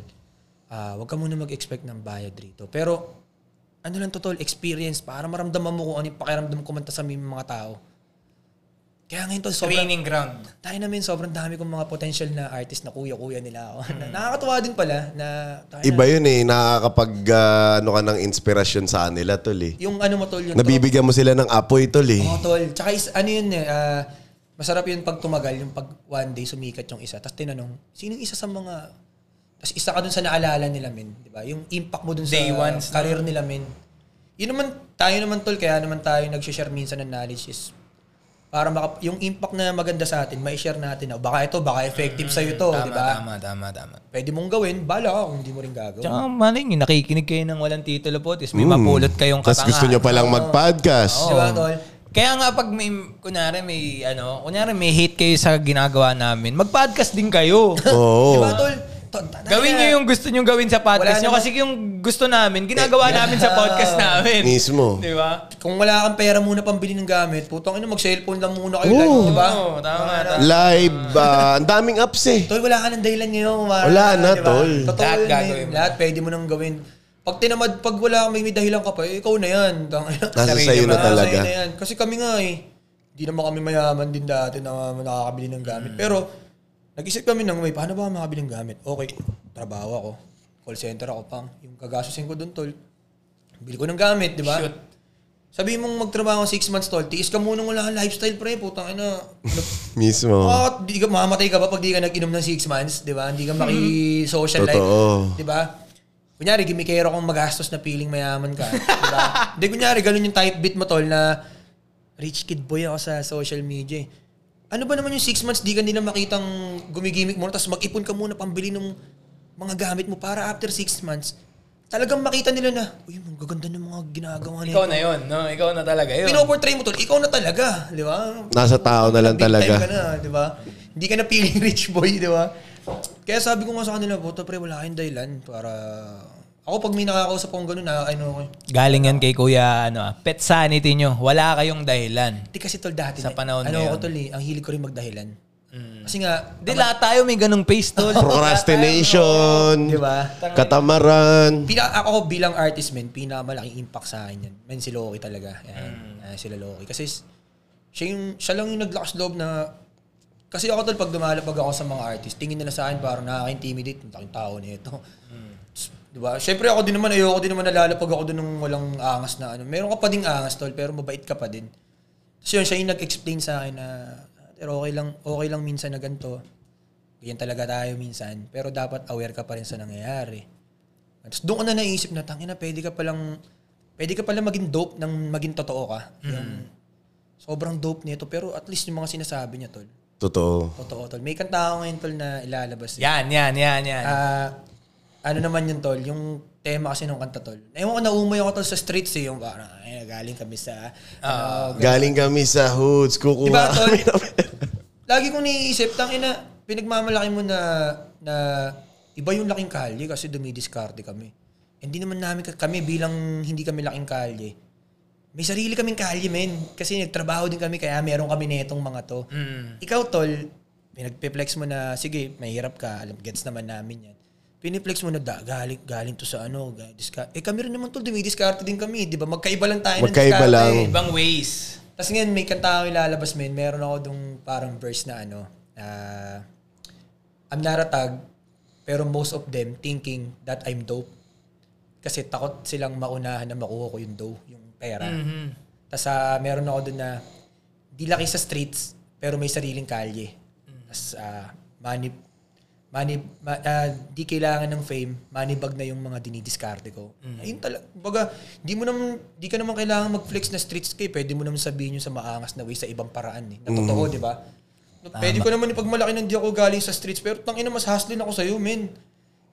Speaker 1: Ah, wag ka muna mag-expect ng bayad rito. Pero, ano lang to tol, experience para maramdaman mo kung ano yung pakiramdam kumanta sa mga mga tao. Kaya ngayon tol, sobrang
Speaker 3: Training ground.
Speaker 1: tayo namin sobrang dami kong mga potential na artist na kuya-kuya nila ako. Na- Nakakatuwa din pala na tayo na-
Speaker 4: Iba yun eh, nakakapag ah, ano ka ng inspirasyon sa kanila, tol eh.
Speaker 1: yung ano mo tol yung
Speaker 4: Nabibigyan mo sila ng apoy, tol eh.
Speaker 1: Oo, tol. Tsaka is, ano yun eh, ah, masarap yun pag tumagal, yung pag one day sumikat yung isa. Tapos tinanong, sino yung isa sa mga, tapos isa ka dun sa naalala nila, men. Di ba? Yung impact mo dun sa
Speaker 3: Day ones, no?
Speaker 1: career nila, men. Yun naman, tayo naman, tol, kaya naman tayo nag-share minsan ng knowledge is para maka, yung impact na maganda sa atin, mai-share natin. Oh, baka ito, baka effective sa'yo to,
Speaker 3: Tama,
Speaker 1: di ba?
Speaker 3: tama, tama, tama.
Speaker 1: Pwede mong gawin, bala ka kung hindi mo rin gagawin.
Speaker 3: Tsaka malay nyo, nakikinig kayo ng walang titulo po, tapos may mapulot kayong
Speaker 4: Tapos
Speaker 3: katanga.
Speaker 4: Mm. Hmm. gusto nyo palang mag-podcast.
Speaker 1: Oo. Di ba, tol?
Speaker 3: Kaya nga pag may, kunwari may, ano, kunwari may hate kayo sa ginagawa namin, mag-podcast din kayo.
Speaker 1: Di
Speaker 4: Oo.
Speaker 1: ba, tol? Tol, tangina.
Speaker 3: Gawin nyo yung gusto nyo gawin sa podcast
Speaker 1: Ano Wala
Speaker 3: nyo
Speaker 1: naman-
Speaker 3: kasi yung gusto namin, ginagawa namin
Speaker 1: [laughs]
Speaker 3: sa podcast namin.
Speaker 4: Mismo.
Speaker 3: Di ba?
Speaker 1: Kung wala kang pera muna pambili ng gamit, putang ina, mag-cellphone lang muna kayo.
Speaker 4: Oo.
Speaker 1: Like, di ba?
Speaker 3: Oo, tama, tama.
Speaker 4: Live. ah, ang daming apps eh.
Speaker 1: Tol, wala ka ng dahilan ngayon. Mara,
Speaker 4: Wala na, tol.
Speaker 1: Totoo
Speaker 3: Lahat
Speaker 1: yun,
Speaker 3: gagawin
Speaker 1: eh.
Speaker 3: mo.
Speaker 1: Lahat pwede mo nang gawin. Pag tinamad, pag wala kang may dahilan ka pa, eh, ikaw na yan. [laughs] Tang-
Speaker 4: Nasa
Speaker 1: Sarili mo
Speaker 4: sa'yo na talaga.
Speaker 1: sa'yo yan. Kasi kami nga eh, di naman kami mayaman din dati na nakakabili ng gamit.
Speaker 3: Mm.
Speaker 1: Pero, nag-isip kami ng, may paano ba ako makabili ng gamit? Okay, trabaho ako. Call center ako pang. Yung kagasusin ko doon, tol. Bili ko ng gamit, di ba?
Speaker 3: Shoot.
Speaker 1: Sabi mong magtrabaho 6 months, tol. Tiis ka muna wala kang lifestyle, pre. Putang ina. Ano-
Speaker 4: Mismo.
Speaker 1: Oh, di ka mamatay ka ba pag di ka nag-inom ng six months, di ba? Hindi ka maki-social life,
Speaker 4: Totoo.
Speaker 1: di ba? Kunyari, gimikero kong magastos na piling mayaman ka, di ba? Hindi, kunyari, ganun yung type bit mo, tol, na rich kid boy ako sa social media. eh. Ano ba naman yung six months, di ka nila makitang gumigimik mo, tapos mag-ipon ka muna pambili ng mga gamit mo para after six months, talagang makita nila na, uy, ang gaganda ng mga ginagawa nila.
Speaker 3: Ikaw na yun, no? Ikaw na talaga yun.
Speaker 1: Pinoportray mo, tol, ikaw na talaga, di ba?
Speaker 4: Nasa tao na lang
Speaker 1: Big time ka
Speaker 4: talaga.
Speaker 1: na, di ba? Hindi ka na piling [laughs] rich boy, di ba? Kaya sabi ko nga sa kanila, puta pre, wala kayong dahilan para... Ako pag may nakakausap akong ganun, na, ano ko,
Speaker 3: Galing yan kay Kuya, ano, ah, pet sanity nyo. Wala kayong dahilan.
Speaker 1: hindi kasi tol dati.
Speaker 3: Sa
Speaker 1: na-
Speaker 3: panahon
Speaker 1: ano
Speaker 3: na
Speaker 1: ko
Speaker 3: yun. Mm.
Speaker 1: tol eh, ang hilig ko rin magdahilan. Kasi nga,
Speaker 3: Di, lahat tayo may ganung face, tol.
Speaker 4: Procrastination.
Speaker 1: di ba?
Speaker 4: Katamaran.
Speaker 1: Pina, ako bilang artist men, pinakamalaking impact sa akin yan. Men, si Loki talaga. Yan. Ah, sila Loki. Kasi s- siya, yung, siya lang yung naglakas loob na... Kasi ako tol, pag dumalapag ako sa mga artist, tingin nila sa akin parang nakaka-intimidate. Ang laking tao na ito. S- Di ba? Siyempre ako din naman, ayoko din naman nalalapag ako doon ng walang angas na ano. Meron ka pa ding angas tol, pero mabait ka pa din. Tapos yun, siya yung nag-explain sa akin na pero okay lang, okay lang minsan na ganito. Ganyan talaga tayo minsan. Pero dapat aware ka pa rin sa nangyayari. Tapos doon ko na naisip na, tangina, pwede ka palang, pwede ka palang maging dope nang maging totoo ka. Yung, sobrang dope nito, pero at least yung mga sinasabi niya, tol.
Speaker 4: Totoo.
Speaker 1: Totoo, tol. May kanta ako ngayon, tol, na ilalabas. eh.
Speaker 3: Yan, yan, yan, yan.
Speaker 1: Ah, ano naman yun, tol? Yung tema kasi ng kanta, tol. Ewan ko, naumoy ako, tol, sa streets, eh. Yung parang, ay, galing kami sa... ano,
Speaker 4: Galing kami sa hoods. Kukuha
Speaker 1: Diba,
Speaker 4: [laughs]
Speaker 1: tol?
Speaker 4: kami ng-
Speaker 1: Lagi kong iniisip, tangina, pinagmamalaki mo na, na iba yung laking kalye kasi dumidiskarte kami. Hindi naman namin, kami bilang hindi kami laking kalye, May sarili kaming kalye, men. Kasi nagtrabaho din kami, kaya meron kami netong mga to.
Speaker 4: Mm.
Speaker 3: Mm.
Speaker 1: Ikaw, tol, pinagpiplex mo na, sige, mahirap ka, alam, gets naman namin yan. Piniplex mo na, da, galing, galing to sa ano, ga- diska- eh kami rin naman tol, dumidiscarte din kami, di ba? Magkaiba lang tayo
Speaker 4: Magkaiba
Speaker 1: diskarte.
Speaker 4: lang.
Speaker 3: Ibang ways.
Speaker 1: Tapos ngayon, may kanta ako ilalabas, men. Meron ako dong parang verse na ano, ah, I'm not a thug, pero most of them thinking that I'm dope. Kasi takot silang maunahan na makuha ko yung dough, yung pera.
Speaker 3: Mm. Mm-hmm.
Speaker 1: Tapos ah, meron ako dun na, di laki sa streets, pero may sariling kalye. Tapos ah, money, money, ma- ah, di kailangan ng fame, money bag na yung mga dinidiskarte ko. Ayun talaga. Baga, di mo naman, di ka naman kailangan mag-flex na streets kay, pwede mo naman sabihin yun sa maangas na way sa ibang paraan eh. Na totoo, di ba? Pwede ko naman ipagmalaki ng di ako galing sa streets, pero tangina mas hustling ako sa'yo, men.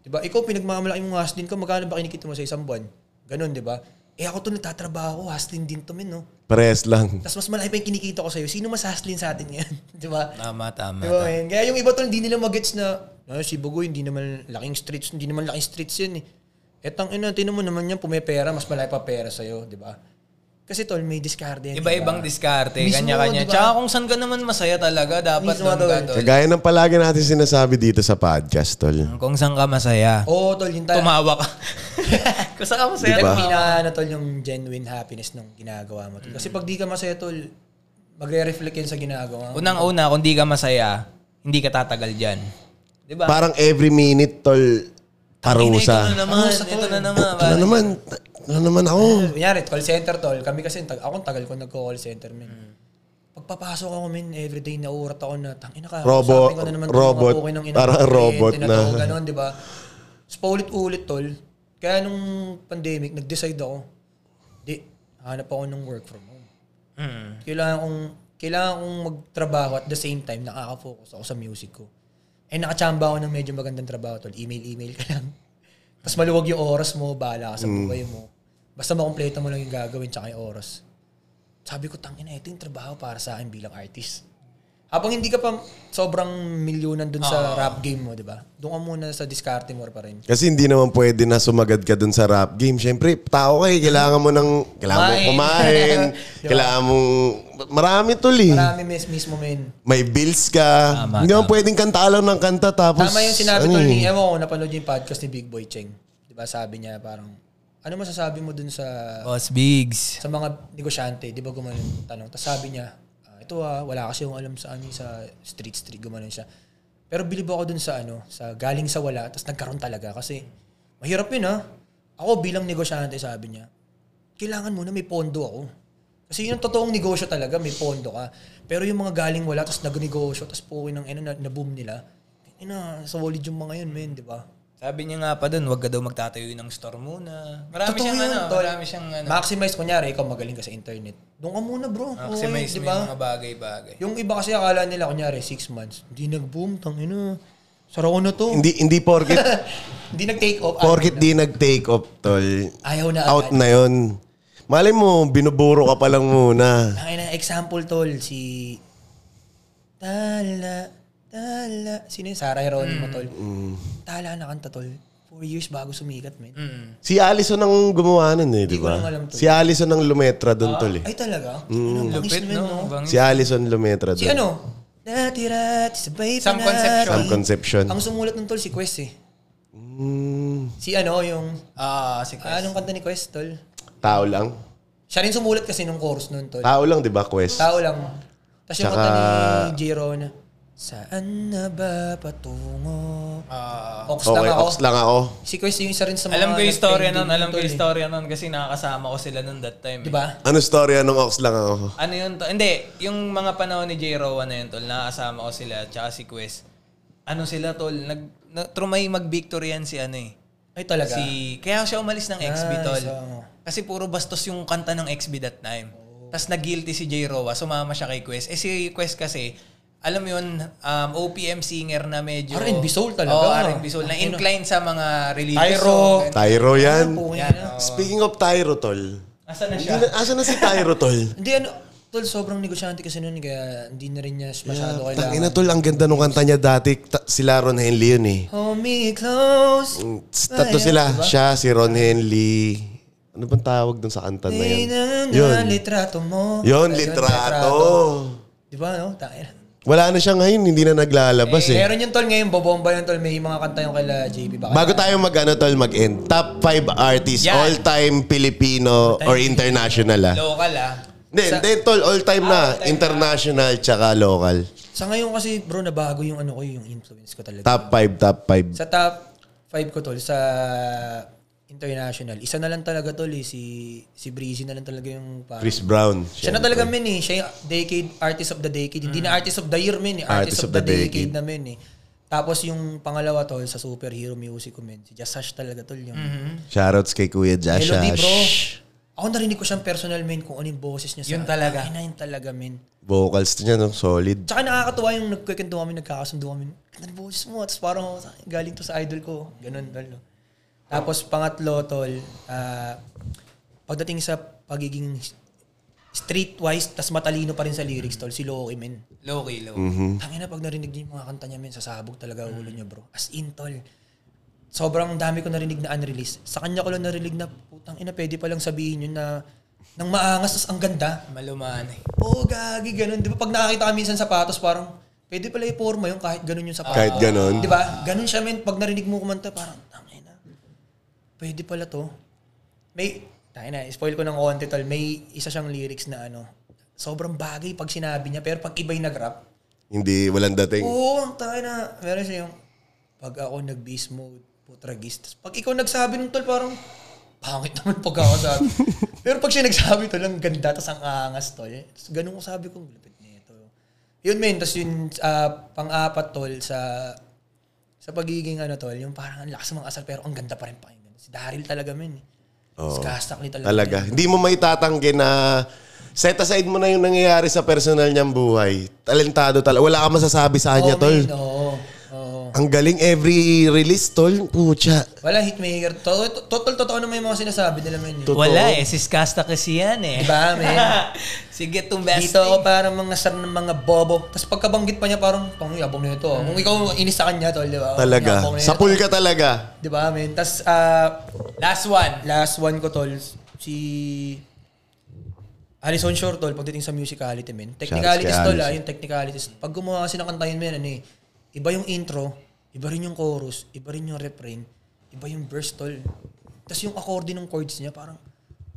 Speaker 1: Di ba? Diba? Ikaw, pinagmamalaki mong hustling ka, magkano ba kinikita mo sa isang buwan? Ganun, di ba? Eh ako to nagtatrabaho, hustling din to, men, no?
Speaker 4: Pares lang.
Speaker 1: Tapos mas malaki pa yung kinikita ko sa'yo. Sino mas hustling sa atin ngayon? [laughs] di ba?
Speaker 3: Tama, tama.
Speaker 1: Di ba, men? Kaya yung iba to, hindi nila magets na, ah, si Bugoy, hindi naman laking streets, hindi naman laking streets yan eh. Etang ina, tinan mo naman yan, pumepera, mas malaki pa pera sa'yo, di ba? Kasi tol, may diba? discard yan.
Speaker 3: Iba-ibang diskarte,
Speaker 1: Mismo,
Speaker 3: kanya-kanya.
Speaker 1: diba?
Speaker 3: Tsaka kung saan ka naman masaya talaga, dapat
Speaker 1: Mismo,
Speaker 3: doon ka
Speaker 1: tol.
Speaker 3: doon.
Speaker 4: Kagaya ng palagi natin sinasabi dito sa podcast,
Speaker 1: Diba?
Speaker 4: tol.
Speaker 3: Kung saan ka masaya,
Speaker 1: Oo, tol, yun talaga.
Speaker 3: tumawa ka. [laughs] kung saan ka masaya,
Speaker 1: Yan ang
Speaker 4: Diba?
Speaker 3: tumawa.
Speaker 1: pinaka, ano, tol, yung genuine happiness nung ginagawa mo. Tol. Kasi pag di ka masaya, tol, magre-reflect yan sa ginagawa mo.
Speaker 3: Unang-una, kung di ka masaya, hindi ka tatagal dyan. Di ba?
Speaker 4: Parang every minute, tol,
Speaker 3: Ina, Ito na
Speaker 4: parusa.
Speaker 3: naman,
Speaker 1: Parusa,
Speaker 3: ito
Speaker 1: tol.
Speaker 3: na naman.
Speaker 4: Ito na naman. Ito na naman ako.
Speaker 1: Kunyari, call center, tol. Kami kasi, tag, ako ang tagal ko nagko-call center, men.
Speaker 4: Mm.
Speaker 1: Pagpapasok ako, men, everyday nauurat ako na, tangina ka,
Speaker 4: Robo-
Speaker 1: usapin ko na naman
Speaker 4: robot. Parang robot na.
Speaker 1: Ganon, eh, di ba? Tapos paulit-ulit, tol. Kaya nung pandemic, nag-decide ako, di, hanap ako ng work from home.
Speaker 3: Hmm.
Speaker 1: Kailangan kong, kailangan kong magtrabaho at the same time, nakaka-focus ako sa music ko. Eh, nakachamba ako ng medyo magandang trabaho, tol. Email-email ka lang. [laughs] Tapos maluwag yung oras mo, bahala ka sa buhay mo. Basta makompleto mo lang yung gagawin tsaka yung oras. Sabi ko, tangina, ito yung trabaho para sa akin bilang artist. Habang hindi ka pa sobrang milyunan dun sa rap game mo, di ba? Doon ka muna sa discarte mo pa rin.
Speaker 4: Kasi hindi naman pwede na sumagad ka dun sa rap game. Siyempre, tao ka eh. Kailangan mo ng... Kailangan mong kumain.
Speaker 1: [laughs] Kumain. Diba?
Speaker 4: kailangan mong... Marami tol eh.
Speaker 1: Marami mes mismo, men.
Speaker 4: May bills ka.
Speaker 3: Tama,
Speaker 4: hindi naman pwedeng kanta lang ng kanta tapos...
Speaker 1: Tama yung sinabi
Speaker 4: ano
Speaker 1: ko
Speaker 4: eh.
Speaker 1: ni Ewan ko, napanood yung podcast ni Big Boy Cheng. Di ba sabi niya parang, ano masasabi mo dun sa
Speaker 3: Boss Bigs.
Speaker 1: sa mga negosyante, di ba gumanon yung tanong. Tapos sabi niya, "Ah, ito ah, wala kasi yung alam sa ano sa street street, gumanon siya. Pero bilib ako dun sa ano, sa galing sa wala, tapos nagkaroon talaga. Kasi mahirap yun ah. Ako bilang negosyante, sabi niya, kailangan mo na may pondo ako. Kasi yun ang totoong negosyo talaga, may pondo ka. Pero yung mga galing wala, tapos nagnegosyo, tapos puwi ng ano, na, na-boom nila. Ina, solid yung mga yun, men, di ba?
Speaker 3: Sabi niya nga pa doon, wag ka daw magtatayo ng store muna. Marami
Speaker 1: Totoo
Speaker 3: siyang
Speaker 1: yun,
Speaker 3: ano,
Speaker 1: tol.
Speaker 3: marami siyang ano.
Speaker 1: Maximize, kunyari, ikaw magaling ka sa internet. Doon ka muna, bro.
Speaker 3: Maximize
Speaker 1: Okay, di
Speaker 3: mo
Speaker 1: ba?
Speaker 3: yung mga bagay-bagay.
Speaker 1: Yung iba kasi akala nila, kunyari, six months, hindi nag-boom, tangina. Saraw na to.
Speaker 4: Hindi, hindi porkit,
Speaker 1: [laughs] Hindi nag-take off.
Speaker 4: porkit di nag-take off, tol.
Speaker 1: Ayaw na
Speaker 4: Out
Speaker 1: agad.
Speaker 4: na yon. Malay mo, binuburo ka pa lang muna.
Speaker 1: Ang ina, example, tol, si... Tala, tala. Sino yun? Sarah
Speaker 3: Mm.
Speaker 1: Heronimo, tol.
Speaker 4: Mm.
Speaker 1: Tala na kanta, tol. Four years bago sumikat, men.
Speaker 3: Mm.
Speaker 4: Si Allison ang gumawa nun eh, di
Speaker 1: ko lang alam to.
Speaker 4: ba? Si Allison ang lumetra dun, tol eh.
Speaker 1: Ay, talaga? Mm.
Speaker 3: Lupit, no? Bang-
Speaker 4: Si Allison lumetra
Speaker 1: Si
Speaker 4: dun.
Speaker 1: ano? Natira, sabay pa
Speaker 3: Sam Concepcion.
Speaker 4: Sam Concepcion.
Speaker 1: Ang sumulat ng tol, si Quest, eh.
Speaker 4: Mm,
Speaker 1: Si ano, yung...
Speaker 3: Ah, si Chris.
Speaker 1: Anong kanta ni Quest, tol?
Speaker 4: tao lang.
Speaker 1: Siya rin sumulat kasi nung chorus nun, tol.
Speaker 4: Tao lang, di ba, Quest?
Speaker 1: Tao lang. Tapos yung
Speaker 4: Tsaka-
Speaker 1: kanta ni Jiro na, Saan na ba patungo?
Speaker 3: Ah,
Speaker 1: Ox lang
Speaker 4: Okay,
Speaker 1: ako.
Speaker 4: ox lang ako.
Speaker 1: Si Quest yung isa rin sa mga...
Speaker 3: alam ko yung story nun,
Speaker 1: nag-trending
Speaker 3: alam ko
Speaker 1: tol,
Speaker 3: yung
Speaker 1: eh.
Speaker 3: story nun kasi nakakasama ko sila nun that time. eh.
Speaker 1: Diba?
Speaker 4: Ano story anong ox lang ako?
Speaker 3: Ano yun to? Hindi, yung mga panahon ni J. Rowan na yun, tol, nakakasama ko sila, tsaka si Quest. Ano sila, tol? Nag, na, trumay mag-victory yan si ano eh.
Speaker 1: Ay talaga.
Speaker 3: Si, kaya siya umalis ng XB,
Speaker 1: Ah,
Speaker 3: tol.
Speaker 1: isa.
Speaker 3: Kasi puro bastos yung kanta ng XB that time. Tapos nag-guilty si J. Rowa, sumama siya kay Quest. Eh si Quest kasi, alam mo yun, um, OPM singer na medyo...
Speaker 1: R&B soul talaga. Ano?
Speaker 3: Oo, R&B soul. Na inclined sa mga religious
Speaker 1: Tyro.
Speaker 3: song.
Speaker 4: Tyro
Speaker 1: Ano
Speaker 4: yan.
Speaker 1: Pukin na.
Speaker 4: Speaking of Tyro, tol.
Speaker 3: Asa na
Speaker 4: Hindi
Speaker 3: siya?
Speaker 4: na- Asan na si Tyro, tol?
Speaker 1: Hindi ano, tol, sobrang negosyante kasi nun, eh, kaya hindi na rin niya masyado
Speaker 4: Tangina,
Speaker 1: kailangan.
Speaker 4: tol. Ang ganda nung kanta niya dati. Ta- si Ron Henley yun eh.
Speaker 1: Hold me close. diba?
Speaker 4: Tatlo sila. Siya, si Ron Henley, Ano bang tawag dun sa kanta na
Speaker 1: Ay,
Speaker 4: yan?
Speaker 1: na, na,
Speaker 4: Yun.
Speaker 1: litrato mo.
Speaker 4: Yun,
Speaker 1: Ayun,
Speaker 4: litrato.
Speaker 1: Di ba, no? Tayo na.
Speaker 4: Wala na siya ngayon, hindi na naglalabas eh.
Speaker 1: Meron yung tol ngayon, bobomba yung tol. May mga kanta yung kaila JB. Baka
Speaker 4: Bago tayo mag-ano tol, mag-end. Top 5 artists,
Speaker 3: Yan.
Speaker 4: all-time Filipino or international ah.
Speaker 3: Local ah.
Speaker 4: Hindi, hindi tol, all-time na. International tsaka local.
Speaker 1: Sa ngayon kasi bro, nabago yung ano ko, yung influence ko talaga.
Speaker 4: Top 5, top 5.
Speaker 1: Sa top 5 ko tol, sa international, isa na lang talaga tol eh, si, si Breezy na lang talaga yung parang.
Speaker 4: Chris Brown.
Speaker 1: Siya na talaga men eh. Siya yung decade, artist of the decade. Hindi na artist of the year men eh. Artist, of, the, decade. na men eh. Tapos yung pangalawa tol, sa superhero music ko men, si Jasash talaga tol yung
Speaker 3: Mm-hmm.
Speaker 4: Shoutouts kay Kuya Jasha.
Speaker 1: melody bro. Ako narinig ko siyang personal men kung ano yung boses niya. sa-
Speaker 3: Yun talaga.
Speaker 1: Ay, na yun talaga men.
Speaker 4: Vocals niya, no? solid.
Speaker 1: Tsaka nakakatuwa yung nagkwento kami, nagkakasundo kami. Ganda ng boses mo. Tapos parang ako, "Sa- galing to sa idol ko. Ganun, tol. no? Tapos pangatlo, tol, ah, pagdating sa pagiging streetwise, tas matalino pa rin sa lyrics, tol, si Loki, men.
Speaker 3: Low-key, low.
Speaker 1: Tangina, pag narinig niyo yung mga kanta niya, men, sasabog talaga ang ulo niya, bro. As in, tol. Sobrang dami ko narinig na unreleased. Sa kanya ko lang narinig na, putang ina, pwede palang sabihin yun na nang maangas, tas ang ganda.
Speaker 3: Malumaan eh.
Speaker 1: Oo, gagi, ganun. Di ba pag nakakita ka minsan sapatos, parang pwede pala i-forma yung kahit ganun yung sapatos.
Speaker 4: Kahit ganun.
Speaker 1: Di ba? Ganun siya, men. Pag narinig mo kumanta, parang, tangay na. Pwede pala to. May, tangay na, spoil ko ng konti, tol. May isa siyang lyrics na ano, sobrang bagay pag sinabi niya, pero pag iba'y nag-rap,
Speaker 4: Hindi, walang dating.
Speaker 1: oo, tangay na. Meron siya yung, pag ako nag-beast mode, putragist. Tas Pag ikaw nagsabi nung tol, parang, pangit naman pag ako
Speaker 4: [laughs]
Speaker 1: sabi. Pero pag siya nagsabi, tol, ang ganda, tas ang angas, tol. Tas ganun ko sabi ko, lapit nito. Yun, men. Tapos yun, ah, pang-apat, tol, sa sa pagiging ano, tol, yung parang ang lakas ng mga asal, pero ang ganda pa rin pakinggan. Si Daryl talaga, men. eh.
Speaker 4: Oo.
Speaker 1: Si Kastakli talaga.
Speaker 4: Talaga.
Speaker 1: men.
Speaker 4: Hindi mo may tatanggi na set aside mo na yung nangyayari sa personal niyang buhay. Talentado talaga. Wala ka masasabi sa kanya,
Speaker 1: Oo,
Speaker 4: tol.
Speaker 1: men, Oo. Oo.
Speaker 4: Ang galing every release, tol. Pucha.
Speaker 1: Wala hitmaker. Totoo, totoo, totoo naman yung mga sinasabi nila, men. eh.
Speaker 3: Wala eh. Si Skasta kasi yan eh.
Speaker 1: Diba, men?
Speaker 3: [laughs] Sige, tumbesting.
Speaker 1: Dito ako parang mga sar ng mga bobo. Tapos pagkabanggit pa niya parang, pang yabong na ito. ah." Kung ikaw inis sa kanya, tol, di ba?
Speaker 4: Talaga.
Speaker 1: Yabong na
Speaker 4: Sa
Speaker 1: ito.
Speaker 4: pool ka talaga.
Speaker 1: Di ba, men? Tapos, ah,
Speaker 3: Last one.
Speaker 1: last one ko, tol, si... Alison Shore, tol, pagdating sa musicality, men. Technicalities,
Speaker 4: Shouts kay
Speaker 1: tol, ah, yung technicalities. Pag gumawa kasi ng kanta yun, men, ano eh, iba yung intro, iba rin yung chorus, iba rin yung refrain, iba yung verse, tol. Tapos yung according ng chords niya, parang,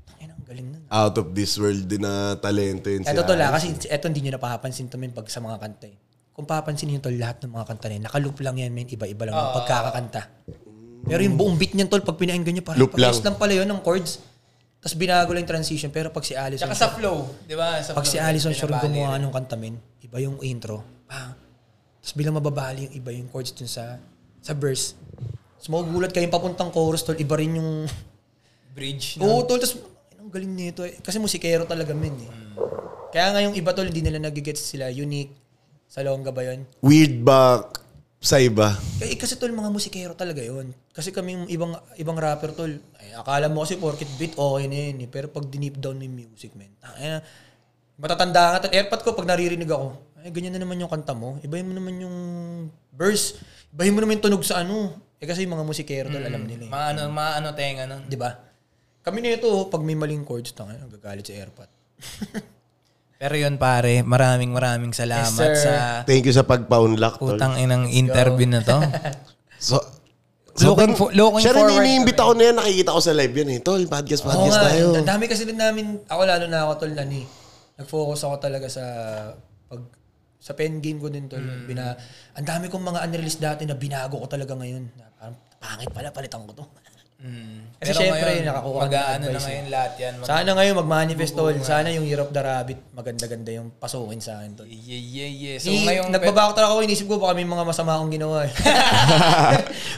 Speaker 1: tangin, ang galing nun.
Speaker 4: Out of this world din na talento yun
Speaker 1: Eto tol, ah, kasi eto hindi nyo napapansin to men pag sa mga kanta eh. Kung papansin nyo tol, lahat ng mga kanta na yun, nakaloop lang yan men, iba-iba lang ang pagkakakanta. Pero yung buong beat niyan tol, pag pinainggan nyo, parang
Speaker 4: Loop
Speaker 1: pag-test lang
Speaker 4: lang.
Speaker 1: pala yun ng chords. Tapos binago lang yung transition, pero pag si Allison,
Speaker 3: Tsaka sa flow. Di ba? Sa
Speaker 1: pag
Speaker 3: flow,
Speaker 1: si Allison sure
Speaker 3: pinabali
Speaker 1: gumawa
Speaker 3: rin.
Speaker 1: ng kanta men, iba yung intro. Bang. Tapos bilang mababali yung iba yung chords dun sa sa verse. Tapos magugulat kayong papuntang chorus tol, iba rin yung...
Speaker 3: Bridge. No?
Speaker 1: Oo tol, tapos ang galing nito eh. Kasi musikero talaga men eh. Kaya nga yung iba tol, hindi nila nagigets sila. Unique. Salonga ba yun?
Speaker 4: Weird ba sa iba?
Speaker 1: Kaya, eh, kasi tol, mga musikero talaga yun. Kasi kaming ibang ibang rapper tol, ay, akala mo kasi porkit beat, okay na yun eh. Pero pag dinip down mo yung music, men. ah, eh, matatanda ka. tol. Airpot ko, pag naririnig ako, ay, ganyan na naman yung kanta mo. Ibahin mo naman yung verse. Ibahin mo naman yung tunog sa ano. Eh kasi yung mga musikero tol, alam nila eh.
Speaker 3: Mga ano, mga ano tenga nun.
Speaker 1: Di ba? Kami nito, pag may maling chords, tanga, nagagalit sa airpot.
Speaker 3: Pero yun pare, maraming maraming salamat
Speaker 1: Yes, sir.
Speaker 3: sa
Speaker 4: Thank you sa pagpa-unlock, tol.
Speaker 3: Ah. putang inang interview na
Speaker 1: [laughs]
Speaker 3: to.
Speaker 4: So,
Speaker 3: Looking for- looking
Speaker 4: siya rin
Speaker 3: forward
Speaker 4: iniimbita ko na yan. Nakikita ko sa live yun eh. Tol, podcast,
Speaker 1: Oo
Speaker 4: podcast
Speaker 1: nga,
Speaker 4: tayo.
Speaker 1: ang dami kasi din namin, ako lalo na ako tol na ni, nag-focus ako talaga sa pag sa pen game ko din tol.
Speaker 3: Mm.
Speaker 1: Bina, ang dami kong mga unreleased dati na binago ko talaga ngayon. Na Parang pangit pala, palitan ko
Speaker 3: [laughs]
Speaker 1: to.
Speaker 3: Mm.
Speaker 1: Kasi syempre, nakakuha ka ng
Speaker 3: mag-aano na
Speaker 1: advice, eh.
Speaker 3: ngayon lahat yan. Mag-
Speaker 1: Sana ngayon mag-manifest tol. Sana yung Year of the Rabbit, maganda-ganda yung pasukin sa akin tol.
Speaker 3: yeah, yeah, yeah. So
Speaker 1: So, I,
Speaker 3: ngayon,
Speaker 1: nagbaback talaga ako, inisip ko baka may mga masama akong
Speaker 3: [laughs]
Speaker 1: ginawa. eh. [laughs]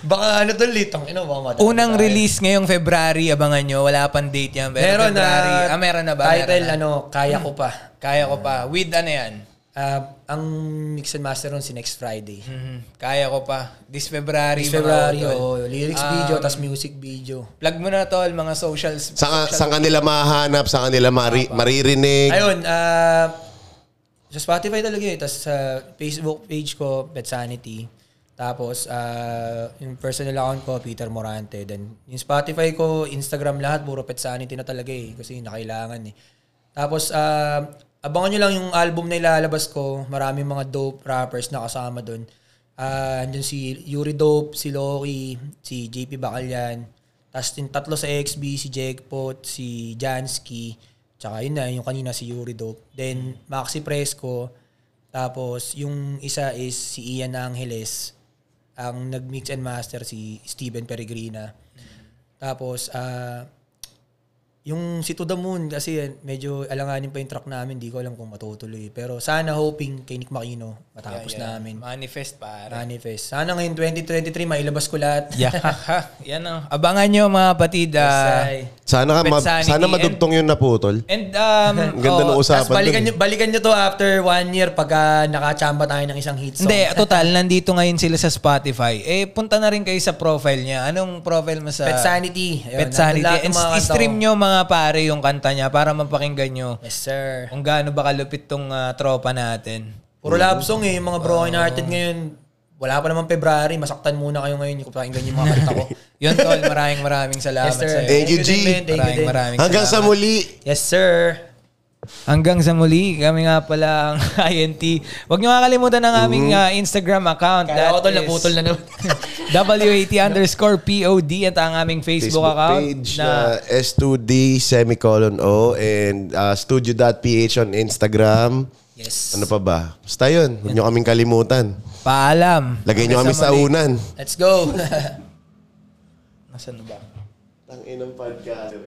Speaker 1: baka ano tol, litang ina, baka madami
Speaker 3: unang
Speaker 1: tayo.
Speaker 3: release ngayong February, abangan nyo. Wala pang date yan. Pero
Speaker 1: Meron na,
Speaker 3: February, ah, meron na ba?
Speaker 1: Title,
Speaker 3: Meron na.
Speaker 1: ano, Kaya Ko Pa.
Speaker 3: Kaya ko pa. With ano yan?
Speaker 1: Ah, ang mix and master ron si next Friday.
Speaker 3: Mhm. Kaya ko pa. This February.
Speaker 1: This
Speaker 3: mga
Speaker 1: February,
Speaker 3: tol.
Speaker 1: oh, lyrics video, tas music video.
Speaker 3: Plug mo na tol, mga socials.
Speaker 4: Sa, sa kanila mahanap, sa kanila mari, maririnig.
Speaker 1: Ayun, ah, sa Spotify talaga yun. Tapos sa Facebook page ko, Pet Sanity. Tapos, ah, yung personal account ko, Peter Morante. Then, yung Spotify ko, Instagram lahat, puro Pet Sanity na talaga eh. Kasi nakailangan eh. Tapos, ah, abangan nyo lang yung album na ilalabas ko. Maraming mga dope rappers na kasama doon. Ah, andyan si Yuri Dope, si Loki, si JP Bacalian. Tapos yung tatlo sa XB, si Jackpot, si Jansky. Tsaka yun na, yung kanina si Yuri Dope. Then, Maxi Presco. Tapos, yung isa is si Ian Angeles. Ang nag-mix and master si Steven Peregrina. Tapos, ah, yung si To The Moon, kasi yan, medyo alanganin pa yung track namin. Di ko alam kung matutuloy. Pero sana hoping kay Nick Makino matapos namin.
Speaker 3: Manifest,
Speaker 1: [laughs]
Speaker 3: pare.
Speaker 1: Manifest. Sana ngayon 2023 mailabas ko lahat.
Speaker 3: Yeah. Yan ang. Abangan nyo mga kapatid. ah.
Speaker 1: Say.
Speaker 4: Sana, ka
Speaker 3: Pet
Speaker 4: ma-
Speaker 3: sanity
Speaker 4: sana madugtong yung naputol.
Speaker 3: and
Speaker 1: [laughs]
Speaker 3: um,
Speaker 4: Ang ganda ng usapan.
Speaker 1: Tapos balikan
Speaker 4: dun eh.
Speaker 1: nyo, balikan nyo to after one year pagka nakachamba tayo ng isang hit song.
Speaker 3: Hindi,
Speaker 1: [laughs]
Speaker 3: total, nandito ngayon sila sa Spotify. Eh, punta na rin kayo sa profile niya. Anong profile mo sa...
Speaker 1: Pet Sanity. Ayun,
Speaker 3: Pet
Speaker 1: nandun
Speaker 3: Sanity.
Speaker 1: lahat ng
Speaker 3: And
Speaker 1: mga kanta ko.
Speaker 3: stream nyo mga pare yung kanta niya para mapakinggan nyo
Speaker 1: Yes, sir.
Speaker 3: kung gaano ba kalupit tong ah, tropa natin.
Speaker 1: Puro love song eh. Yung mga
Speaker 4: Ah.
Speaker 1: broken-hearted ngayon, wala pa naman February, masaktan muna kayo ngayon. Yung kapakinggan niyo yung
Speaker 3: [laughs]
Speaker 1: mga kanta ko.
Speaker 3: Yun, Tol. Maraming maraming salamat
Speaker 1: Yes, sir.
Speaker 3: sa'yo.
Speaker 4: Thank you, G.
Speaker 1: din, man. Thank you
Speaker 3: Maraming
Speaker 1: din.
Speaker 3: maraming
Speaker 4: Hanggang sa
Speaker 3: salamat.
Speaker 4: muli.
Speaker 1: Yes, sir.
Speaker 3: Hanggang sa muli, kami nga pala ang [laughs] INT. Huwag niyo kakalimutan ang aming ah, Instagram account.
Speaker 1: Kala ko tol,
Speaker 3: is
Speaker 1: naputol na
Speaker 3: [laughs]
Speaker 1: naman.
Speaker 3: WAT underscore POD at ang aming Facebook,
Speaker 4: Facebook
Speaker 3: account
Speaker 4: page uh, na S2D semicolon O and uh, studio.ph on Instagram.
Speaker 1: Yes.
Speaker 4: Ano pa ba? Basta yun. Huwag nyo kaming kalimutan.
Speaker 3: paalam.
Speaker 4: Lagay nyo kami sa
Speaker 3: Hanggang muli.
Speaker 4: unan.
Speaker 1: Let's go.
Speaker 3: [laughs] Nasaan na ba?
Speaker 4: Tangin ng podcast.